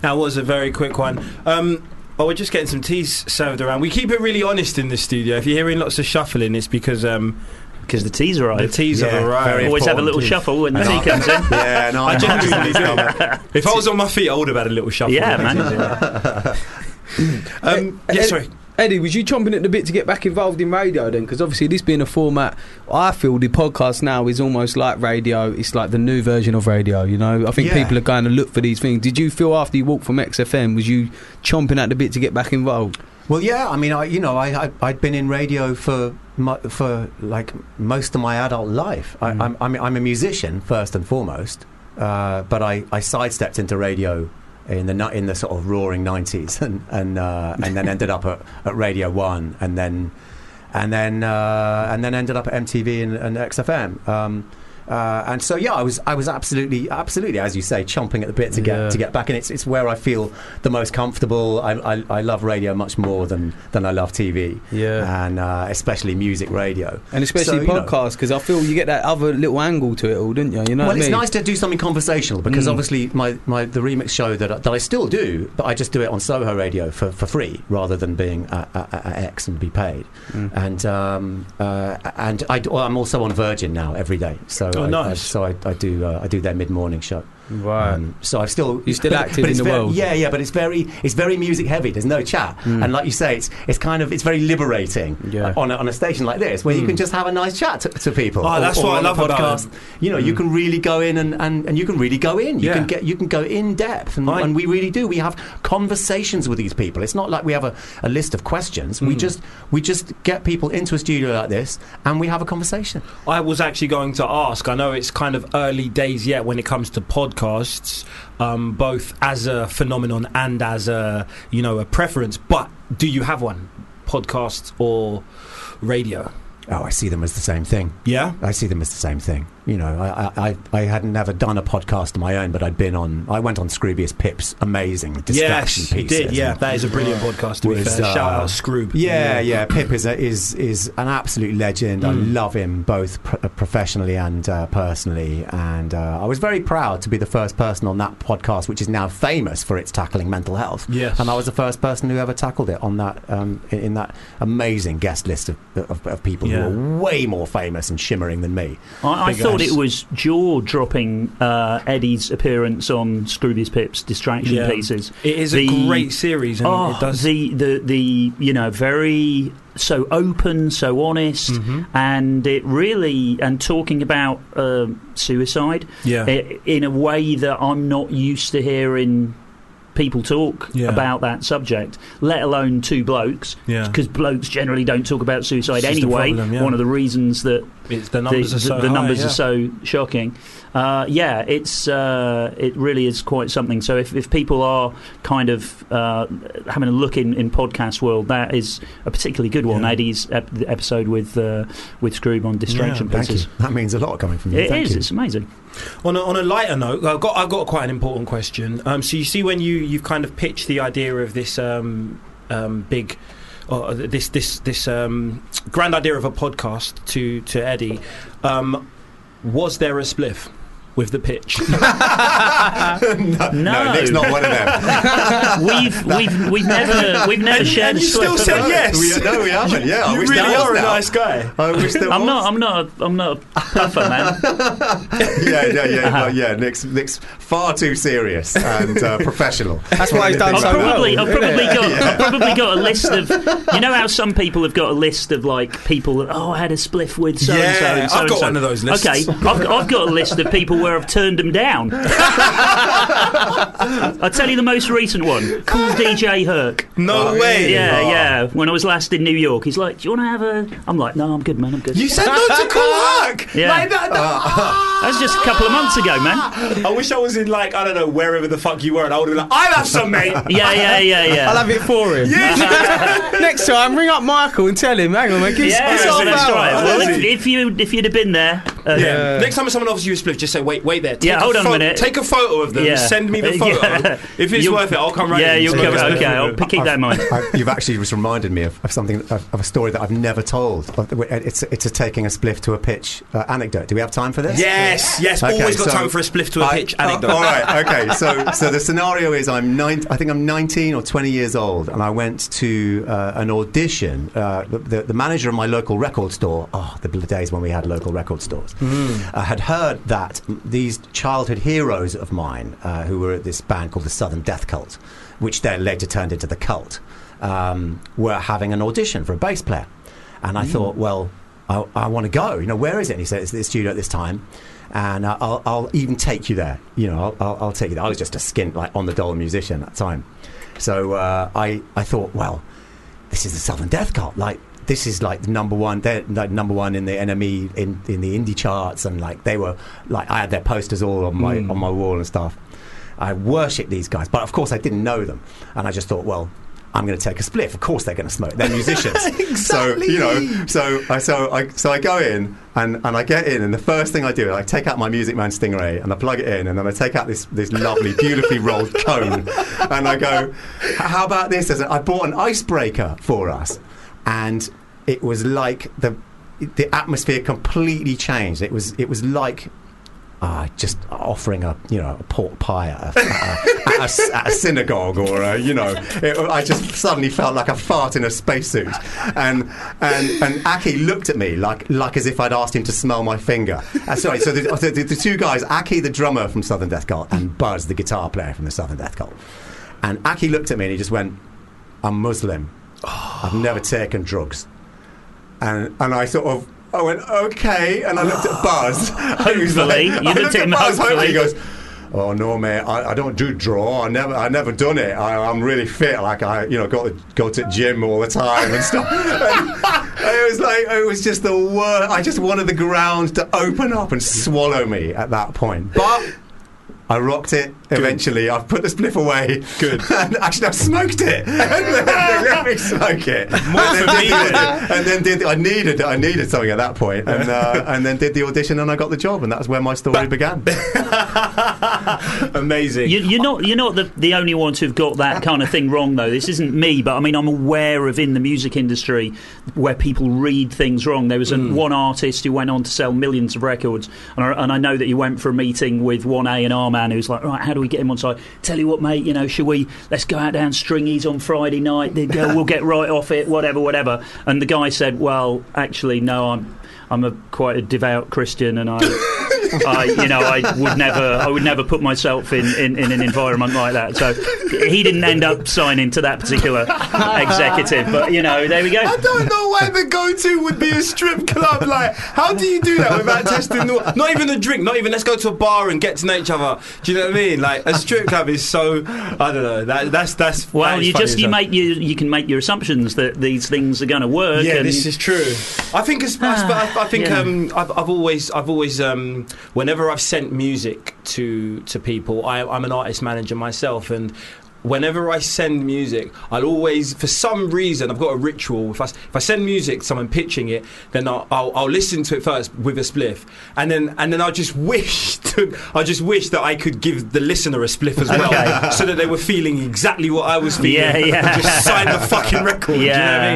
E: That was a very quick one. Um, well, we're just getting some teas served around. We keep it really honest in the studio. If you're hearing lots of shuffling, it's because um,
O: because the teas arrived.
E: The teas
O: Yeah,
E: have
O: very
E: arrived.
O: Always have a important little tea. shuffle when the tea comes in.
K: Yeah, no, I
E: genuinely do. If I was on my feet, I would have had a little shuffle.
O: Yeah,
E: um, yeah, sorry.
G: Eddie, was you chomping at the bit to get back involved in radio then? Because obviously, this being a format, I feel the podcast now is almost like radio. It's like the new version of radio. You know, I think
K: Yeah.
G: people are going to look for these things. Did you feel after you walked from XFM, was you chomping at the bit to get back involved?
K: Well, yeah. I mean, I you know, I, I I'd been in radio for mu- for like most of my adult life. I, I'm, I'm I'm a musician first and foremost, uh, but I, I sidestepped into radio in the ni- in the sort of roaring nineties, and and uh, and then ended up at, at Radio One, and then and then uh, and then ended up at MTV and, and XFM. Um, uh, and so yeah, I was I was absolutely absolutely as you say, chomping at the bit to get
G: Yeah.
K: to get back, and it's it's where I feel the most comfortable. I, I, I love radio much more than than I love TV. Yeah, and uh, especially music radio,
G: And especially
K: So, you know,
G: podcasts, because I feel you get that other little angle to it all, didn't you? You know
K: well,
G: what I
K: it's
G: mean?
K: nice to do something conversational because
G: Mm.
K: obviously my, my the remix show that I- that I still do, but I just do it on Soho Radio for, for free rather than being at, at, at X and be paid. And um, uh, and I, am also on Virgin now every day, so
G: Oh,
K: I,
G: nice.
K: I- so I, I do uh, I do their mid morning show. Um,
G: Right.
K: so I've still
G: You're still
K: but-
G: active
K: but
G: in
K: it's
G: the
K: very-
G: world.
K: Yeah, yeah, but it's very it's very music heavy. There's no chat,
G: Mm.
K: and like you say, it's it's kind of it's very liberating
G: Yeah.
K: on a, on a station like this where you
G: Mm.
K: can just have a nice chat to, to people.
E: Oh, that's what I
K: on a
E: love about
K: podcast. You know, you can really go in and, and, and you can really go in. You
E: Yeah.
K: can get you can go in depth, and, and we really do. We have conversations with these people. It's not like we have a, a list of questions. We just we just get people into a studio like this, and we have a conversation.
E: I was actually going to ask. I know it's kind of early days yet when it comes to podcasts, um, both as a phenomenon and as a you know a preference. But do you have one, podcast or radio?
K: Oh, I see them as the same thing.
E: Yeah,
K: I see them as the same thing. You know, I I, I, I had never done a podcast of my own, but I'd been on. I went on Scroobius Pip's amazing distraction
E: yes,
K: piece.
E: you did. Yeah, that is a brilliant podcast. To be
K: was,
E: fair,
K: uh,
E: shout out Scroob.
K: Yeah, yeah. Pip is a, is is an absolute legend. I
E: Mm.
K: love him both pr- uh, professionally and uh, personally, and uh, I was very proud to be the first person on that podcast, which is now famous for its tackling mental health.
E: Yes.
K: and I was the first person who ever tackled it on that um, in, in that amazing guest list of of, of people
O: Yeah.
K: who are way more famous and shimmering than me.
O: I, I
K: Big
O: thought
K: ups.
O: it was jaw dropping uh, Eddie's appearance on Scroobius Pip's distraction
E: Yeah.
O: pieces.
E: It is a great series. And
O: oh,
E: it does
O: the the the you know very so open, so honest,
E: Mm-hmm. Mm.
O: and it really and talking about um suicide
E: Yeah.
O: i- in a way that I'm not used to hearing people talk
E: Yeah.
O: about that subject, let alone two blokes,
E: Yeah.
O: because blokes generally don't talk about suicide
E: It's just a
O: anyway.
E: problem, yeah.
O: One of the reasons that
E: It's- the numbers are so
O: the
E: high,
O: numbers
E: yeah.
O: are so shocking. Uh, yeah, it's uh, it really is quite something. So if, if people are kind of uh, having a look in, in podcast world, that is a particularly good one. Eddie's ep- the episode with uh, with Scroob on distraction
K: thank
O: pieces.
K: you. That means a lot coming from you.
O: It
K: thank
O: is.
K: you.
O: It's amazing.
E: On a, on a lighter note, I've got I've got quite an important question. Um, so you see, when you you've kind of pitched the idea of this um, um, big. Or this this this um, grand idea of a podcast to to Eddie, um, was there a spliff with the pitch?
K: no, Nick's not one of them.
O: we've we've we've never we've never
E: And-
O: shared.
E: and you
O: a
E: still
O: spliff,
E: said
O: have we?
E: yes. We- no, we haven't, yeah, I You wish there really was are a now. nice guy.
K: I wish there
O: I'm
K: was.
O: not. I'm not. A, I'm not a puffer man.
K: yeah, yeah, yeah, no, yeah. Nick's, Nick's far too serious and uh, professional.
G: That's why he's done
O: I've
G: so
O: probably,
G: well.
O: I've probably
G: isn't it?
O: got, I've probably got a list of. You know how some people have got a list of like people that oh I had a spliff with so and so.
E: Yeah,
O: and so
E: I've
O: and
E: got
O: so."
E: one of those lists.
O: Okay, I've, I've got a list of people where I've turned them down. I'll tell you the most recent one. Cool DJ Herc.
E: No Oh, way.
O: Yeah,
E: really?
O: yeah. When I was last in New York, he's like, "Do you want to have a?" I'm like, "No, I'm good, man. I'm good."
E: You said no to Cool Herc!
O: Yeah.
E: Like, that- that-
O: that was just a couple of months ago, man.
E: I wish I was in like I don't know wherever the fuck you were, and I would have been like, I'll have some, mate.
O: Yeah, yeah, yeah, yeah.
G: I'll have it for him. Next time, ring up Michael and tell him. Hang on, mate. Give us-
O: Yeah,
G: give us half
O: that's
G: hour.
O: right. Well, if, if you if you'd have been there, uh,
E: Yeah. Next time someone offers you a spliff, just say, "Wait, wait there." Take
O: Yeah, hold
E: a
O: on a
E: pho-
O: minute.
E: Take a photo of them.
O: Yeah.
E: Send me the
O: Yeah.
E: photo. If it's
O: You'll-
E: worth it, I'll come right.
O: Yeah,
E: in.
O: you'll
E: So
O: come-
E: just-
O: okay, I'll pick- keep that in mind.
K: I- you've actually just reminded me of, of something, of, of a story that I've never told. Of the- It's, it's a taking a spliff to a pitch uh, anecdote. Do we have time for this?
E: Yes, yes.
K: Okay,
E: always got
K: so-
E: time for a spliff to a pitch
K: Uh,
E: anecdote.
K: all right, okay. So, so the scenario is I'm nine, I think I'm 19 or 20 years old, and I went to uh, an audition. Uh, the, the, the manager of my local record store, oh, the bl- days when we had local record stores, uh, had heard that these childhood heroes of mine, uh, who were at this band called the Southern Death Cult, which then later turned into the Cult, um, were having an audition for a bass player. And I
V: Mm.
K: thought, well, I, I want to go. You know, where is it? And he said, it's this studio at this time. And I- I'll, I'll even take you there. You know, I'll, I'll, I'll take you there. I was just a skint, like on the dole musician at the time. So uh, I, I thought, well, this is the Southern Death Cult. Like, this is like the number one. They're like number one in the NME in, in the indie charts, and like they were like I had their posters all on my on my wall and stuff. I worship these guys, but of course I didn't know them, and I just thought, well, I'm going to take a spliff. Of course they're going to smoke. They're musicians, so you know. So I so I so I go in and, and I get in, and the first thing I do is I take out my Music Man Stingray and I plug it in, and then I take out this this lovely, beautifully rolled cone, and I go, "H- how about this? As a- I bought an icebreaker for us, and it was like the the atmosphere completely changed. It was it was like uh, just offering a you know a pork pie at a, at a- at a s- at a synagogue or a, you know it, I just suddenly felt like a fart in a spacesuit and and and Aki looked at me like like as if I'd asked him to smell my finger. Uh, sorry, so the, so the, the two guys, Aki the drummer from Southern Death Cult and Buzz the guitar player from the Southern Death Cult, and Aki looked at me and he just went, "I'm Muslim. I've never taken drugs." and and I sort of I went okay, and I looked at Buzz. and he was
O: Hopefully. You
K: I
O: looked at him hopefully.
K: He goes, "Oh no, mate, I, I don't do draw. I never, I never done it. I, I'm really fit. Like I, you know, go to go to gym all the time and stuff." And it was like it was just the worst. I just wanted the ground to open up and swallow me at that point, but. I rocked it eventually. I've put the spliff away. Good. And actually, I smoked it. Let me smoke it. and, then did the, and then did the, I needed I needed something at that point, and uh, and then did the audition, and I got the job, and that's where my story began.
E: Amazing.
O: You, you're not you're not the, the only ones who've got that kind of thing wrong though. This isn't me, but I mean I'm aware of in the music industry where people read things wrong. There was an, one artist who went on to sell millions of records, and I, and I know that he went for a meeting with one A and R man who's like, right, how do we get him on side? Tell you what, mate, you know, should we let's go out down Stringies on Friday night? They go, we'll get right off it, whatever, whatever. And the guy said, well, actually, no, I'm I'm a quite a devout Christian, and I I, you know, I would never, I would never put myself in, in, in an environment like that. So he didn't end up signing to that particular executive. But you know, Oh, there we go.
E: I don't know why the go-to would be a strip club. Like, how do you do that without testing? The, wa- not even a drink. Not even let's go to a bar and get to know each other. Do you know what I mean? Like a strip club is so. I don't know. That, that's that's.
O: Well,
E: that is
O: you
E: funny
O: just
E: as
O: you
E: hell.
O: make you you can make your assumptions that these things are going to work.
E: Yeah,
O: and-
E: this is true. I think it's, I, sp- I, I think
O: Yeah.
E: um, I've, I've always I've always um, whenever I've sent music to to people, I, I'm an artist manager myself, and whenever I send music, I'll always for some reason I've got a ritual. If I s- if I send music, to someone pitching it, then I'll, I'll, I'll listen to it first with a spliff, and then and then I just wish to, I just wish that I could give the listener a spliff as well,
O: Okay.
E: so that they were feeling exactly what I was feeling.
O: Yeah, yeah.
E: and just sign the fucking record.
O: Yeah.
E: Do you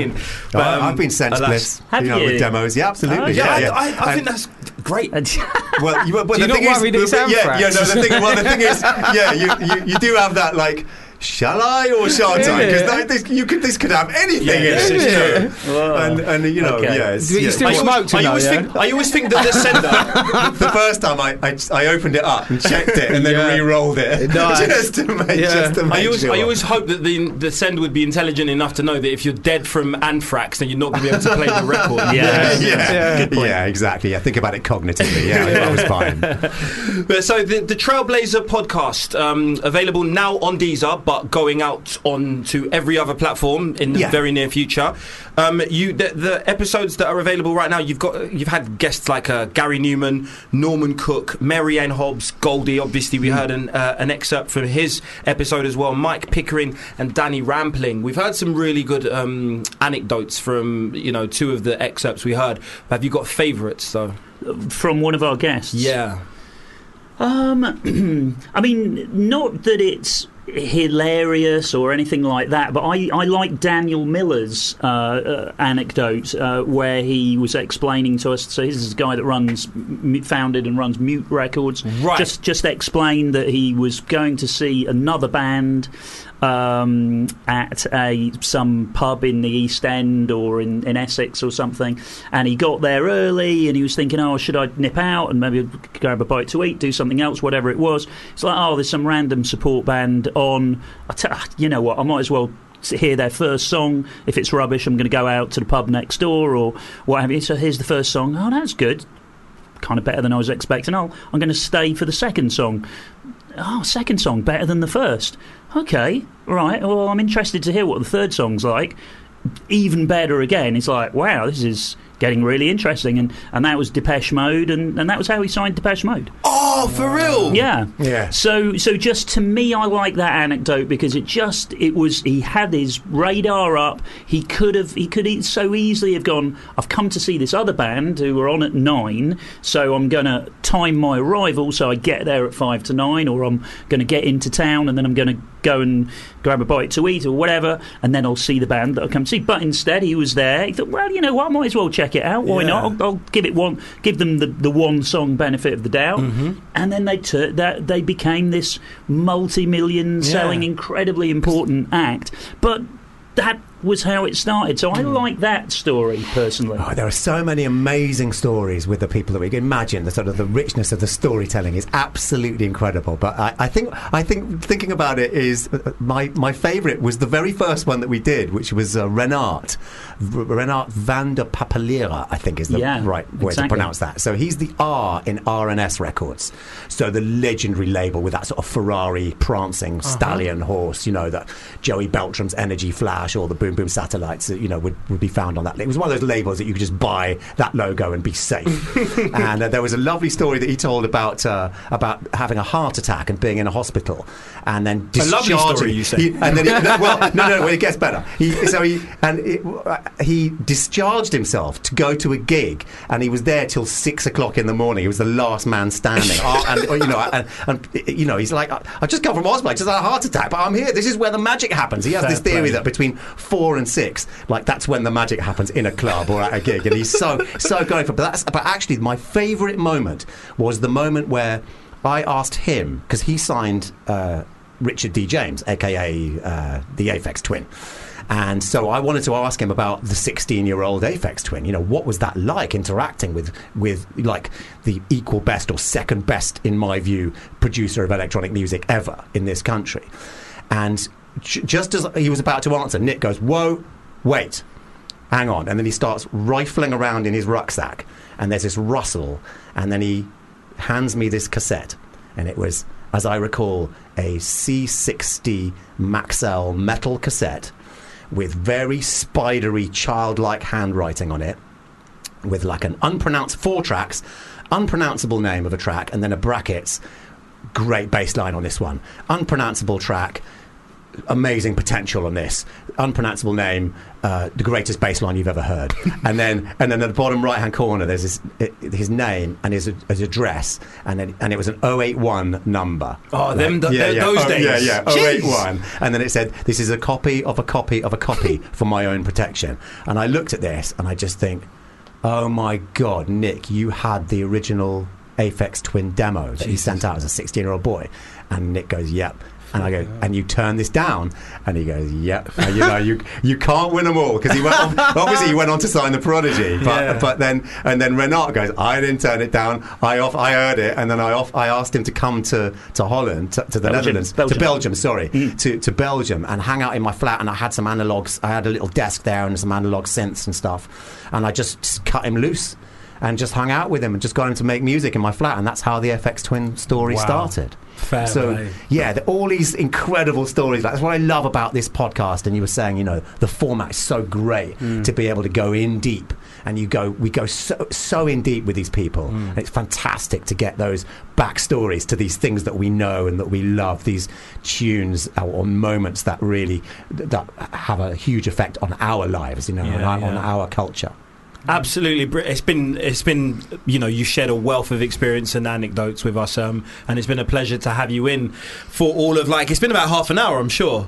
E: know what I mean?
K: I- I've been sent
E: um, alas.
K: spliffs, Have you know, you? with demos. Yeah, absolutely.
E: yeah,
K: Yeah, yeah.
E: I, I, I think
K: And-
E: that's great.
K: well, you, well,
E: Do you
K: the
E: not
K: thing is,
E: worry that
K: the-
E: it's
K: yeah, yeah, no, the
E: anthrax?
K: thing, well, the thing is, yeah, you, you, you do have that like, shall I or shan't I?
E: Yeah.
K: Because this, you could, this could have anything
E: Yeah,
K: in
E: this
K: it.
E: is
K: yeah.
E: true. Wow.
K: And, and you know,
E: Okay.
K: yeah. It's,
E: But you
K: yeah.
E: still
K: I
E: smoke
K: always- I
E: tonight,
K: always
E: yeah?
K: think, I always think that the sender. the first time I, I, I opened it up and checked it and then re-rolled it just to make just to make
E: I always,
K: sure.
E: I always hope that the the sender would be intelligent enough to know that if you're dead from anthrax, then you're not going to be able to play the record.
K: yeah, yeah, Yeah, exactly. Yeah, think about it cognitively. Yeah, I was fine.
E: But Uh, so the, the Trailblazer podcast um, available now on Deezer, but going out on to every other platform in the
K: Yeah.
E: very near future. Um, you the, the episodes that are available right now, you've got you've had guests like uh, Gary Newman, Norman Cook, Mary Ann Hobbs, Goldie. Obviously, we heard an uh, an excerpt from his episode as well. Mike Pickering and Danny Rampling. We've heard some really good um, anecdotes from you know two of the excerpts we heard. Have you got favourites though?
O: From one of our guests.
E: Yeah.
O: Um, I mean, not that it's hilarious or anything like that, but I, I like Daniel Miller's uh, uh, anecdote uh, where he was explaining to us. So he's the guy that runs, m- founded and runs Mute Records. Right. Just just explained that he was going to see another band um, at a some pub in the East End or in, in Essex or something, and he got there early and he was thinking, oh, should I nip out and maybe grab a bite to eat, do something else, whatever it was. It's like, oh, there's some random support band on. I t- ah, you know what? I might as well s- hear their first song. If it's rubbish, I'm going to go out to the pub next door or what have you. So here's the first song. Oh, that's good. Kind of better than I was expecting. Oh, I'm going to stay for the second song oh, second song better than the first. Okay, right. Well, I'm interested to hear what the third song's like. Even better again. It's like, wow, this is getting really interesting. And, and that was Depeche Mode, and, and that was how he signed Depeche Mode.
E: Oh, for real?
O: Yeah.
K: Yeah.
O: So so just to me I like that anecdote because it just it was he had his radar up. He could have he could e- so easily have gone, I've come to see this other band who are on at nine, so I'm gonna time my arrival so I get there at five to nine or I'm gonna get into town and then I'm gonna go and grab a bite to eat or whatever and then I'll see the band that I'll come see. But instead he was there, he thought, Well, you know what, I might as well check it out. Why
E: Yeah.
O: not? I'll, I'll give it one give them the, the one song benefit of the doubt and then they took that they became this multi-million selling incredibly important act but that was how it started so i like that story personally
K: Hmm. Oh, there are so many amazing stories with the people that we can imagine. The sort of the richness of the storytelling is absolutely incredible. But I, I think I think thinking about it is uh, my my favourite was the very first one that we did, which was uh, Renard R- Renard van der Papalera, I think is the
O: Yeah,
K: right way
O: exactly.
K: to pronounce that. So he's the R in R&S Records, so the legendary label with that sort of Ferrari prancing
E: Uh-huh.
K: stallion horse, you know, that Joey Beltram's Energy Flash or the Boom Boom Satellites, you know, would, would be found on that. It was one of those labels that you could just buy that logo and be safe. and uh, there was a lovely story that he told about uh, about having a heart attack and being in a hospital, and then
E: A lovely
K: discharging.
E: story, you say.
K: He- and then he, no, well, no, no, no, well, it gets better. He, so he and it, he discharged himself to go to a gig, and he was there till six o'clock in the morning. He was the last man standing, Uh, and you know, and, and you know, he's like, I, I just come from hospital, I just had a heart attack, but I'm here. This is where the magic happens. He has
E: Fair
K: this theory
E: play.
K: that between four and six, like that's when the magic happens in a club or at a gig, and he's so so going for. But that's but actually, my favourite moment was the moment where I asked him because he signed. Uh, Richard D. James, aka uh, the Aphex Twin. And so I wanted to ask him about the 16-year-old Aphex Twin. You know, what was that like interacting with with like the equal best or second best, in my view, producer of electronic music ever in this country? And j- just as he was about to answer, Nick goes, "Whoa, wait, hang on!" And then he starts rifling around in his rucksack, and there's this rustle, and then he hands me this cassette, and it was, as I recall, a C60 Maxell metal cassette with very spidery, childlike handwriting on it, with like an unpronounced four tracks, unpronounceable name of a track, and then a brackets. Great bass line on this one. Unpronounceable track. Amazing potential on this unpronounceable name, uh, the greatest bass line you've ever heard, and then and then at the bottom right hand corner there's his, his name and his, his address, and then and it was an 081 number.
E: Oh, them- th- th- those
K: oh,
E: days.
K: Yeah, yeah,
E: Jeez.
K: 081. And then it said, This is a copy of a copy of a copy for my own protection. And I looked at this and I just think, Oh my God, Nick, you had the original Aphex Twin demo that he sent out as a 16 year old boy. And Nick goes, Yep. And I go, and you turn this down, and he goes, "Yep." And you know, you you can't win them all because he went on, obviously he went on to sign the Prodigy, but
E: Yeah.
K: but then and then Renard goes, "I didn't turn it down. I off I heard it, and then I off I asked him to come to to Holland to, to the
E: Belgium.
K: Netherlands
E: Belgium.
K: to Belgium, sorry, to, to Belgium and hang out in my flat. And I had some analogs, I had a little desk there and some analog synths and stuff. And I just, just cut him loose and just hung out with him and just got him to make music in my flat. And that's how the FX Twin story
E: Wow.
K: started.
E: Fair
K: so,
E: play.
K: yeah, the, all these incredible stories. That's what I love about this podcast. And you were saying, you know, the format is so great
E: Mm.
K: to be able to go in deep. And you go, we go so, so in deep with these people.
E: Mm.
K: And it's fantastic to get those backstories to these things that we know and that we love, these tunes or moments that really that have a huge effect on our lives, you know,
E: Yeah,
K: and our, on
E: yeah.
K: our culture.
E: Absolutely, Br- it's been it's been you know you shared a wealth of experience and anecdotes with us, um, and it's been a pleasure to have you in for all of like it's been about half an hour, I'm sure.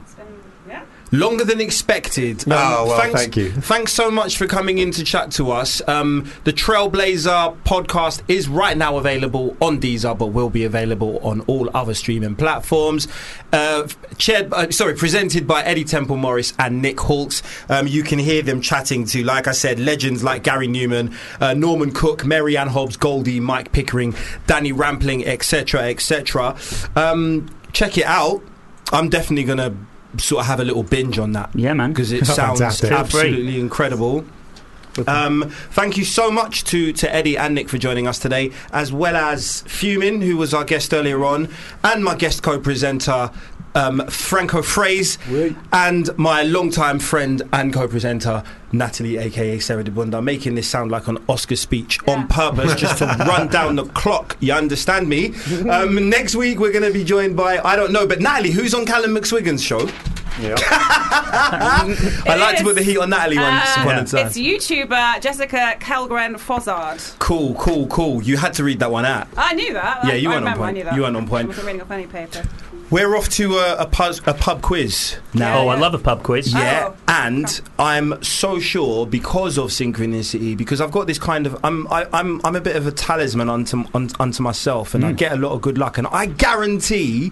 E: Longer than expected. Um,
K: Oh, well, thank you.
E: Thanks so much for coming in to chat to us. Um, the Trailblazer podcast is right now available on Deezer, but will be available on all other streaming platforms. Uh, chaired, uh, sorry, presented by Eddie Temple Morris and Nick Hawkes. Um, you can hear them chatting to, like I said, legends like Gary Newman, uh, Norman Cook, Mary Ann Hobbs, Goldie, Mike Pickering, Danny Rampling, etc., etc. Um, check it out. I'm definitely gonna sort of have a little binge on that.
G: Yeah, man.
E: Because it sounds
G: Fantastic.
E: absolutely incredible. Um, thank you so much to, to Eddie and Nick for joining us today, as well as Fumin, who was our guest earlier on, and my guest co presenter, um, Franco Fraze, and my longtime friend and co presenter, Natalie, aka Sarah Debunda, making this sound like an Oscar speech on purpose just to run down the clock. You understand me? Um, next week, we're going to be joined by, I don't know, but Natalie, who's on Callum McSwiggan's show? I like to put the heat on Natalie once upon a time.
F: Uh, it's YouTuber Jessica Kelgren Fozzard.
E: Cool, cool, cool. You had to read that one out.
F: I knew that.
E: Yeah,
F: I,
E: you
F: I
E: weren't on
F: remember, I
E: point.
F: knew that.
E: You weren't on point.
F: I wasn't reading off any paper.
E: We're off to a, a, puz- a pub quiz now.
G: Oh, I love a pub quiz.
E: Yeah, and I'm so sure because of synchronicity, because I've got this kind of I'm I, I'm I'm a bit of a talisman unto un, unto myself,
G: Mm.
E: and I get a lot of good luck, and I guarantee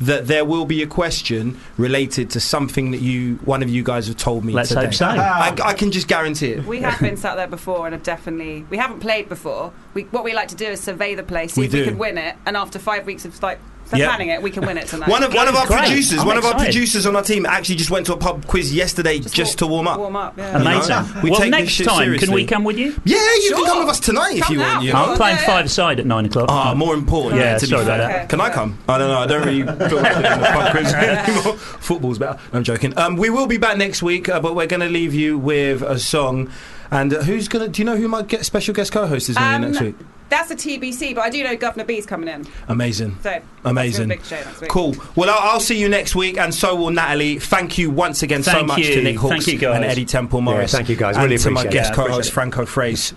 E: that there will be a question related to something that you one of you guys have told me.
G: Let's
E: today.
G: hope so.
E: I, I can just guarantee it.
F: We have been sat there before and have definitely we haven't played before. We, what we like to do is survey the place, see
E: We
F: if
E: do.
F: we can win it, and after five weeks of like
E: Yeah.
F: planning it, we can win it tonight.
E: One of one of our
G: Great.
E: producers,
G: I'm
E: one of our
G: excited.
E: producers on our team actually just went to a pub quiz yesterday just, to warm up.
F: Warm up, yeah.
G: Amazing.
E: You know, we
G: well,
E: take this
G: next
E: shit
G: time, can we
E: seriously.
G: come with you?
E: Yeah, you
F: Sure.
E: can come with us tonight if
F: Come
E: you
F: now.
E: want. You
G: I'm
E: know?
G: playing five side at nine o'clock.
E: Ah, more important.
G: Yeah,
E: Yeah, to be
G: sorry
E: fair.
G: about that.
E: Can I come? I don't know. I don't really feel like doing the pub quiz anymore. Football's better. No, I'm joking. Um, we will be back next week, uh, but we're going to leave you with a song. And uh, who's going to? Do you know who my get, special guest co-host is going to be
F: Um,
E: next week?
F: That's a TBC, but I do know Governor B's coming in.
E: Amazing.
F: So
E: Amazing.
F: That's a big show next week.
E: Cool. Well, I'll, I'll see you next week, and so will Natalie. Thank you once again so
G: Thank
E: much
G: you.
E: to Nick Hawks
G: Thank you, guys.
E: and Eddie Temple Morris.
K: Yeah, thank you, guys.
E: And
K: Really
E: to my
K: appreciate it.
E: guest
K: Yeah,
E: co-host
K: appreciate it.
E: Franco Fraze.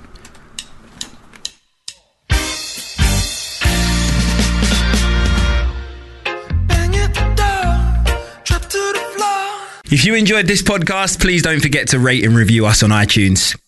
E: If you enjoyed this podcast, please don't forget to rate and review us on iTunes.